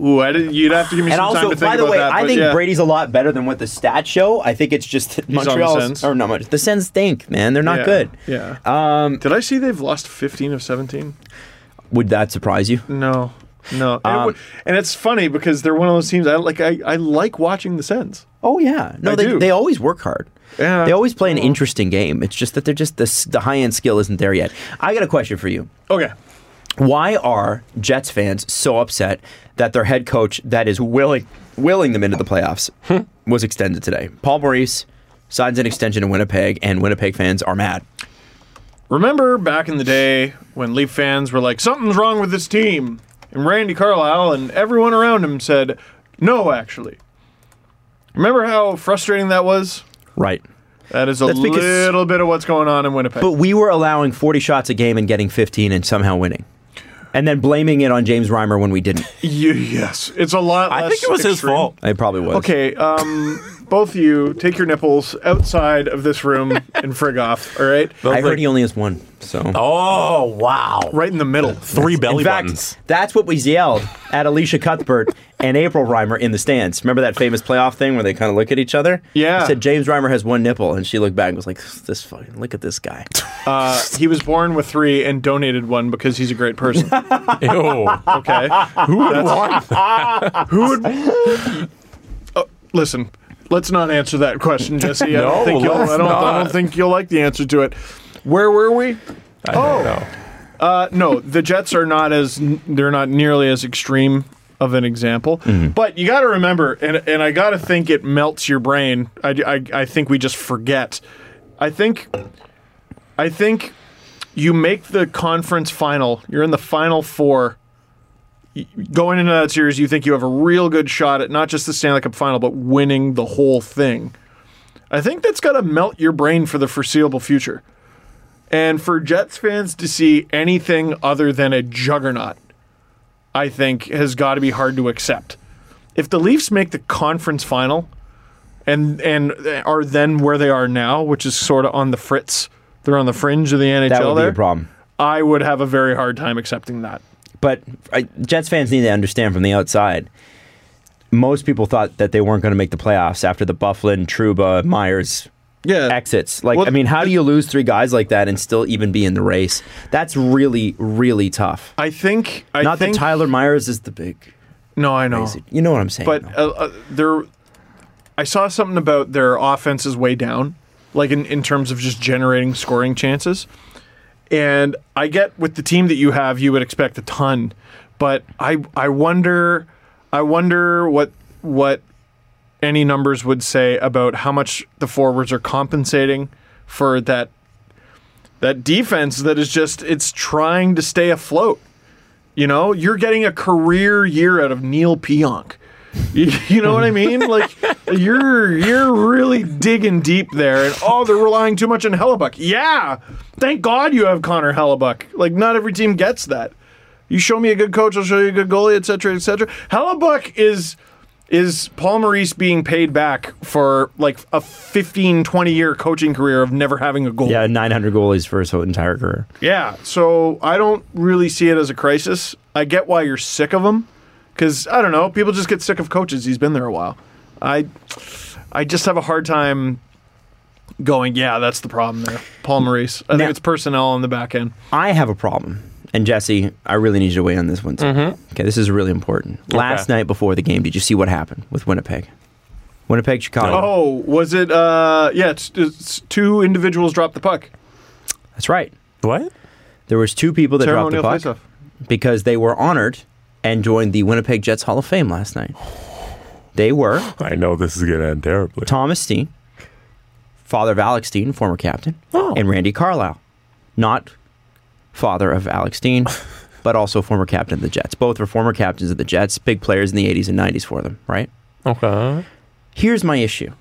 Speaker 2: Ooh, I didn't, you'd have to give me
Speaker 3: And
Speaker 2: some time
Speaker 3: also,
Speaker 2: to think
Speaker 3: by the
Speaker 2: about
Speaker 3: way,
Speaker 2: that.
Speaker 3: I
Speaker 2: but
Speaker 3: think
Speaker 2: yeah.
Speaker 3: Brady's a lot better than what the stats show. I think it's just that
Speaker 2: on the
Speaker 3: Montreal's
Speaker 2: Sens.
Speaker 3: or not much. The Sens stink, man. They're not
Speaker 2: Yeah,
Speaker 3: good.
Speaker 2: Yeah. Um, Did I see they've lost 15 of 17?
Speaker 3: Would that surprise you?
Speaker 2: No, no. And it wa- and it's funny because they're one of those teams I like. I, I like watching the Sens.
Speaker 3: Oh yeah, no,
Speaker 2: I
Speaker 3: they
Speaker 2: do.
Speaker 3: they always work hard.
Speaker 2: Yeah. Oh.
Speaker 3: They always play an interesting game. It's just that they're just the s- the high end skill isn't there yet. I got a question for you.
Speaker 2: Okay.
Speaker 3: Why are Jets fans so upset that their head coach that is willing willing them into the playoffs
Speaker 2: Hmm.
Speaker 3: was extended today? Paul Maurice signs an extension in Winnipeg, and Winnipeg fans are mad.
Speaker 2: Remember back in the day when Leaf fans were like, "Something's wrong with this team," and Randy Carlisle and everyone around him said, "No, actually." Remember how frustrating that was?
Speaker 3: Right.
Speaker 2: That is a
Speaker 3: That's because-
Speaker 2: little bit of what's going on in Winnipeg.
Speaker 3: But we were allowing 40 shots a game and getting 15 and somehow winning. And then blaming it on James Reimer when we didn't.
Speaker 2: Ye- yes, it's a lot.
Speaker 4: I
Speaker 2: less
Speaker 4: think it was his
Speaker 2: extreme.
Speaker 4: fault.
Speaker 3: It probably was.
Speaker 2: Okay, um, both of you take your nipples outside of this room and frig off. All right,
Speaker 3: I
Speaker 4: like-
Speaker 3: heard he only has one. So
Speaker 4: Oh wow!
Speaker 2: right in the middle.
Speaker 4: Three belly
Speaker 3: in fact,
Speaker 4: buttons.
Speaker 3: that's what we yelled at Alicia Cuthbert and April Reimer in the stands. Remember that famous playoff thing where they kind of look at each other?
Speaker 2: Yeah.
Speaker 3: I said James Reimer has one nipple, and she looked back and was like, "This fucking look at this guy."
Speaker 2: Uh, he was born with three and donated one because he's a great person.
Speaker 4: Ew.
Speaker 2: Okay.
Speaker 4: Who would want that?
Speaker 2: Who would? Oh, listen, let's not answer that question, Jesse. I
Speaker 4: No,
Speaker 2: don't think you'll.
Speaker 4: let's
Speaker 2: I don't, I
Speaker 4: not.
Speaker 2: don't think you'll like the answer to it. Where were we? Oh.
Speaker 4: I don't know.
Speaker 2: Uh, no, the Jets are not as they're not nearly as extreme of an example.
Speaker 4: Mm-hmm.
Speaker 2: But you got to remember, and and I got to think it melts your brain. I, I I think we just forget. I think, I think, you make the conference final. You're in the final four. Y- Going into that series, you think you have a real good shot at not just the Stanley Cup final, but winning the whole thing. I think that's got to melt your brain for the foreseeable future. And for Jets fans to see anything other than a juggernaut, I think has got to be hard to accept. If the Leafs make the conference final and and are then where they are now, which is sort of on the fritz, they're on the fringe of the NHL
Speaker 3: That would be
Speaker 2: there.
Speaker 3: a problem.
Speaker 2: I would have a very hard time accepting that.
Speaker 3: But I, Jets fans need to understand from the outside. Most people thought that they weren't going to make the playoffs after the Bufflin, Truba, Myers
Speaker 2: Yeah.
Speaker 3: exits. Like,
Speaker 2: Well,
Speaker 3: I mean, how do you lose three guys like that and still even be in the race? That's really, really tough.
Speaker 2: I think I
Speaker 3: Not
Speaker 2: think
Speaker 3: that Tyler Myers is the big.
Speaker 2: No, I know.
Speaker 3: You know what I'm saying?
Speaker 2: But
Speaker 3: though.
Speaker 2: uh, uh, there, I saw something about their offense is way down, like in, in terms of just generating scoring chances. And I get with the team that you have, you would expect a ton, but I I wonder, I wonder what what any numbers would say about how much the forwards are compensating for that that defense that is just it's trying to stay afloat. You know, you're getting a career year out of Neil Pionk. You, you know what I mean? Like you're you're really digging deep there, and oh, they're relying too much on Hellebuck. Yeah, thank God you have Connor Hellebuck. Like not every team gets that. You show me a good coach, I'll show you a good goalie, et cetera, et cetera. Hellebuck is is Paul Maurice being paid back for like a 15, 20 year coaching career of never having a goal.
Speaker 3: yeah, 900 goalies for his whole entire career.
Speaker 2: Yeah, so I don't really see it as a crisis. I get why you're sick of him, because I don't know, people just get sick of coaches. He's been there a while. I, I just have a hard time going, yeah, that's the problem there. Paul Maurice. I
Speaker 3: Now-
Speaker 2: think it's personnel on the back end.
Speaker 3: I have a problem. And Jesse, I really need you to weigh in on this one too. Okay, this is really important. Last night before the game, did you see what happened with Winnipeg? Winnipeg, Chicago.
Speaker 2: Oh, was it? Uh, yeah, it's, it's two individuals dropped the puck.
Speaker 3: That's right.
Speaker 4: What?
Speaker 3: There was two people that dropped the
Speaker 2: Ceremonial
Speaker 3: puck
Speaker 2: faceoff.
Speaker 3: because they were honored and joined the Winnipeg Jets Hall of Fame last night. They were
Speaker 4: I know this is gonna end terribly.
Speaker 3: Thomas Steen, father of Alex Steen, former captain, and Randy Carlisle, not father of Alex Steen, but also former captain of the Jets. Both were former captains of the Jets, big players in the 80s and 90s for them, right?
Speaker 4: Okay.
Speaker 3: Here's my issue.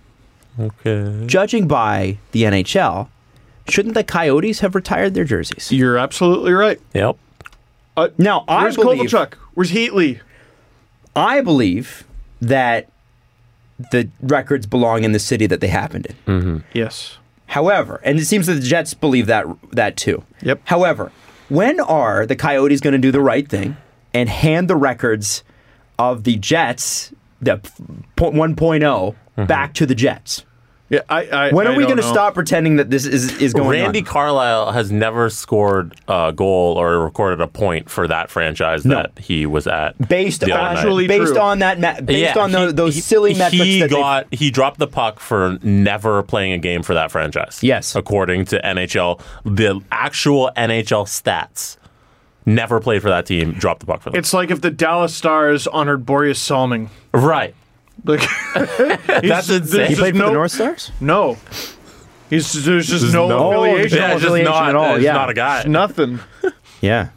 Speaker 4: Okay.
Speaker 3: Judging by the NHL, shouldn't the Coyotes have retired their jerseys?
Speaker 2: You're absolutely right.
Speaker 4: Yep.
Speaker 2: Uh,
Speaker 3: Now, I
Speaker 2: where's
Speaker 3: believe-
Speaker 2: Kovalchuk? Where's Heatley?
Speaker 3: I believe that the records belong in the city that they happened in.
Speaker 2: Yes.
Speaker 3: However, and it seems that the Jets believe that that too.
Speaker 2: Yep.
Speaker 3: However, when are the Coyotes going to do the right thing and hand the records of the Jets, the p- po- 1.0,
Speaker 4: Mm-hmm.
Speaker 3: back to the Jets?
Speaker 2: Yeah. I. I
Speaker 3: When are
Speaker 2: I
Speaker 3: we
Speaker 2: don't
Speaker 3: going to
Speaker 2: know.
Speaker 3: stop pretending that this is is going
Speaker 4: Randy
Speaker 3: on?
Speaker 4: Carlisle has never scored a goal or recorded a point for that franchise
Speaker 3: No.
Speaker 4: that he was at.
Speaker 3: Based
Speaker 4: the other
Speaker 3: on,
Speaker 4: night.
Speaker 2: Factually
Speaker 3: based
Speaker 2: true.
Speaker 3: on that, ma- based
Speaker 4: Yeah,
Speaker 3: on tho-
Speaker 4: he-
Speaker 3: those
Speaker 4: he-
Speaker 3: silly metrics
Speaker 4: he
Speaker 3: that they-
Speaker 4: got. He dropped the puck for never playing a game for that franchise.
Speaker 3: Yes.
Speaker 4: according to NHL, the actual NHL stats, never played for that team. Dropped the puck for them.
Speaker 2: It's like if the Dallas Stars honored Boreas Salming.
Speaker 4: right.
Speaker 2: Like
Speaker 4: That's insane.
Speaker 2: there's
Speaker 4: He
Speaker 3: he played
Speaker 2: just
Speaker 3: for the
Speaker 2: no-
Speaker 3: North Stars.
Speaker 2: No. He's there's just no,
Speaker 4: no-
Speaker 2: affiliation.
Speaker 4: Yeah, just
Speaker 3: affiliation
Speaker 4: not
Speaker 3: at all,
Speaker 4: it's
Speaker 3: yeah.
Speaker 4: not a guy.
Speaker 2: It's nothing.
Speaker 3: Yeah,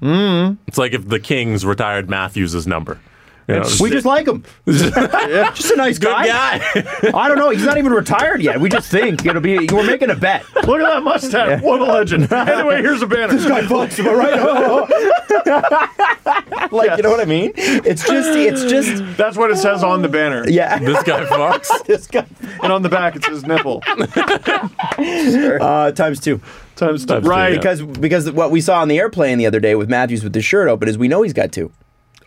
Speaker 4: It's like if the Kings retired Matthews' number. You know,
Speaker 2: It's-
Speaker 3: we just like him. just a nice
Speaker 4: good guy.
Speaker 3: I don't know. He's not even retired yet. We just think it'll be. We're making a bet.
Speaker 2: Look at that mustache. What a legend. anyway, here's a banner. This guy fucks. Am I right?
Speaker 3: Like you know what I mean? It's just. It's just.
Speaker 2: That's what it says on the banner.
Speaker 3: Yeah.
Speaker 4: this guy fucks.
Speaker 3: This guy.
Speaker 2: And on the back it says nipple.
Speaker 3: Uh, times two.
Speaker 2: Times
Speaker 4: Times two,
Speaker 2: right.
Speaker 4: yeah.
Speaker 3: Because because what we saw on the airplane the other day with Matthews with his shirt open is we know he's got two.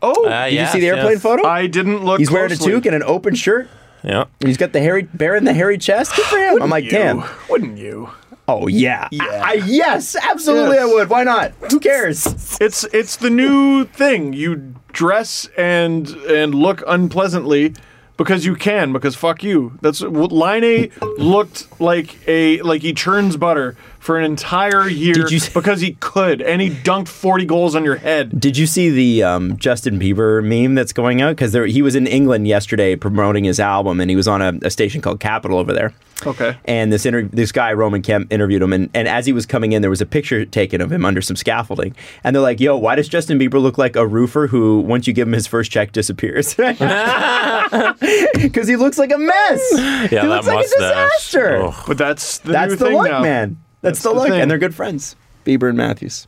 Speaker 2: Oh,
Speaker 4: Uh,
Speaker 3: Did
Speaker 4: yes,
Speaker 3: you see the airplane
Speaker 4: yes.
Speaker 3: photo?
Speaker 2: I didn't look.
Speaker 3: he's wearing a
Speaker 2: closely.
Speaker 3: toque and an open shirt.
Speaker 4: Yeah.
Speaker 3: And he's got the hairy bear in the hairy chest. Good for him. I'm like, damn.
Speaker 2: Wouldn't you?
Speaker 3: Oh yeah. Yeah. I, yes, absolutely.
Speaker 2: Yes.
Speaker 3: I would. Why not? Who cares?
Speaker 2: It's it's the new thing. You dress and and look unpleasantly because you can because fuck you. That's what Line A looked like a like he churns butter for an entire year
Speaker 3: Did you s-
Speaker 2: because he could and he dunked 40 goals on your head.
Speaker 3: Did you see the um, Justin Bieber meme that's going out? Because he was in England yesterday promoting his album, and he was on a, a station called Capital over there.
Speaker 2: Okay.
Speaker 3: And this inter- this guy Roman Kemp interviewed him, and, and as he was coming in, there was a picture taken of him under some scaffolding. And they're like, "Yo, why does Justin Bieber look like a roofer who, once you give him his first check, disappears? Because he looks like a mess.
Speaker 4: Yeah,
Speaker 3: he
Speaker 4: that
Speaker 3: looks like
Speaker 4: mustache.
Speaker 3: a disaster.
Speaker 4: Ugh.
Speaker 2: But that's the
Speaker 3: That's
Speaker 2: new
Speaker 3: the
Speaker 2: thing
Speaker 3: look,
Speaker 2: now,
Speaker 3: man. That's,
Speaker 2: That's
Speaker 3: the
Speaker 2: the
Speaker 3: look,
Speaker 2: thing.
Speaker 3: and they're good friends, Bieber and Matthews.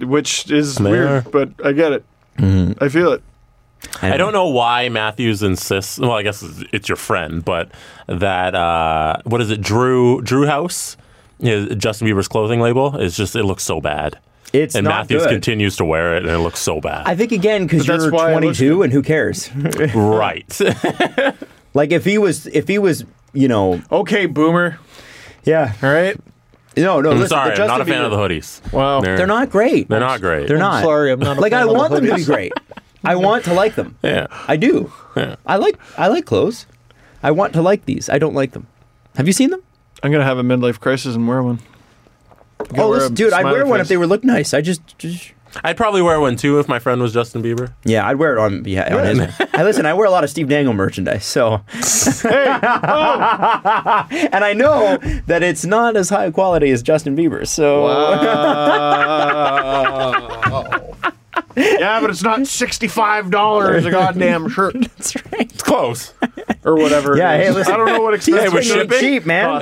Speaker 2: which is
Speaker 4: There.
Speaker 2: weird, but I get it. I feel it.
Speaker 4: I don't know why Matthews insists. Well, I guess it's your friend, but that uh, what is it? Drew Drew House, his, Justin Bieber's clothing label. It's just it looks so bad.
Speaker 3: It's
Speaker 4: and
Speaker 3: not
Speaker 4: Matthews
Speaker 3: good.
Speaker 4: continues to wear it, and it looks so
Speaker 3: I
Speaker 4: bad.
Speaker 3: think again because
Speaker 2: But that's
Speaker 3: you're
Speaker 2: why I looked-
Speaker 3: 22, and who cares?
Speaker 4: right.
Speaker 3: Like if he was, if he was, you know,
Speaker 2: Okay, boomer.
Speaker 3: yeah,
Speaker 2: All right.
Speaker 3: no, no.
Speaker 4: I'm
Speaker 3: listen,
Speaker 4: sorry,
Speaker 3: the
Speaker 4: I'm
Speaker 3: Justin
Speaker 4: not a fan
Speaker 3: Bieber-
Speaker 4: of the hoodies.
Speaker 2: Wow.
Speaker 3: They're not great.
Speaker 4: They're not great.
Speaker 3: They're not.
Speaker 2: sorry, I'm not a
Speaker 3: Like
Speaker 2: fan
Speaker 3: I
Speaker 2: of the
Speaker 3: want them to be great. I want to like them.
Speaker 4: Yeah.
Speaker 3: I do. I like I like clothes. I want to like these. I don't like them. Have you seen them?
Speaker 2: I'm going to have a midlife crisis and wear one.
Speaker 3: Oh,
Speaker 2: wear
Speaker 3: listen,
Speaker 2: a
Speaker 3: dude, I'd
Speaker 2: smiley
Speaker 3: wear one
Speaker 2: face.
Speaker 3: if they were look nice. I just, just
Speaker 4: I'd probably wear one too if my friend was Justin Bieber.
Speaker 3: yeah, I'd wear it on yeah. On his, I listen. I wear a lot of Steve Dangle merchandise, so and I know that it's not as high quality as Justin Bieber. So
Speaker 2: Yeah, but it's not sixty-five dollars a goddamn shirt
Speaker 3: that's right.
Speaker 4: It's close.
Speaker 2: or whatever. it
Speaker 3: Yeah,
Speaker 2: is.
Speaker 3: hey, listen.
Speaker 2: I don't know what expensive.
Speaker 4: we're
Speaker 2: it is.
Speaker 4: shipping.
Speaker 3: cheap, man.
Speaker 2: I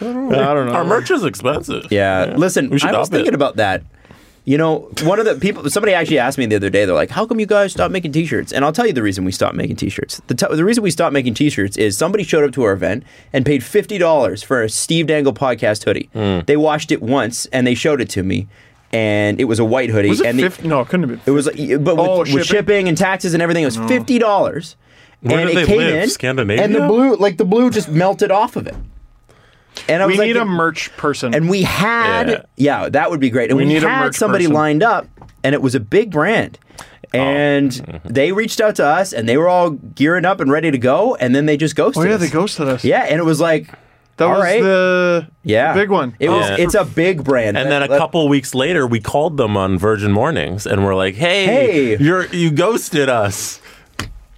Speaker 2: don't know.
Speaker 4: Our merch is expensive.
Speaker 3: Yeah. Listen,
Speaker 4: We should
Speaker 3: I was
Speaker 4: up it.
Speaker 3: thinking about that. You know, one of the people, somebody actually asked me the other day, they're like, how come you guys stopped making t shirts? And I'll tell you the reason we stopped making t shirts. The, t- the reason we stopped making t shirts is somebody showed up to our event and paid $50 for a Steve Dangle podcast hoodie. They washed it once and they showed it to me, and it was a white hoodie.
Speaker 2: was it
Speaker 3: and the-
Speaker 2: fifty? No, it couldn't have
Speaker 3: it
Speaker 2: been.
Speaker 3: was, like, but with,
Speaker 2: Oh,
Speaker 3: with shipping?
Speaker 2: shipping?
Speaker 3: and taxes and everything, it was fifty dollars.
Speaker 4: Where
Speaker 3: and
Speaker 4: do
Speaker 3: it
Speaker 4: they
Speaker 3: came
Speaker 4: live?
Speaker 3: in,
Speaker 4: Scandinavia?
Speaker 3: and the blue, like the blue, just melted off of it. And I
Speaker 2: We
Speaker 3: was like,
Speaker 2: need a merch person.
Speaker 3: and we had
Speaker 4: Yeah.
Speaker 3: yeah. that would be great. And we,
Speaker 2: need a
Speaker 3: had
Speaker 2: merch
Speaker 3: somebody
Speaker 2: person.
Speaker 3: lined up, and it was a big brand.
Speaker 4: Oh.
Speaker 3: And
Speaker 4: Mm-hmm.
Speaker 3: they reached out to us, and they were all gearing up and ready to go, and then they just ghosted.
Speaker 2: oh yeah,
Speaker 3: us.
Speaker 2: they ghosted us.
Speaker 3: Yeah, and it was like,
Speaker 2: that
Speaker 3: all
Speaker 2: was
Speaker 3: right.
Speaker 2: the
Speaker 3: yeah,
Speaker 2: the big one.
Speaker 3: It was.
Speaker 4: Yeah.
Speaker 3: It's a big brand.
Speaker 4: And then a
Speaker 3: Let-
Speaker 4: couple weeks later, we called them on Virgin Mornings, and we're like, "Hey,
Speaker 3: Hey.
Speaker 4: you're you ghosted us."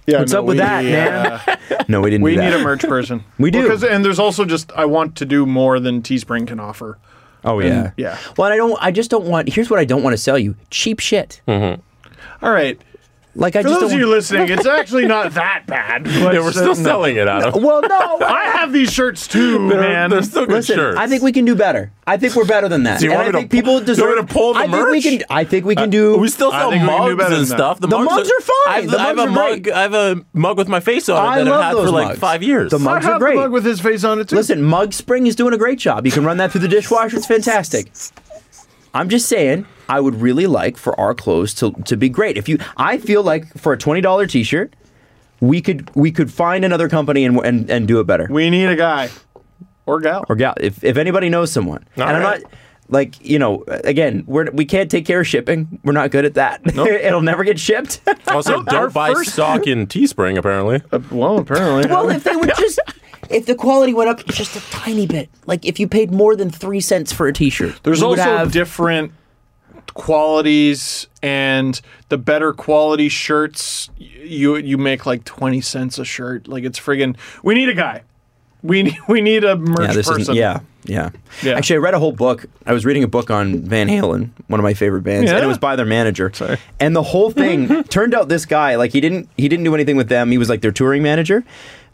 Speaker 2: Yeah,
Speaker 3: What's
Speaker 2: no,
Speaker 3: up with
Speaker 2: we-
Speaker 3: that,
Speaker 2: yeah.
Speaker 3: man? No, we didn't.
Speaker 2: We
Speaker 3: do
Speaker 2: need
Speaker 3: that.
Speaker 2: a merch person.
Speaker 3: We do.
Speaker 2: Because, and there's also just I want to do more than Teespring can offer.
Speaker 3: Oh yeah,
Speaker 2: yeah.
Speaker 3: Well, I don't. I just don't want. Here's what I don't want to sell you: cheap shit.
Speaker 4: Hmm.
Speaker 2: All right.
Speaker 3: Like I
Speaker 2: For
Speaker 3: just
Speaker 2: those of
Speaker 3: don't.
Speaker 2: you
Speaker 3: want-
Speaker 2: listening, it's actually not that bad. But
Speaker 4: Yeah, we're still selling it, Adam.
Speaker 3: well, no.
Speaker 2: I have these shirts too,
Speaker 4: They're-
Speaker 2: man.
Speaker 4: They're still good
Speaker 3: Listen,
Speaker 4: shirts.
Speaker 3: I think we can do better. I think we're better than that.
Speaker 4: Do you
Speaker 3: and I
Speaker 4: want me to
Speaker 3: think
Speaker 4: pull-
Speaker 3: people
Speaker 4: do you
Speaker 3: deserve.
Speaker 4: want me to pull the
Speaker 3: I think we
Speaker 4: merch?
Speaker 3: can. I think we can do.
Speaker 4: we still
Speaker 2: I
Speaker 4: sell
Speaker 2: think Uh, we can do
Speaker 4: mugs
Speaker 2: better
Speaker 4: and
Speaker 2: than that.
Speaker 4: stuff.
Speaker 3: The mugs are fine.
Speaker 4: I have,
Speaker 3: The
Speaker 4: I have
Speaker 3: mugs
Speaker 4: a
Speaker 3: are
Speaker 4: mug.
Speaker 3: great.
Speaker 4: I have a mug with my face on it
Speaker 3: I
Speaker 4: that
Speaker 3: love
Speaker 4: I've had
Speaker 3: those
Speaker 4: for like
Speaker 3: mugs.
Speaker 4: five years.
Speaker 3: The
Speaker 2: I
Speaker 3: mugs are
Speaker 2: have the
Speaker 3: great.
Speaker 2: mug with his face on it too.
Speaker 3: Listen, Mug Spring is doing a great job. You can run that through the dishwasher. It's fantastic. I'm just saying, I would really like for our clothes to, to be great. If you, I feel like for a twenty dollar t shirt, we could we could find another company and and, and do it better.
Speaker 2: we need a guy or gal.
Speaker 3: or gal, if if anybody knows someone,
Speaker 4: All
Speaker 3: and I'm
Speaker 4: right.
Speaker 3: not like you know again we're we can't take care of shipping. We're not good at that. It'll never get shipped.
Speaker 4: also, don't buy stock in Teespring. Apparently,
Speaker 2: well, apparently.
Speaker 3: Well, if they would just, if the quality went up just a tiny bit, like if you paid more than three cents for a T-shirt,
Speaker 2: There's
Speaker 3: we would
Speaker 2: also
Speaker 3: have-
Speaker 2: different qualities, and the better quality shirts y- you you make like twenty cents a shirt. Like it's friggin' we need a guy. We need, we need a merch
Speaker 3: yeah, this
Speaker 2: person.
Speaker 3: isn't- yeah, yeah,
Speaker 2: Yeah.
Speaker 3: Actually, I read a whole book. I was reading a book on Van Halen, one of my favorite bands, and
Speaker 2: Yeah.
Speaker 3: it was by their manager. Sorry. And the whole thing turned out this guy, like he didn't he didn't do anything with them. He was like their touring manager,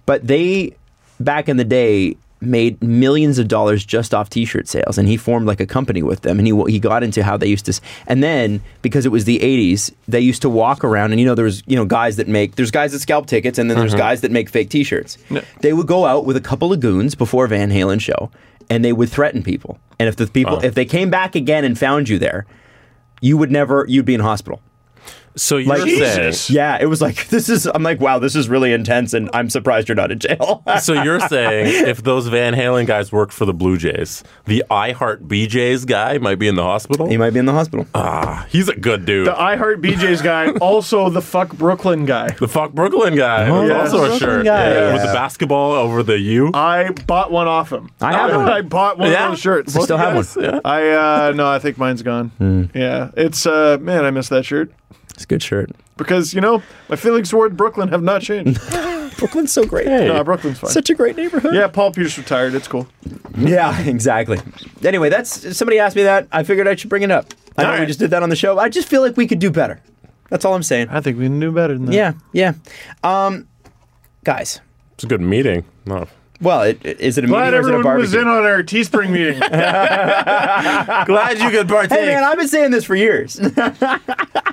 Speaker 3: but they back in the day made millions of dollars just off t-shirt sales and he formed like a company with them and he he got into how they used to s- and then because it was the 80s they used to walk around and you know there was you know guys that make there's guys that scalp tickets and then there's guys that make fake t-shirts they would go out with a couple of goons before Van Halen show and they would threaten people and if the people if they came back again and found you there you would never you'd be in hospital
Speaker 4: so you're saying,
Speaker 2: Jesus.
Speaker 3: yeah it was like this is i'm like wow this is really intense and i'm surprised you're not in jail
Speaker 4: so you're saying, if those Van Halen guys work for the Blue Jays, the I Heart BJ's guy might be in the hospital.
Speaker 3: you might be in the hospital
Speaker 4: Ah, he's a good dude.
Speaker 3: uh,
Speaker 2: The I Heart BJ's guy, also the fuck Brooklyn guy.
Speaker 4: The fuck Brooklyn guy. with
Speaker 2: yeah.
Speaker 4: Also a
Speaker 3: Brooklyn
Speaker 4: shirt
Speaker 3: guy.
Speaker 4: Yeah, with
Speaker 3: Yeah.
Speaker 4: the basketball over the U.
Speaker 2: I bought one off him.
Speaker 3: I have one.
Speaker 2: I bought one
Speaker 4: Yeah?
Speaker 2: of those shirts.
Speaker 3: I still have one. Hmm.
Speaker 4: Yeah.
Speaker 2: I uh no, I think mine's gone. Yeah. It's uh man, I miss that shirt.
Speaker 3: It's a good shirt.
Speaker 2: Because, you know, my feelings toward Brooklyn have not changed.
Speaker 3: Brooklyn's so great.
Speaker 2: no, Brooklyn's fine.
Speaker 3: Such a great neighborhood.
Speaker 2: yeah, Paul Pierce retired. It's cool.
Speaker 3: Yeah, exactly. Anyway, that's somebody asked me that. I figured I should bring it up. I know we
Speaker 2: Alright.
Speaker 3: just did that on the show. I just feel like we could do better. That's all I'm saying.
Speaker 2: I think we can do better than that.
Speaker 3: Yeah, yeah. Um, guys.
Speaker 4: It's a good meeting. No.
Speaker 3: Well, it, it, is it a
Speaker 2: Glad
Speaker 3: meeting or is it a
Speaker 2: everyone was
Speaker 3: barbecue?
Speaker 2: in on our Teespring meeting.
Speaker 4: Glad you could partake.
Speaker 3: hey man, I've been saying this for years.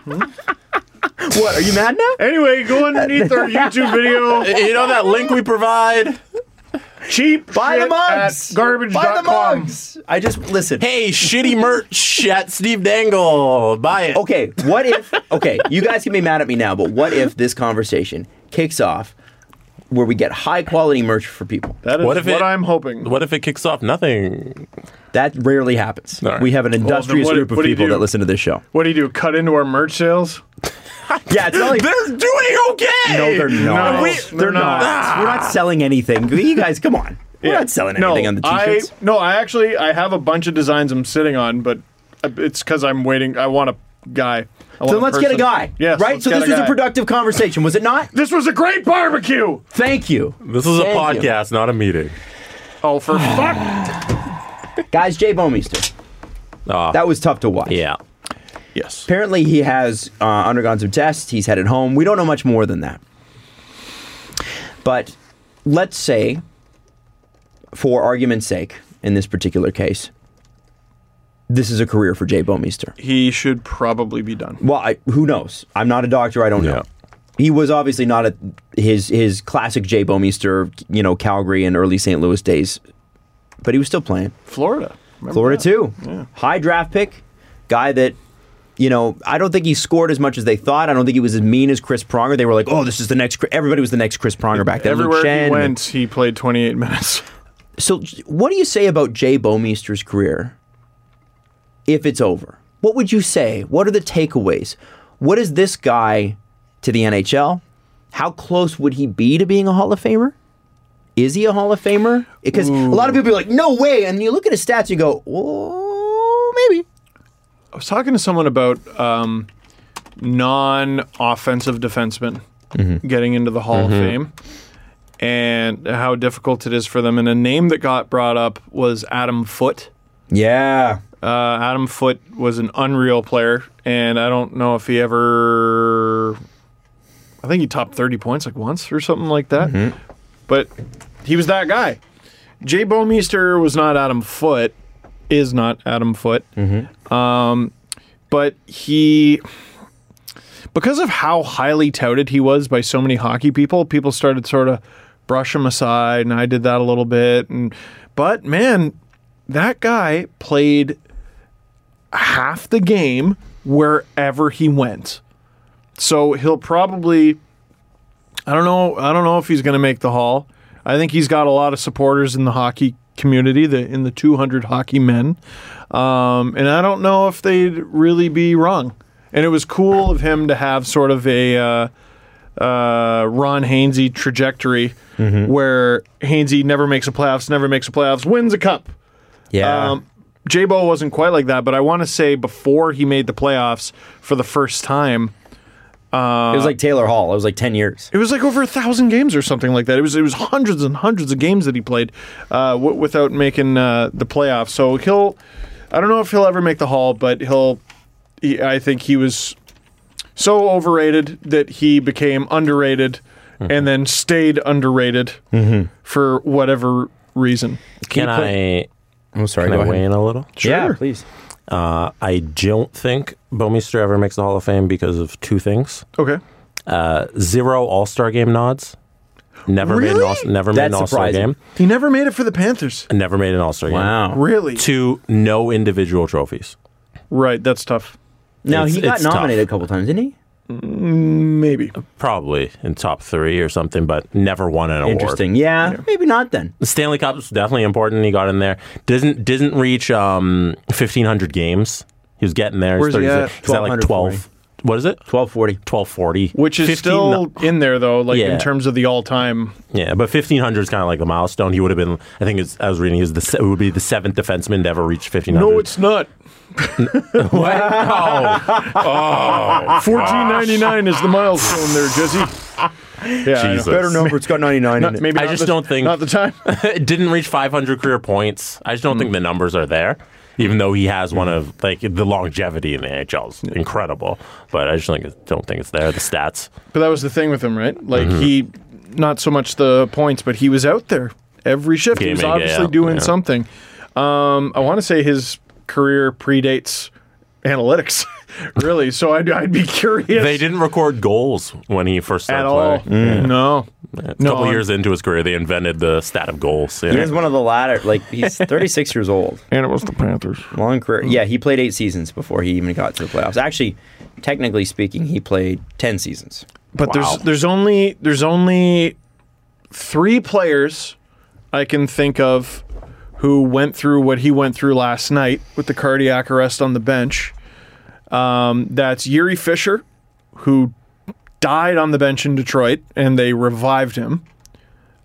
Speaker 2: Hmm?
Speaker 3: what? Are you mad now?
Speaker 2: anyway, go underneath our YouTube video.
Speaker 4: you know that link we provide?
Speaker 2: Cheap
Speaker 3: Buy the
Speaker 2: shit
Speaker 3: mugs.
Speaker 2: at garbage.
Speaker 3: Buy the
Speaker 2: dot com.
Speaker 3: mugs. I just listen.
Speaker 4: Hey, shitty merch at Steve Dangle. Buy it.
Speaker 3: Okay, what if? Okay, you guys can be mad at me now, but what if this conversation kicks off where we get high quality merch for people?
Speaker 2: That is what,
Speaker 4: What if it-
Speaker 2: I'm hoping.
Speaker 4: What if it kicks off nothing?
Speaker 3: That rarely happens.
Speaker 4: All right.
Speaker 3: We have an industrious
Speaker 2: what-
Speaker 3: group of
Speaker 2: what do you
Speaker 3: people
Speaker 2: do?
Speaker 3: that listen to this show.
Speaker 2: What do you do? Cut into our merch sales?
Speaker 3: Yeah, it's not like
Speaker 4: They're doing okay.
Speaker 3: no, they're not.
Speaker 2: No,
Speaker 3: We-
Speaker 2: they're
Speaker 3: they're not.
Speaker 2: not.
Speaker 3: We're not selling anything. You guys, come on. We're not selling
Speaker 2: no,
Speaker 3: anything on the t-shirts.
Speaker 2: I, no, I actually I have a bunch of designs I'm sitting on, but it's because I'm waiting. I want a guy. I want
Speaker 3: so let's get a
Speaker 2: person.
Speaker 3: guy.
Speaker 2: Yes.
Speaker 3: right.
Speaker 2: let's
Speaker 3: So
Speaker 2: get
Speaker 3: this was a
Speaker 2: guy.
Speaker 3: productive conversation, was it not?
Speaker 2: This was a great barbecue.
Speaker 3: Thank you,
Speaker 4: This is a
Speaker 3: Thank you.
Speaker 4: podcast, not a meeting.
Speaker 2: Oh, for fuck.
Speaker 3: guys. Jay Bomeister.
Speaker 4: Ah.
Speaker 3: that was tough to watch.
Speaker 4: Yeah.
Speaker 2: Yes.
Speaker 3: Apparently, he has uh, undergone some tests. He's headed home. We don't know much more than that. But let's say, for argument's sake, in this particular case, this is a career for Jay Bomeister.
Speaker 2: He should probably be done.
Speaker 3: Well, I, who knows? I'm not a doctor. I don't know. He was obviously not at his his classic Jay Bomeister, you know, Calgary and early St. Louis days, but he was still playing.
Speaker 2: Florida. Remember
Speaker 3: Florida
Speaker 2: that?
Speaker 3: too. High draft pick, guy that You know, I don't think he scored as much as they thought. I don't think he was as mean as Chris Pronger. They were like, "Oh, this is the next." Chri-" Everybody was the next Chris Pronger back then. Luke
Speaker 2: Everywhere he
Speaker 3: Shen.
Speaker 2: went, he played 28 minutes.
Speaker 3: So, j- what do you say about Jay Bomeister's career if it's over? What would you say? What are the takeaways? What is this guy to the NHL? How close would he be to being a Hall of Famer? Is he a Hall of Famer? Because a lot of people are like, no way. And you look at his stats and you go, oh, maybe.
Speaker 2: I was talking to someone about um, non-offensive defensemen getting into the Hall of Fame and how difficult it is for them. And a name that got brought up was Adam Foote.
Speaker 3: Yeah.
Speaker 2: Uh, Adam Foote was an unreal player, and I don't know if he ever. I think he topped 30 points like once or something like that. But he was that guy. Jay Bomeister was not Adam Foote, is not Adam Foote. Um, but he. Because of how highly touted he was by so many hockey people, people started sort of brush him aside, and I did that a little bit. And but man, that guy played half the game wherever he went. So he'll probably I don't know I don't know if he's going to make the hall. I think he's got a lot of supporters in the hockey community, the in the 200 hockey men. Um, and I don't know if they'd really be wrong. And it was cool of him to have sort of a uh, uh, Ron Hainsey trajectory where Hainsey never makes a playoffs, never makes a playoffs, wins a cup.
Speaker 3: Yeah.
Speaker 2: Um, J Bo wasn't quite like that, but I want to say before he made the playoffs for the first time,
Speaker 3: it was like Taylor Hall. It was like 10 years.
Speaker 2: it was like over a thousand games or something like that. It was it was hundreds and hundreds of games that he played uh, w- without making uh, the playoffs. So he'll, I don't know if he'll ever make the Hall, but he'll. He, I think he was so overrated that he became underrated, and then stayed underrated for whatever reason.
Speaker 4: Can I?
Speaker 3: I'm sorry.
Speaker 4: Can I
Speaker 3: go ahead.
Speaker 4: weigh in a little?
Speaker 3: Yeah, please.
Speaker 4: Uh, I don't think Bomeister ever makes the Hall of Fame because of two things:
Speaker 2: Okay.
Speaker 4: uh, zero All Star game nods, never made an
Speaker 2: Really?
Speaker 4: all, never made
Speaker 3: That's
Speaker 4: an All Star
Speaker 3: surprising.
Speaker 4: game,
Speaker 2: He never made it for the Panthers.
Speaker 4: and never made an All Star game.
Speaker 3: Wow.
Speaker 2: Really?
Speaker 4: Two, no individual trophies.
Speaker 2: Right. That's tough.
Speaker 3: Now,
Speaker 4: It's-
Speaker 3: he got
Speaker 4: it's tough.
Speaker 3: nominated a couple times, didn't he?
Speaker 2: Maybe.
Speaker 4: Probably in top three or something, but never won an award.
Speaker 3: Interesting. Yeah, Maybe not then.
Speaker 4: Stanley Cup's definitely important. He got in there. Doesn't didn't reach um, fifteen hundred games. He was getting there.
Speaker 2: Where's
Speaker 4: He's
Speaker 2: he
Speaker 4: 36.
Speaker 2: at?
Speaker 4: He's at like
Speaker 3: 1240.
Speaker 4: twelve. What is it?
Speaker 3: 1240.
Speaker 4: Twelve forty.
Speaker 2: Which is still in there though, like
Speaker 4: Yeah.
Speaker 2: in terms of the all-time.
Speaker 4: yeah, but fifteen hundred is kind of like the milestone. He would have been. I think it's, I was reading. Is the se- it would be the seventh defenseman to ever reach fifteen hundred.
Speaker 2: not.
Speaker 4: oh,
Speaker 2: 1499 is the milestone there, Jesse. Yeah, I know.
Speaker 4: Jesus. Better
Speaker 3: number. It's got 99
Speaker 2: Not, maybe
Speaker 4: I
Speaker 2: not
Speaker 4: just
Speaker 2: the-
Speaker 4: don't think-
Speaker 2: not the time.
Speaker 4: it didn't reach five hundred career points. I just don't think the numbers are there. Even though he has one of like the longevity in the NHL is incredible, but I just think, it- don't think it's there. The stats.
Speaker 2: But that was the thing with him, right? Like
Speaker 4: Mm-hmm.
Speaker 2: he, not so much the points, but he was out there every shift. he
Speaker 4: Game
Speaker 2: was
Speaker 4: in, game
Speaker 2: obviously
Speaker 4: out,
Speaker 2: doing
Speaker 4: yeah.
Speaker 2: something. Um, I want to say his career predates analytics, really. So I'd, I'd be curious.
Speaker 4: They didn't record goals when he first started
Speaker 2: at all.
Speaker 4: playing.
Speaker 2: No,
Speaker 4: A
Speaker 2: no.
Speaker 4: couple years into his career, they invented the stat of goals. Yeah.
Speaker 3: He was one of the latter. Like he's 36 years old,
Speaker 2: and it was the Panthers.
Speaker 3: long career. Yeah, he played eight seasons before he even got to the playoffs. Actually, technically speaking, he played 10 seasons.
Speaker 2: But
Speaker 4: Wow.
Speaker 2: there's there's only there's only three players I can think of who went through what he went through last night with the cardiac arrest on the bench. Um, that's Yuri Fisher, who died on the bench in Detroit, and they revived him.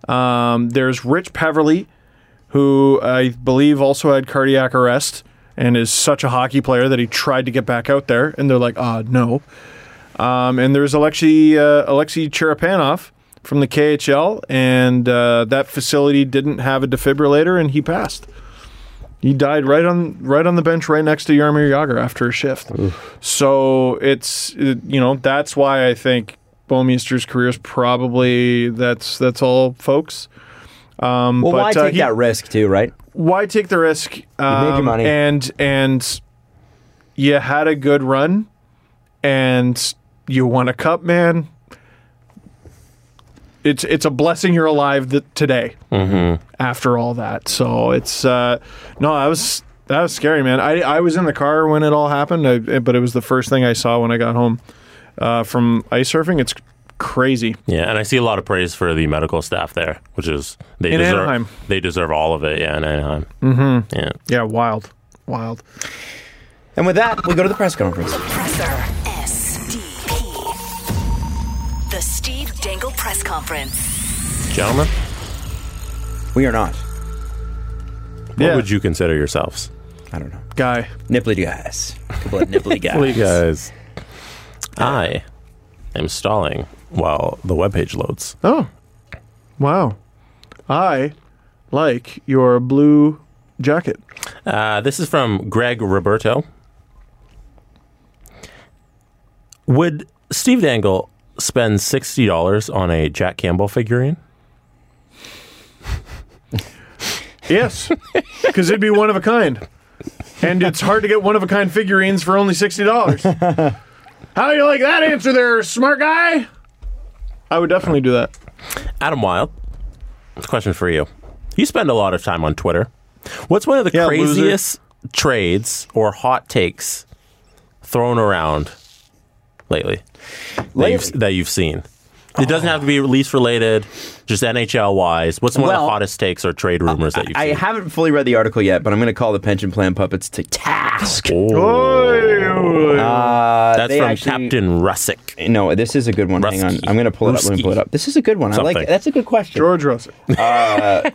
Speaker 2: Um, there's Rich Peverly, who I believe also had cardiac arrest and is such a hockey player that he tried to get back out there, and they're like, ah, no. Um, and there's Alexei uh, Alexei Cherepanov from the KHL, and uh, that facility didn't have a defibrillator, and he passed. He died right on right on the bench, right next to Yarmir Yager after a shift. So it's it, you know that's why I think Bomeister's career is probably that's that's all, folks. Um,
Speaker 3: Well,
Speaker 2: but,
Speaker 3: why
Speaker 2: uh,
Speaker 3: take
Speaker 2: he-
Speaker 3: that risk too, right?
Speaker 2: why take the risk? Um,
Speaker 3: money.
Speaker 2: And and you had a good run, and you won a cup, man. It's it's a blessing you're alive th- today. After all that, so it's uh, no, I was That was scary, man. I, I was in the car when it all happened, I, but it was the first thing I saw when I got home uh, from ice surfing. It's crazy.
Speaker 4: Yeah, and I see a lot of praise for the medical staff there, which is they
Speaker 2: In
Speaker 4: deserve
Speaker 2: Anaheim.
Speaker 4: they deserve all of it. Yeah, in Anaheim. Mm-hmm. Yeah.
Speaker 2: Yeah, wild, wild.
Speaker 3: And with that, we go to the press conference.
Speaker 1: Presser. SDP.
Speaker 8: The Steve Dangle Press Conference.
Speaker 4: Gentlemen,
Speaker 3: We are not.
Speaker 4: what
Speaker 2: Yeah.
Speaker 4: would you consider yourselves?
Speaker 3: I don't know.
Speaker 2: Guy,
Speaker 3: Nipply guys. Couple of nipply guys.
Speaker 4: Hey guys, I am stalling while the webpage loads.
Speaker 2: Oh, wow. I like your blue jacket.
Speaker 4: Uh, this is from Greg Roberto. Would Steve Dangle spend sixty dollars on a Jack Campbell figurine?
Speaker 2: Yes, because it'd be one of a kind. And it's hard to get one of a kind figurines for only $60. How do you like that answer there, smart guy? I would definitely do that.
Speaker 4: Adam Wild, this question for you. You spend a lot of time on Twitter. What's one of the
Speaker 2: Yeah, loser.
Speaker 4: craziest trades or hot takes thrown around lately, That, you've, that you've seen? It doesn't have to be release related, just NHL wise. What's one of
Speaker 3: Well,
Speaker 4: the hottest takes or trade rumors that you've
Speaker 3: I
Speaker 4: seen?
Speaker 3: haven't fully read the article yet, but I'm going to call the pension plan puppets to task.
Speaker 4: Oh.
Speaker 3: Uh,
Speaker 4: That's
Speaker 3: they
Speaker 4: from
Speaker 3: actually-
Speaker 4: Captain Russick.
Speaker 3: No, this is a good one. Hang on,
Speaker 4: Rusky.
Speaker 3: I'm going to pull it up. Let me
Speaker 4: Rusky.
Speaker 3: pull it up. This is a good one. I like.
Speaker 4: Something.
Speaker 3: That's a good question.
Speaker 2: George Russell.
Speaker 3: The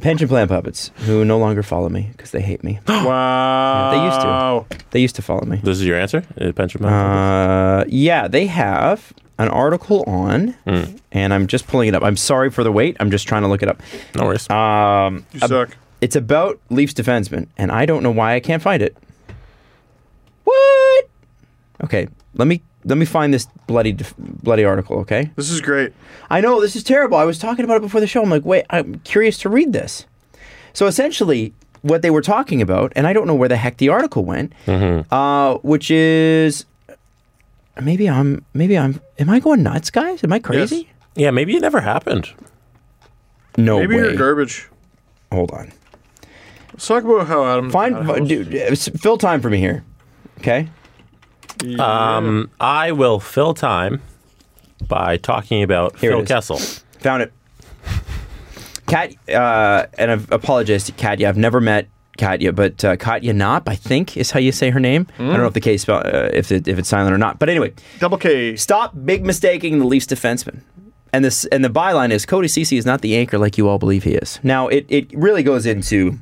Speaker 3: pension plan puppets who no longer follow me because they hate me.
Speaker 2: Wow.
Speaker 3: They used to. They used to follow me.
Speaker 4: This is your answer? Uh, Pension plan?
Speaker 3: Uh, yeah, they have an article on,
Speaker 4: Hmm.
Speaker 3: and I'm just pulling it up. I'm sorry for the wait. I'm just trying to look it up.
Speaker 4: no worries.
Speaker 3: Um,
Speaker 2: You suck.
Speaker 3: it's about Leafs defenseman, and I don't know why I can't find it. What? Okay, let me let me find this bloody def- bloody article. Okay,
Speaker 2: This is great.
Speaker 3: I know this is terrible. I was talking about it before the show. I'm like, wait, I'm curious to read this. So essentially, what they were talking about, and I don't know where the heck the article went,
Speaker 2: Mm-hmm.
Speaker 3: uh, which is maybe I'm maybe I'm am I going nuts, guys? Am I crazy?
Speaker 4: yeah, maybe it never happened.
Speaker 3: No
Speaker 2: Maybe
Speaker 3: way.
Speaker 2: you're garbage.
Speaker 3: Hold on.
Speaker 2: Let's talk about how Adam.
Speaker 3: Find dude, uh, s- fill time for me here. Okay.
Speaker 4: Um, I will fill time by talking about
Speaker 3: Here it
Speaker 4: Phil
Speaker 3: is.
Speaker 4: Kessel.
Speaker 3: Found it. Kat, uh, and I've apologized to Katya. I've never met Katya, but uh, Katya Knopp, I think, is how you say her name. I don't know if the case spell, uh, if it, if it's silent or not. But anyway,
Speaker 2: Double K.
Speaker 3: stop big mistaking the Leafs defenseman. And this and the byline is Cody Cece is not the anchor like you all believe he is. Now it, it really goes into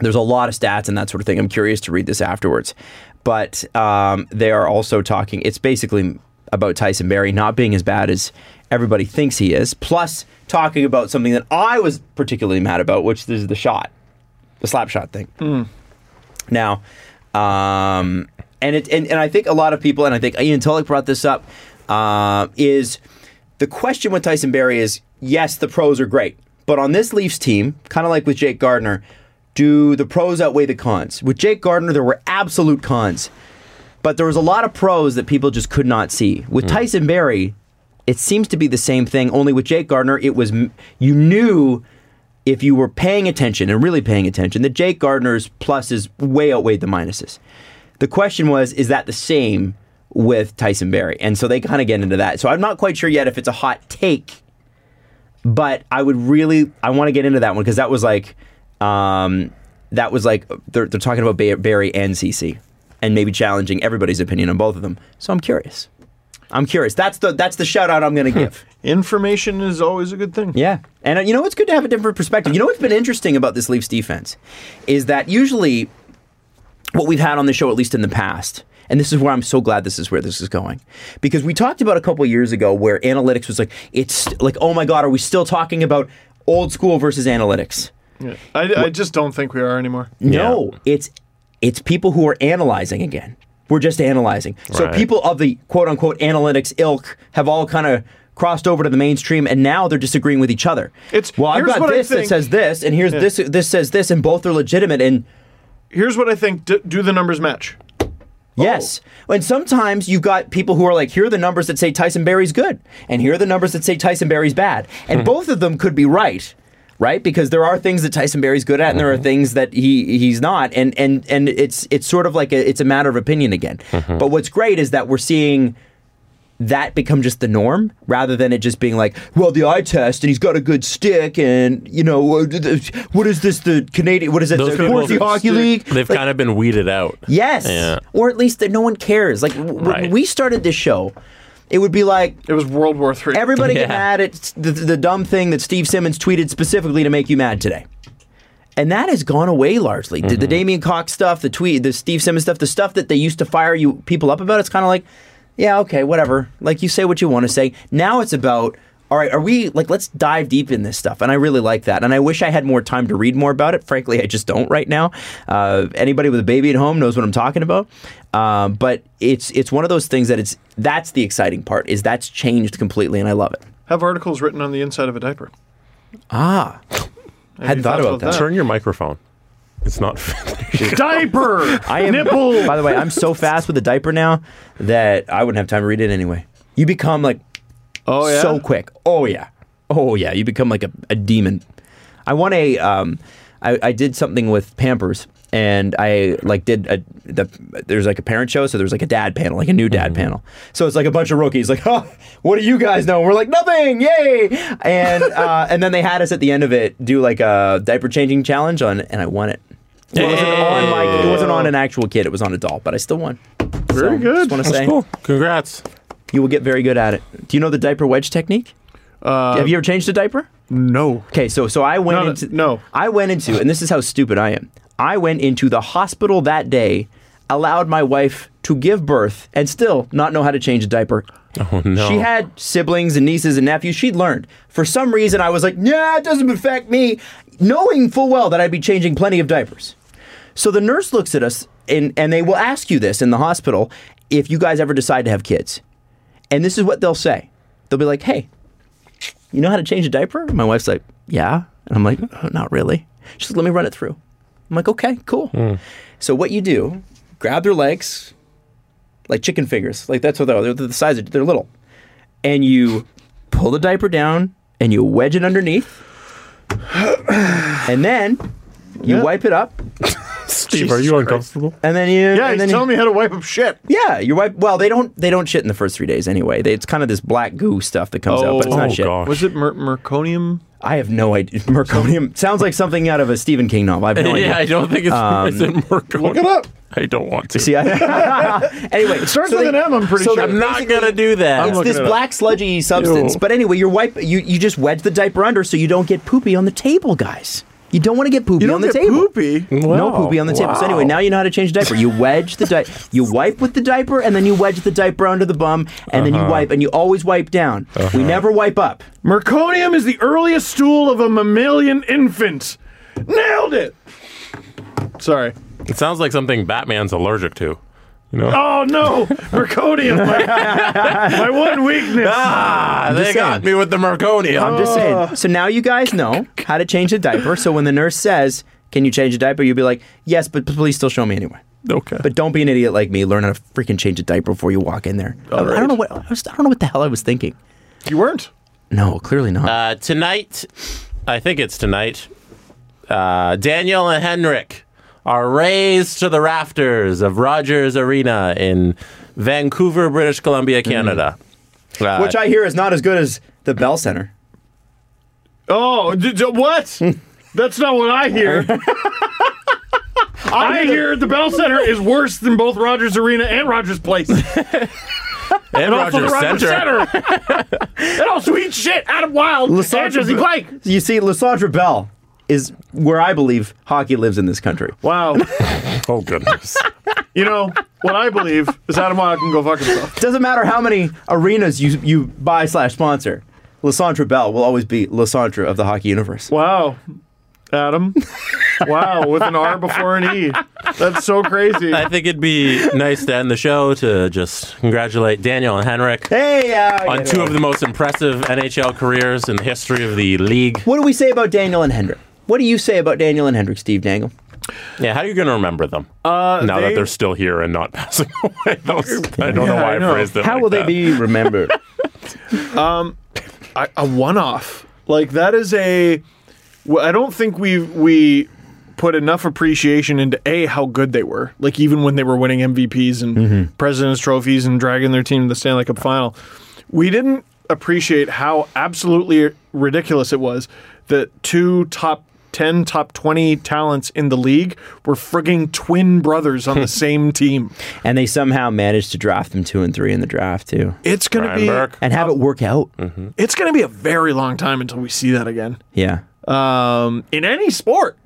Speaker 3: there's a lot of stats and that sort of thing. I'm curious to read this afterwards. But um, they are also talking it's basically about Tyson Berry not being as bad as everybody thinks he is, plus talking about something that I was particularly mad about, which is the shot. The slap shot thing. Now, um, and it and, and I think a lot of people, and I think Ian Tulloch brought this up, uh, is the question with Tyson Berry is yes, the pros are great, but on this Leafs team, kind of like with Jake Gardner, do the pros outweigh the cons? With Jake Gardner, there were absolute cons, but there was a lot of pros that people just could not see. With Tyson Berry, it seems to be the same thing. Only with Jake Gardner, it was m- you knew if you were paying attention and really paying attention, that Jake Gardner's pluses way outweighed the minuses. The question was, is that the same with Tyson Berry? And so they kind of get into that. So I'm not quite sure yet if it's a hot take, but I would really, I want to get into that one because that was like, um, that was like, they're, they're talking about Ba- Berry and CC and maybe challenging everybody's opinion on both of them. So I'm curious. I'm curious. That's the that's the shout out I'm going to give.
Speaker 2: Information is always a good thing.
Speaker 3: Yeah. And uh, you know, it's good to have a different perspective. You know, what's been interesting about this Leafs defense is that usually what we've had on the show, at least in the past, and this is where I'm so glad this is where this is going, because we talked about a couple years ago where analytics was like, it's like, oh my God, are we still talking about old school versus analytics?
Speaker 2: I, I just don't think we are anymore.
Speaker 3: No, it's it's people who are analyzing again. We're just analyzing. So
Speaker 4: Right.
Speaker 3: people of the quote unquote analytics ilk have all kind of crossed over to the mainstream, and now they're disagreeing with each other.
Speaker 2: It's-
Speaker 3: well, I've
Speaker 2: here's
Speaker 3: got
Speaker 2: what I
Speaker 3: this that
Speaker 2: think-
Speaker 3: says this, and here's this this says this, and both are legitimate. And
Speaker 2: Here's what I think. D- do the numbers match?
Speaker 4: Oh.
Speaker 3: yes, and sometimes you've got people who are like, here are the numbers
Speaker 4: Hmm.
Speaker 3: that say Tyson Berry's good, and here are the numbers that say Tyson Berry's bad, and both of them could be right. right? Because there are things that Tyson Berry's good at, and there
Speaker 4: Mm-hmm.
Speaker 3: are things that he he's not, and and and it's it's sort of like a, it's a matter of opinion again.
Speaker 4: Mm-hmm.
Speaker 3: But what's great is that we're seeing that become just the norm rather than it just being like, well, the eye test and he's got a good stick and you know uh, th- th- what is this the Canadian what is it
Speaker 4: Those
Speaker 3: the
Speaker 4: people-
Speaker 3: Horsey Hockey League?
Speaker 4: They've kind of been weeded out.
Speaker 3: Yes,
Speaker 4: Yeah.
Speaker 3: or at least that no one cares. Like w- when
Speaker 4: Right.
Speaker 3: we started this show, it would be like
Speaker 2: It was World War Three.
Speaker 3: Everybody
Speaker 4: Yeah.
Speaker 3: get mad at s- the, the dumb thing that Steve Simmons tweeted specifically to make you mad today. And that has gone away largely. The, the Damian Cox stuff, the tweet, the Steve Simmons stuff, the stuff that they used to fire you people up about, it's kind of like, yeah, okay, whatever. Like you say what you want to say. Now it's about, all right, are we like let's dive deep in this stuff? And I really like that. And I wish I had more time to read more about it. Frankly, I just don't right now. Uh, anybody with a baby at home knows what I'm talking about. Um, but it's it's one of those things that it's that's the exciting part is that's changed completely, and I love it.
Speaker 2: Have articles written on the inside of a diaper. Ah,
Speaker 3: Hadn't thought about that.
Speaker 4: Turn your microphone. It's not.
Speaker 9: Diaper.
Speaker 3: I am.
Speaker 9: Nipple.
Speaker 3: By the way, I'm so fast with the diaper now that I wouldn't have time to read it anyway. You become like
Speaker 2: Oh yeah.
Speaker 3: so quick. Oh yeah. Oh yeah. You become like a, a demon. I want a. Um, I, I did something with Pampers, and I like did a the there's like a parent show, so there's like a dad panel, like a new
Speaker 2: Mm-hmm.
Speaker 3: dad panel. So it's like a bunch of rookies, like, oh, what do you guys know? And we're like nothing, yay! And uh, and then they had us at the end of it do like a diaper changing challenge on, and I won it. It wasn't on like it wasn't on an actual kid; it was on a doll, but I still won. Very
Speaker 2: good.
Speaker 3: Just want to say
Speaker 4: cool. Congrats.
Speaker 3: you will get very good at it. Do you know the diaper wedge technique? Have you ever changed a diaper?
Speaker 2: No.
Speaker 3: Okay, so so I went
Speaker 2: No, no,
Speaker 3: into
Speaker 2: no.
Speaker 3: I went into, and this is how stupid I am. I went into the hospital that day, allowed my wife to give birth, and still not know how to change a diaper.
Speaker 4: Oh, no.
Speaker 3: She had siblings and nieces and nephews. She'd learned. For some reason, I was like, "Nah, it doesn't affect me," knowing full well that I'd be changing plenty of diapers. So the nurse looks at us, and and they will ask you this in the hospital if you guys ever decide to have kids, and this is what they'll say. They'll be like, "Hey, you know how to change a diaper?" My wife's like, "Yeah," and I'm like, "Uh, "Not really." She's like, "Let me run it through." I'm like, "Okay, cool."
Speaker 2: Hmm.
Speaker 3: So what you do? Grab their legs, like chicken fingers, like that's what they are. They're the size of they're little and you pull the diaper down and you wedge it underneath, and then you wipe it up,
Speaker 4: Steve, are you uncomfortable?
Speaker 3: and then you
Speaker 2: Yeah,
Speaker 3: and
Speaker 2: he's
Speaker 3: then
Speaker 2: telling me how to wipe up shit.
Speaker 3: yeah you wipe. Well, they don't they don't shit in the first three days anyway. They, it's kind of this black goo stuff that comes out, but it's
Speaker 4: Oh,
Speaker 3: not shit.
Speaker 4: gosh.
Speaker 2: Was it mer- merconium?
Speaker 3: I have no idea. Merconium sounds like something out of a Stephen King novel. I have no
Speaker 4: yeah, I
Speaker 3: idea.
Speaker 4: don't think it's. is it Mercury? Look it
Speaker 2: up.
Speaker 4: I don't want to.
Speaker 3: Um, See, I, anyway, it
Speaker 2: starts with an M, I'm pretty sure.
Speaker 4: I'm not gonna do that.
Speaker 3: It's this black sludgy substance.
Speaker 4: Ew.
Speaker 3: But anyway, you wipe you, you just wedge the diaper under so you don't get poopy on the table, guys. You don't want to get poopy
Speaker 2: You
Speaker 3: on
Speaker 2: don't
Speaker 3: the
Speaker 2: get
Speaker 3: table.
Speaker 2: poopy.
Speaker 3: No poopy on the table. So anyway, now you know how to change a diaper. You wedge the diaper, you wipe with the diaper, and then you wedge the diaper under the bum, and
Speaker 2: Uh-huh.
Speaker 3: then you wipe, and you always wipe down. We never wipe up.
Speaker 9: Merconium is the earliest stool of a mammalian infant. Nailed it.
Speaker 2: Sorry.
Speaker 4: It sounds like something Batman's allergic to. You know?
Speaker 9: Oh no, Merconium. my, my one weakness.
Speaker 4: Ah, they
Speaker 3: just
Speaker 4: got
Speaker 3: saying.
Speaker 4: me with the Merconium.
Speaker 3: I'm just saying. So now you guys know how to change a diaper. So when the nurse says, "Can you change a diaper?" You'll be like, "Yes, but please still show me anyway."
Speaker 4: okay.
Speaker 3: But don't be an idiot like me. Learn how to freaking change a diaper before you walk in there. I, I don't know what I, was, I don't know what the hell I was thinking.
Speaker 2: You weren't.
Speaker 3: No, clearly not.
Speaker 4: Uh, tonight, I think it's tonight. Uh, Daniel and Henrik are raised to the rafters of Rogers Arena in Vancouver, British Columbia, Canada. Uh,
Speaker 3: Hmm. Which I hear is not as good as the Bell Center.
Speaker 9: Oh, d- d- what? That's not what I hear. I hear the Bell Center is worse than both Rogers Arena and Rogers Place.
Speaker 4: and
Speaker 9: also the Rogers
Speaker 4: Rogers Center.
Speaker 9: Center. it also eats shit out of Wild and Jesse Blake.
Speaker 3: You see, Lysandra Bell is where I believe hockey lives in this country.
Speaker 9: Wow.
Speaker 4: Oh goodness.
Speaker 2: You know what I believe is Adam Wilde can go fuck himself.
Speaker 3: Doesn't matter how many arenas you you buy slash sponsor. Lysandra Bell will always be Lysandra of the hockey universe.
Speaker 2: Wow, Adam. Wow, with an R before an E. That's so crazy.
Speaker 4: I think it'd be nice to end the show to just congratulate Daniel and Henrik
Speaker 3: Hey, uh,
Speaker 4: on two of the most impressive NHL careers in the history of the league.
Speaker 3: what do we say about Daniel and Hendrick? What do you say about Daniel and Hendrick, Steve Dangle?
Speaker 4: Yeah, how are you going to remember them? Uh, now that
Speaker 2: they-
Speaker 4: they're still here and not passing away. Those, I don't know
Speaker 2: Yeah,
Speaker 4: why
Speaker 2: I
Speaker 4: I,
Speaker 2: know.
Speaker 4: phrased it
Speaker 3: How
Speaker 4: like
Speaker 3: will they
Speaker 4: that.
Speaker 3: be remembered?
Speaker 2: I, a one-off. Like that is a Well, I don't think we we put enough appreciation into a how good they were. Like even when they were winning MVPs and Presidents trophies and dragging their team to the Stanley Cup final, we didn't appreciate how absolutely ridiculous it was that two top 10 top 20 talents in the league were frigging twin brothers on the same team.
Speaker 3: and they somehow managed to draft them two and three in the draft too,
Speaker 2: It's going to
Speaker 4: Brian
Speaker 2: be
Speaker 4: Burke.
Speaker 3: and have it work out.
Speaker 4: Hmm.
Speaker 2: it's going to be a very long time until we see that again.
Speaker 3: Yeah,
Speaker 2: um, in any sport.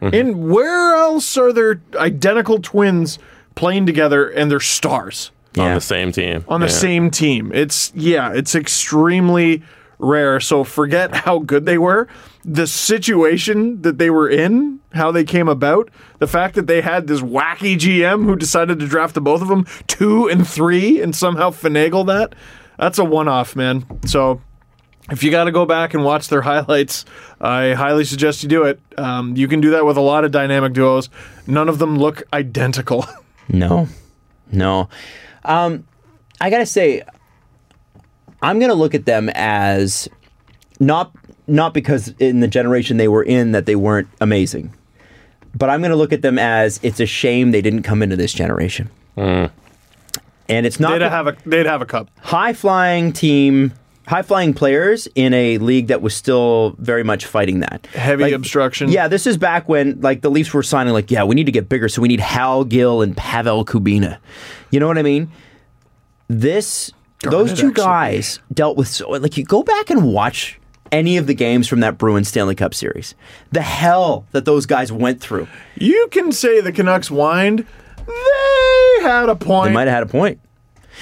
Speaker 2: And where else are there identical twins playing together and they're stars
Speaker 4: on
Speaker 3: Yeah.
Speaker 4: the same team.
Speaker 2: on the
Speaker 4: Yeah.
Speaker 2: same team? It's yeah, it's extremely rare. So forget how good they were, the situation that they were in, how they came about, the fact that they had this wacky GM who decided to draft the both of them two and three and somehow finagle that. That's a one-off, man. So if you got to go back and watch their highlights, I highly suggest you do it. Um, you can do that with a lot of dynamic duos. None of them look identical.
Speaker 3: no, no. Um, I gotta say, I'm gonna look at them as not not because in the generation they were in that they weren't amazing, but I'm gonna look at them as it's a shame they didn't come into this generation.
Speaker 4: Hmm.
Speaker 3: And it's not
Speaker 2: they'd
Speaker 3: that-
Speaker 2: have a they'd have a cup.
Speaker 3: high flying team, high flying players in a league that was still very much fighting that
Speaker 2: Heavy
Speaker 3: Like,
Speaker 2: obstruction.
Speaker 3: Yeah, this is back when like the Leafs were signing like, yeah, we need to get bigger, so we need Hal Gill and Pavel Kubina. You know what I mean? This those
Speaker 2: it,
Speaker 3: two
Speaker 2: actually.
Speaker 3: guys dealt with so like you go back and watch any of the games from that Bruins Stanley Cup series. The hell that those guys went through.
Speaker 2: You can say the Canucks whined. They had a point.
Speaker 3: They
Speaker 2: They,
Speaker 3: might have had a point.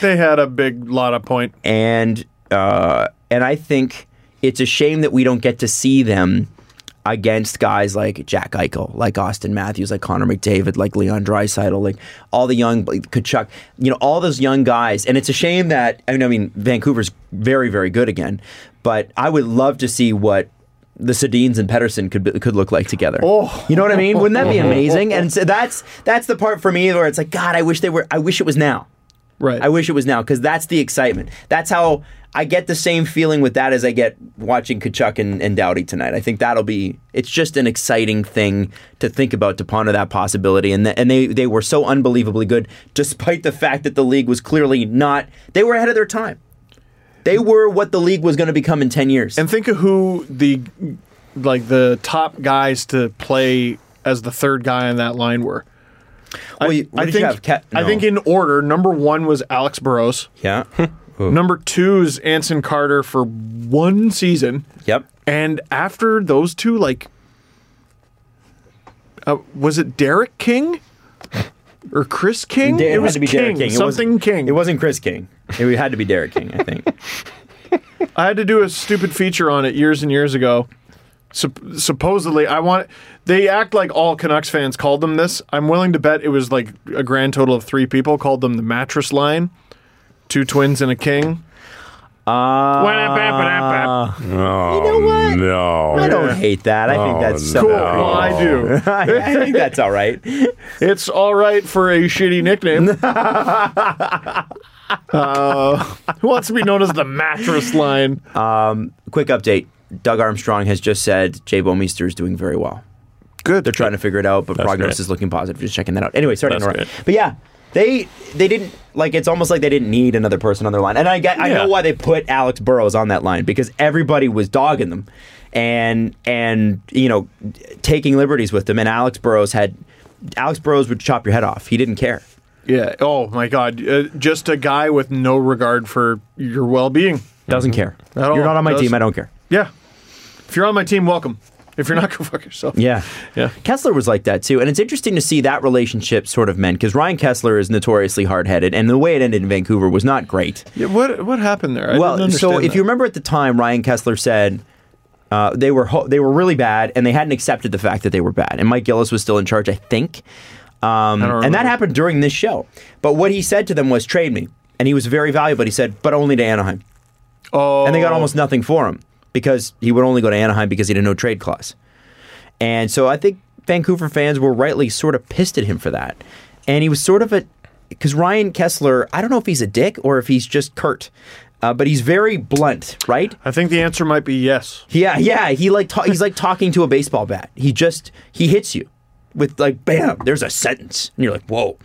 Speaker 2: had a big lot of point.
Speaker 3: and uh, and I think it's a shame that we don't get to see them against guys like Jack Eichel, like Austin Matthews, like Connor McDavid, like Leon Draisaitl, like all the young like Kachuk, you know, all those young guys. And it's a shame that I mean, I mean, Vancouver's very, very good again, but I would love to see what. The Sedines and Pedersen could be, could look like together.
Speaker 2: Oh.
Speaker 3: You know what I mean? Wouldn't that be amazing? And so that's that's the part for me where it's like, God, I wish they were. I wish it was now.
Speaker 2: Right.
Speaker 3: I wish it was now because that's the excitement. That's how I get the same feeling with that as I get watching Kachuk and, and Dowdy tonight. I think that'll be. It's just an exciting thing to think about to ponder that possibility. And th- and they they were so unbelievably good, despite the fact that the league was clearly not. They were ahead of their time. They were what the league was going to become in ten years.
Speaker 2: And think of who the like the top guys to play as the third guy on that line were.
Speaker 3: Well, you- what
Speaker 2: I
Speaker 3: did
Speaker 2: think
Speaker 3: you have? Cat-
Speaker 2: I
Speaker 3: no.
Speaker 2: think in order, number one was Alex Burrows.
Speaker 3: yeah.
Speaker 2: Number two is Anson Carter for one season.
Speaker 3: yep.
Speaker 2: And after those two, like, uh, was it Derek King or Chris King?
Speaker 3: Da-
Speaker 2: it was
Speaker 3: had to be
Speaker 2: King,
Speaker 3: Derek King. It
Speaker 2: something
Speaker 3: wasn't-
Speaker 2: King.
Speaker 3: It wasn't Chris King. It had to be Derek King, I think.
Speaker 2: I had to do a stupid feature on it years and years ago. Sup- supposedly, I want they act like all Canucks fans called them this. I'm willing to bet it was like a grand total of three people called them the mattress line, two twins and a king.
Speaker 9: Wah-da-ba-ba-da-ba.
Speaker 4: Oh,
Speaker 3: know what?
Speaker 4: No.
Speaker 3: I don't hate that. I think
Speaker 4: Oh,
Speaker 3: that's
Speaker 4: no.
Speaker 3: so
Speaker 2: Cool,
Speaker 4: Oh.
Speaker 2: well, I do.
Speaker 3: I think that's all right.
Speaker 2: It's all right for a shitty nickname. uh, who wants to be known as the mattress line?
Speaker 3: Quick update: Doug Armstrong has just said Jay Bomeister is doing very well.
Speaker 2: Good.
Speaker 3: They're trying to figure it out, but prognosis
Speaker 4: great.
Speaker 3: is looking positive. Just checking that out. Anyway, sorry to
Speaker 4: That's
Speaker 3: interrupt.
Speaker 4: great.
Speaker 3: But yeah, they they didn't like. It's almost like they didn't need another person on their line. And I get- I
Speaker 4: Yeah.
Speaker 3: know why they put Alex Burrows on that line because everybody was dogging them, and and you know taking liberties with them. And Alex Burrows had Alex Burrows would chop your head off. He didn't care.
Speaker 2: Yeah. Oh my God. Uh, just a guy with no regard for your well-being.
Speaker 3: Doesn't care.
Speaker 2: At all.
Speaker 3: You're not on my
Speaker 2: Does-
Speaker 3: team. I don't care.
Speaker 2: Yeah. If you're on my team, welcome. If you're not, go fuck yourself.
Speaker 3: Yeah.
Speaker 2: Yeah.
Speaker 3: Kessler was like that too. And it's interesting to see that relationship sort of mend because Ryan Kessler is notoriously hard headed, and the way it ended in Vancouver was not great.
Speaker 2: Yeah, What What happened there? I didn't
Speaker 3: well, so
Speaker 2: understand
Speaker 3: if you
Speaker 2: that.
Speaker 3: remember at the time, Ryan Kessler said uh, they were ho- they were really bad, and they hadn't accepted the fact that they were bad. And Mike Gillis was still in charge, I think. Um,
Speaker 2: I don't
Speaker 3: and that
Speaker 2: remember.
Speaker 3: happened during this show. But what he said to them was, "Trade me," and he was very valuable. But he said, "But only to Anaheim."
Speaker 2: oh,
Speaker 3: and they got almost nothing for him because he would only go to Anaheim because he didn't know trade clause. And so I think Vancouver fans were rightly sort of pissed at him for that. And he was sort of a because Ryan Kessler, I don't know if he's a dick or if he's just curt. uh, but he's very blunt, right?
Speaker 2: I think the answer might be yes.
Speaker 3: Yeah, yeah. He like ta- he's like talking to a baseball bat. He just he hits you with like bam. There's a sentence, and you're like whoa.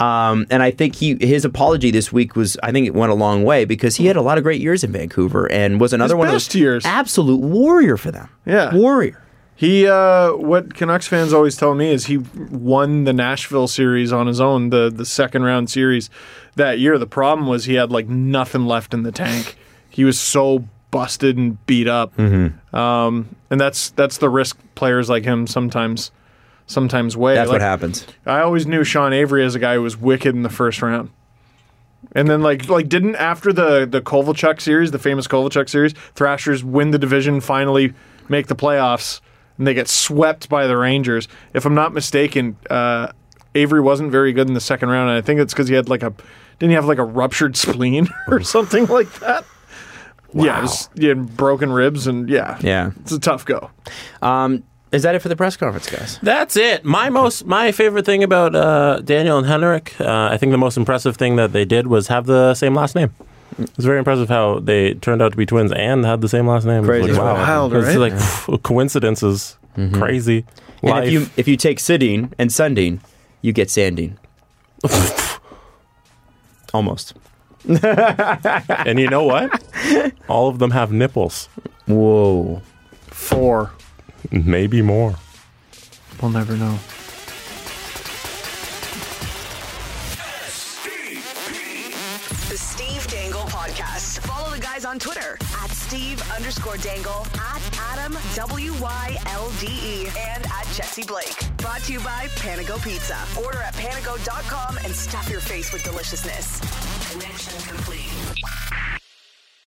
Speaker 3: Um, and I think he his apology this week was I think it went a long way because he had a lot of great years in Vancouver and was another
Speaker 2: His
Speaker 3: one of
Speaker 2: best
Speaker 3: those
Speaker 2: years.
Speaker 3: absolute warrior for them.
Speaker 2: Yeah.
Speaker 3: warrior.
Speaker 2: He, uh, what Canucks fans always tell me is he won the Nashville series on his own, the the second round series that year. The problem was he had like nothing left in the tank. He was so busted and beat up,
Speaker 3: Mm-hmm.
Speaker 2: um, and that's that's the risk players like him sometimes sometimes weigh.
Speaker 3: That's
Speaker 2: Like,
Speaker 3: what happens.
Speaker 2: I always knew Sean Avery as a guy who was wicked in the first round. And then like like didn't after the the Kovalchuk series, the famous Kovalchuk series, Thrashers win the division, finally make the playoffs, and they get swept by the Rangers. If I'm not mistaken, uh, Avery wasn't very good in the second round, and I think it's because he had like a didn't he have like a ruptured spleen or something like that. Yeah, it was- he had broken ribs and yeah,
Speaker 3: Yeah.
Speaker 2: it's a tough go.
Speaker 3: Um, is that it for the press conference, guys?
Speaker 4: That's it. My most, my favorite thing about uh, Daniel and Henrik, uh, I think the most impressive thing that they did was have the same last name. It's very impressive how they turned out to be twins and had the same last name. It's
Speaker 3: Crazy.
Speaker 4: like, wow,
Speaker 2: Wild,
Speaker 4: it's
Speaker 2: right?
Speaker 4: like phew, coincidences, crazy.
Speaker 3: Mm-hmm. And
Speaker 4: Life.
Speaker 3: if you if you take Sidine and Sundine, you get Sandine. Almost.
Speaker 4: and you know what? All of them have nipples,
Speaker 3: Whoa.
Speaker 2: Four,
Speaker 4: maybe more.
Speaker 2: we'll never know.
Speaker 1: The Steve Dangle Podcast. Follow the guys on Twitter at Steve underscore Dangle, at Adam W Y L D E, and at Jesse Blake. Brought to you by Panago Pizza. Order at panago.com and stuff your face with deliciousness. Connection complete.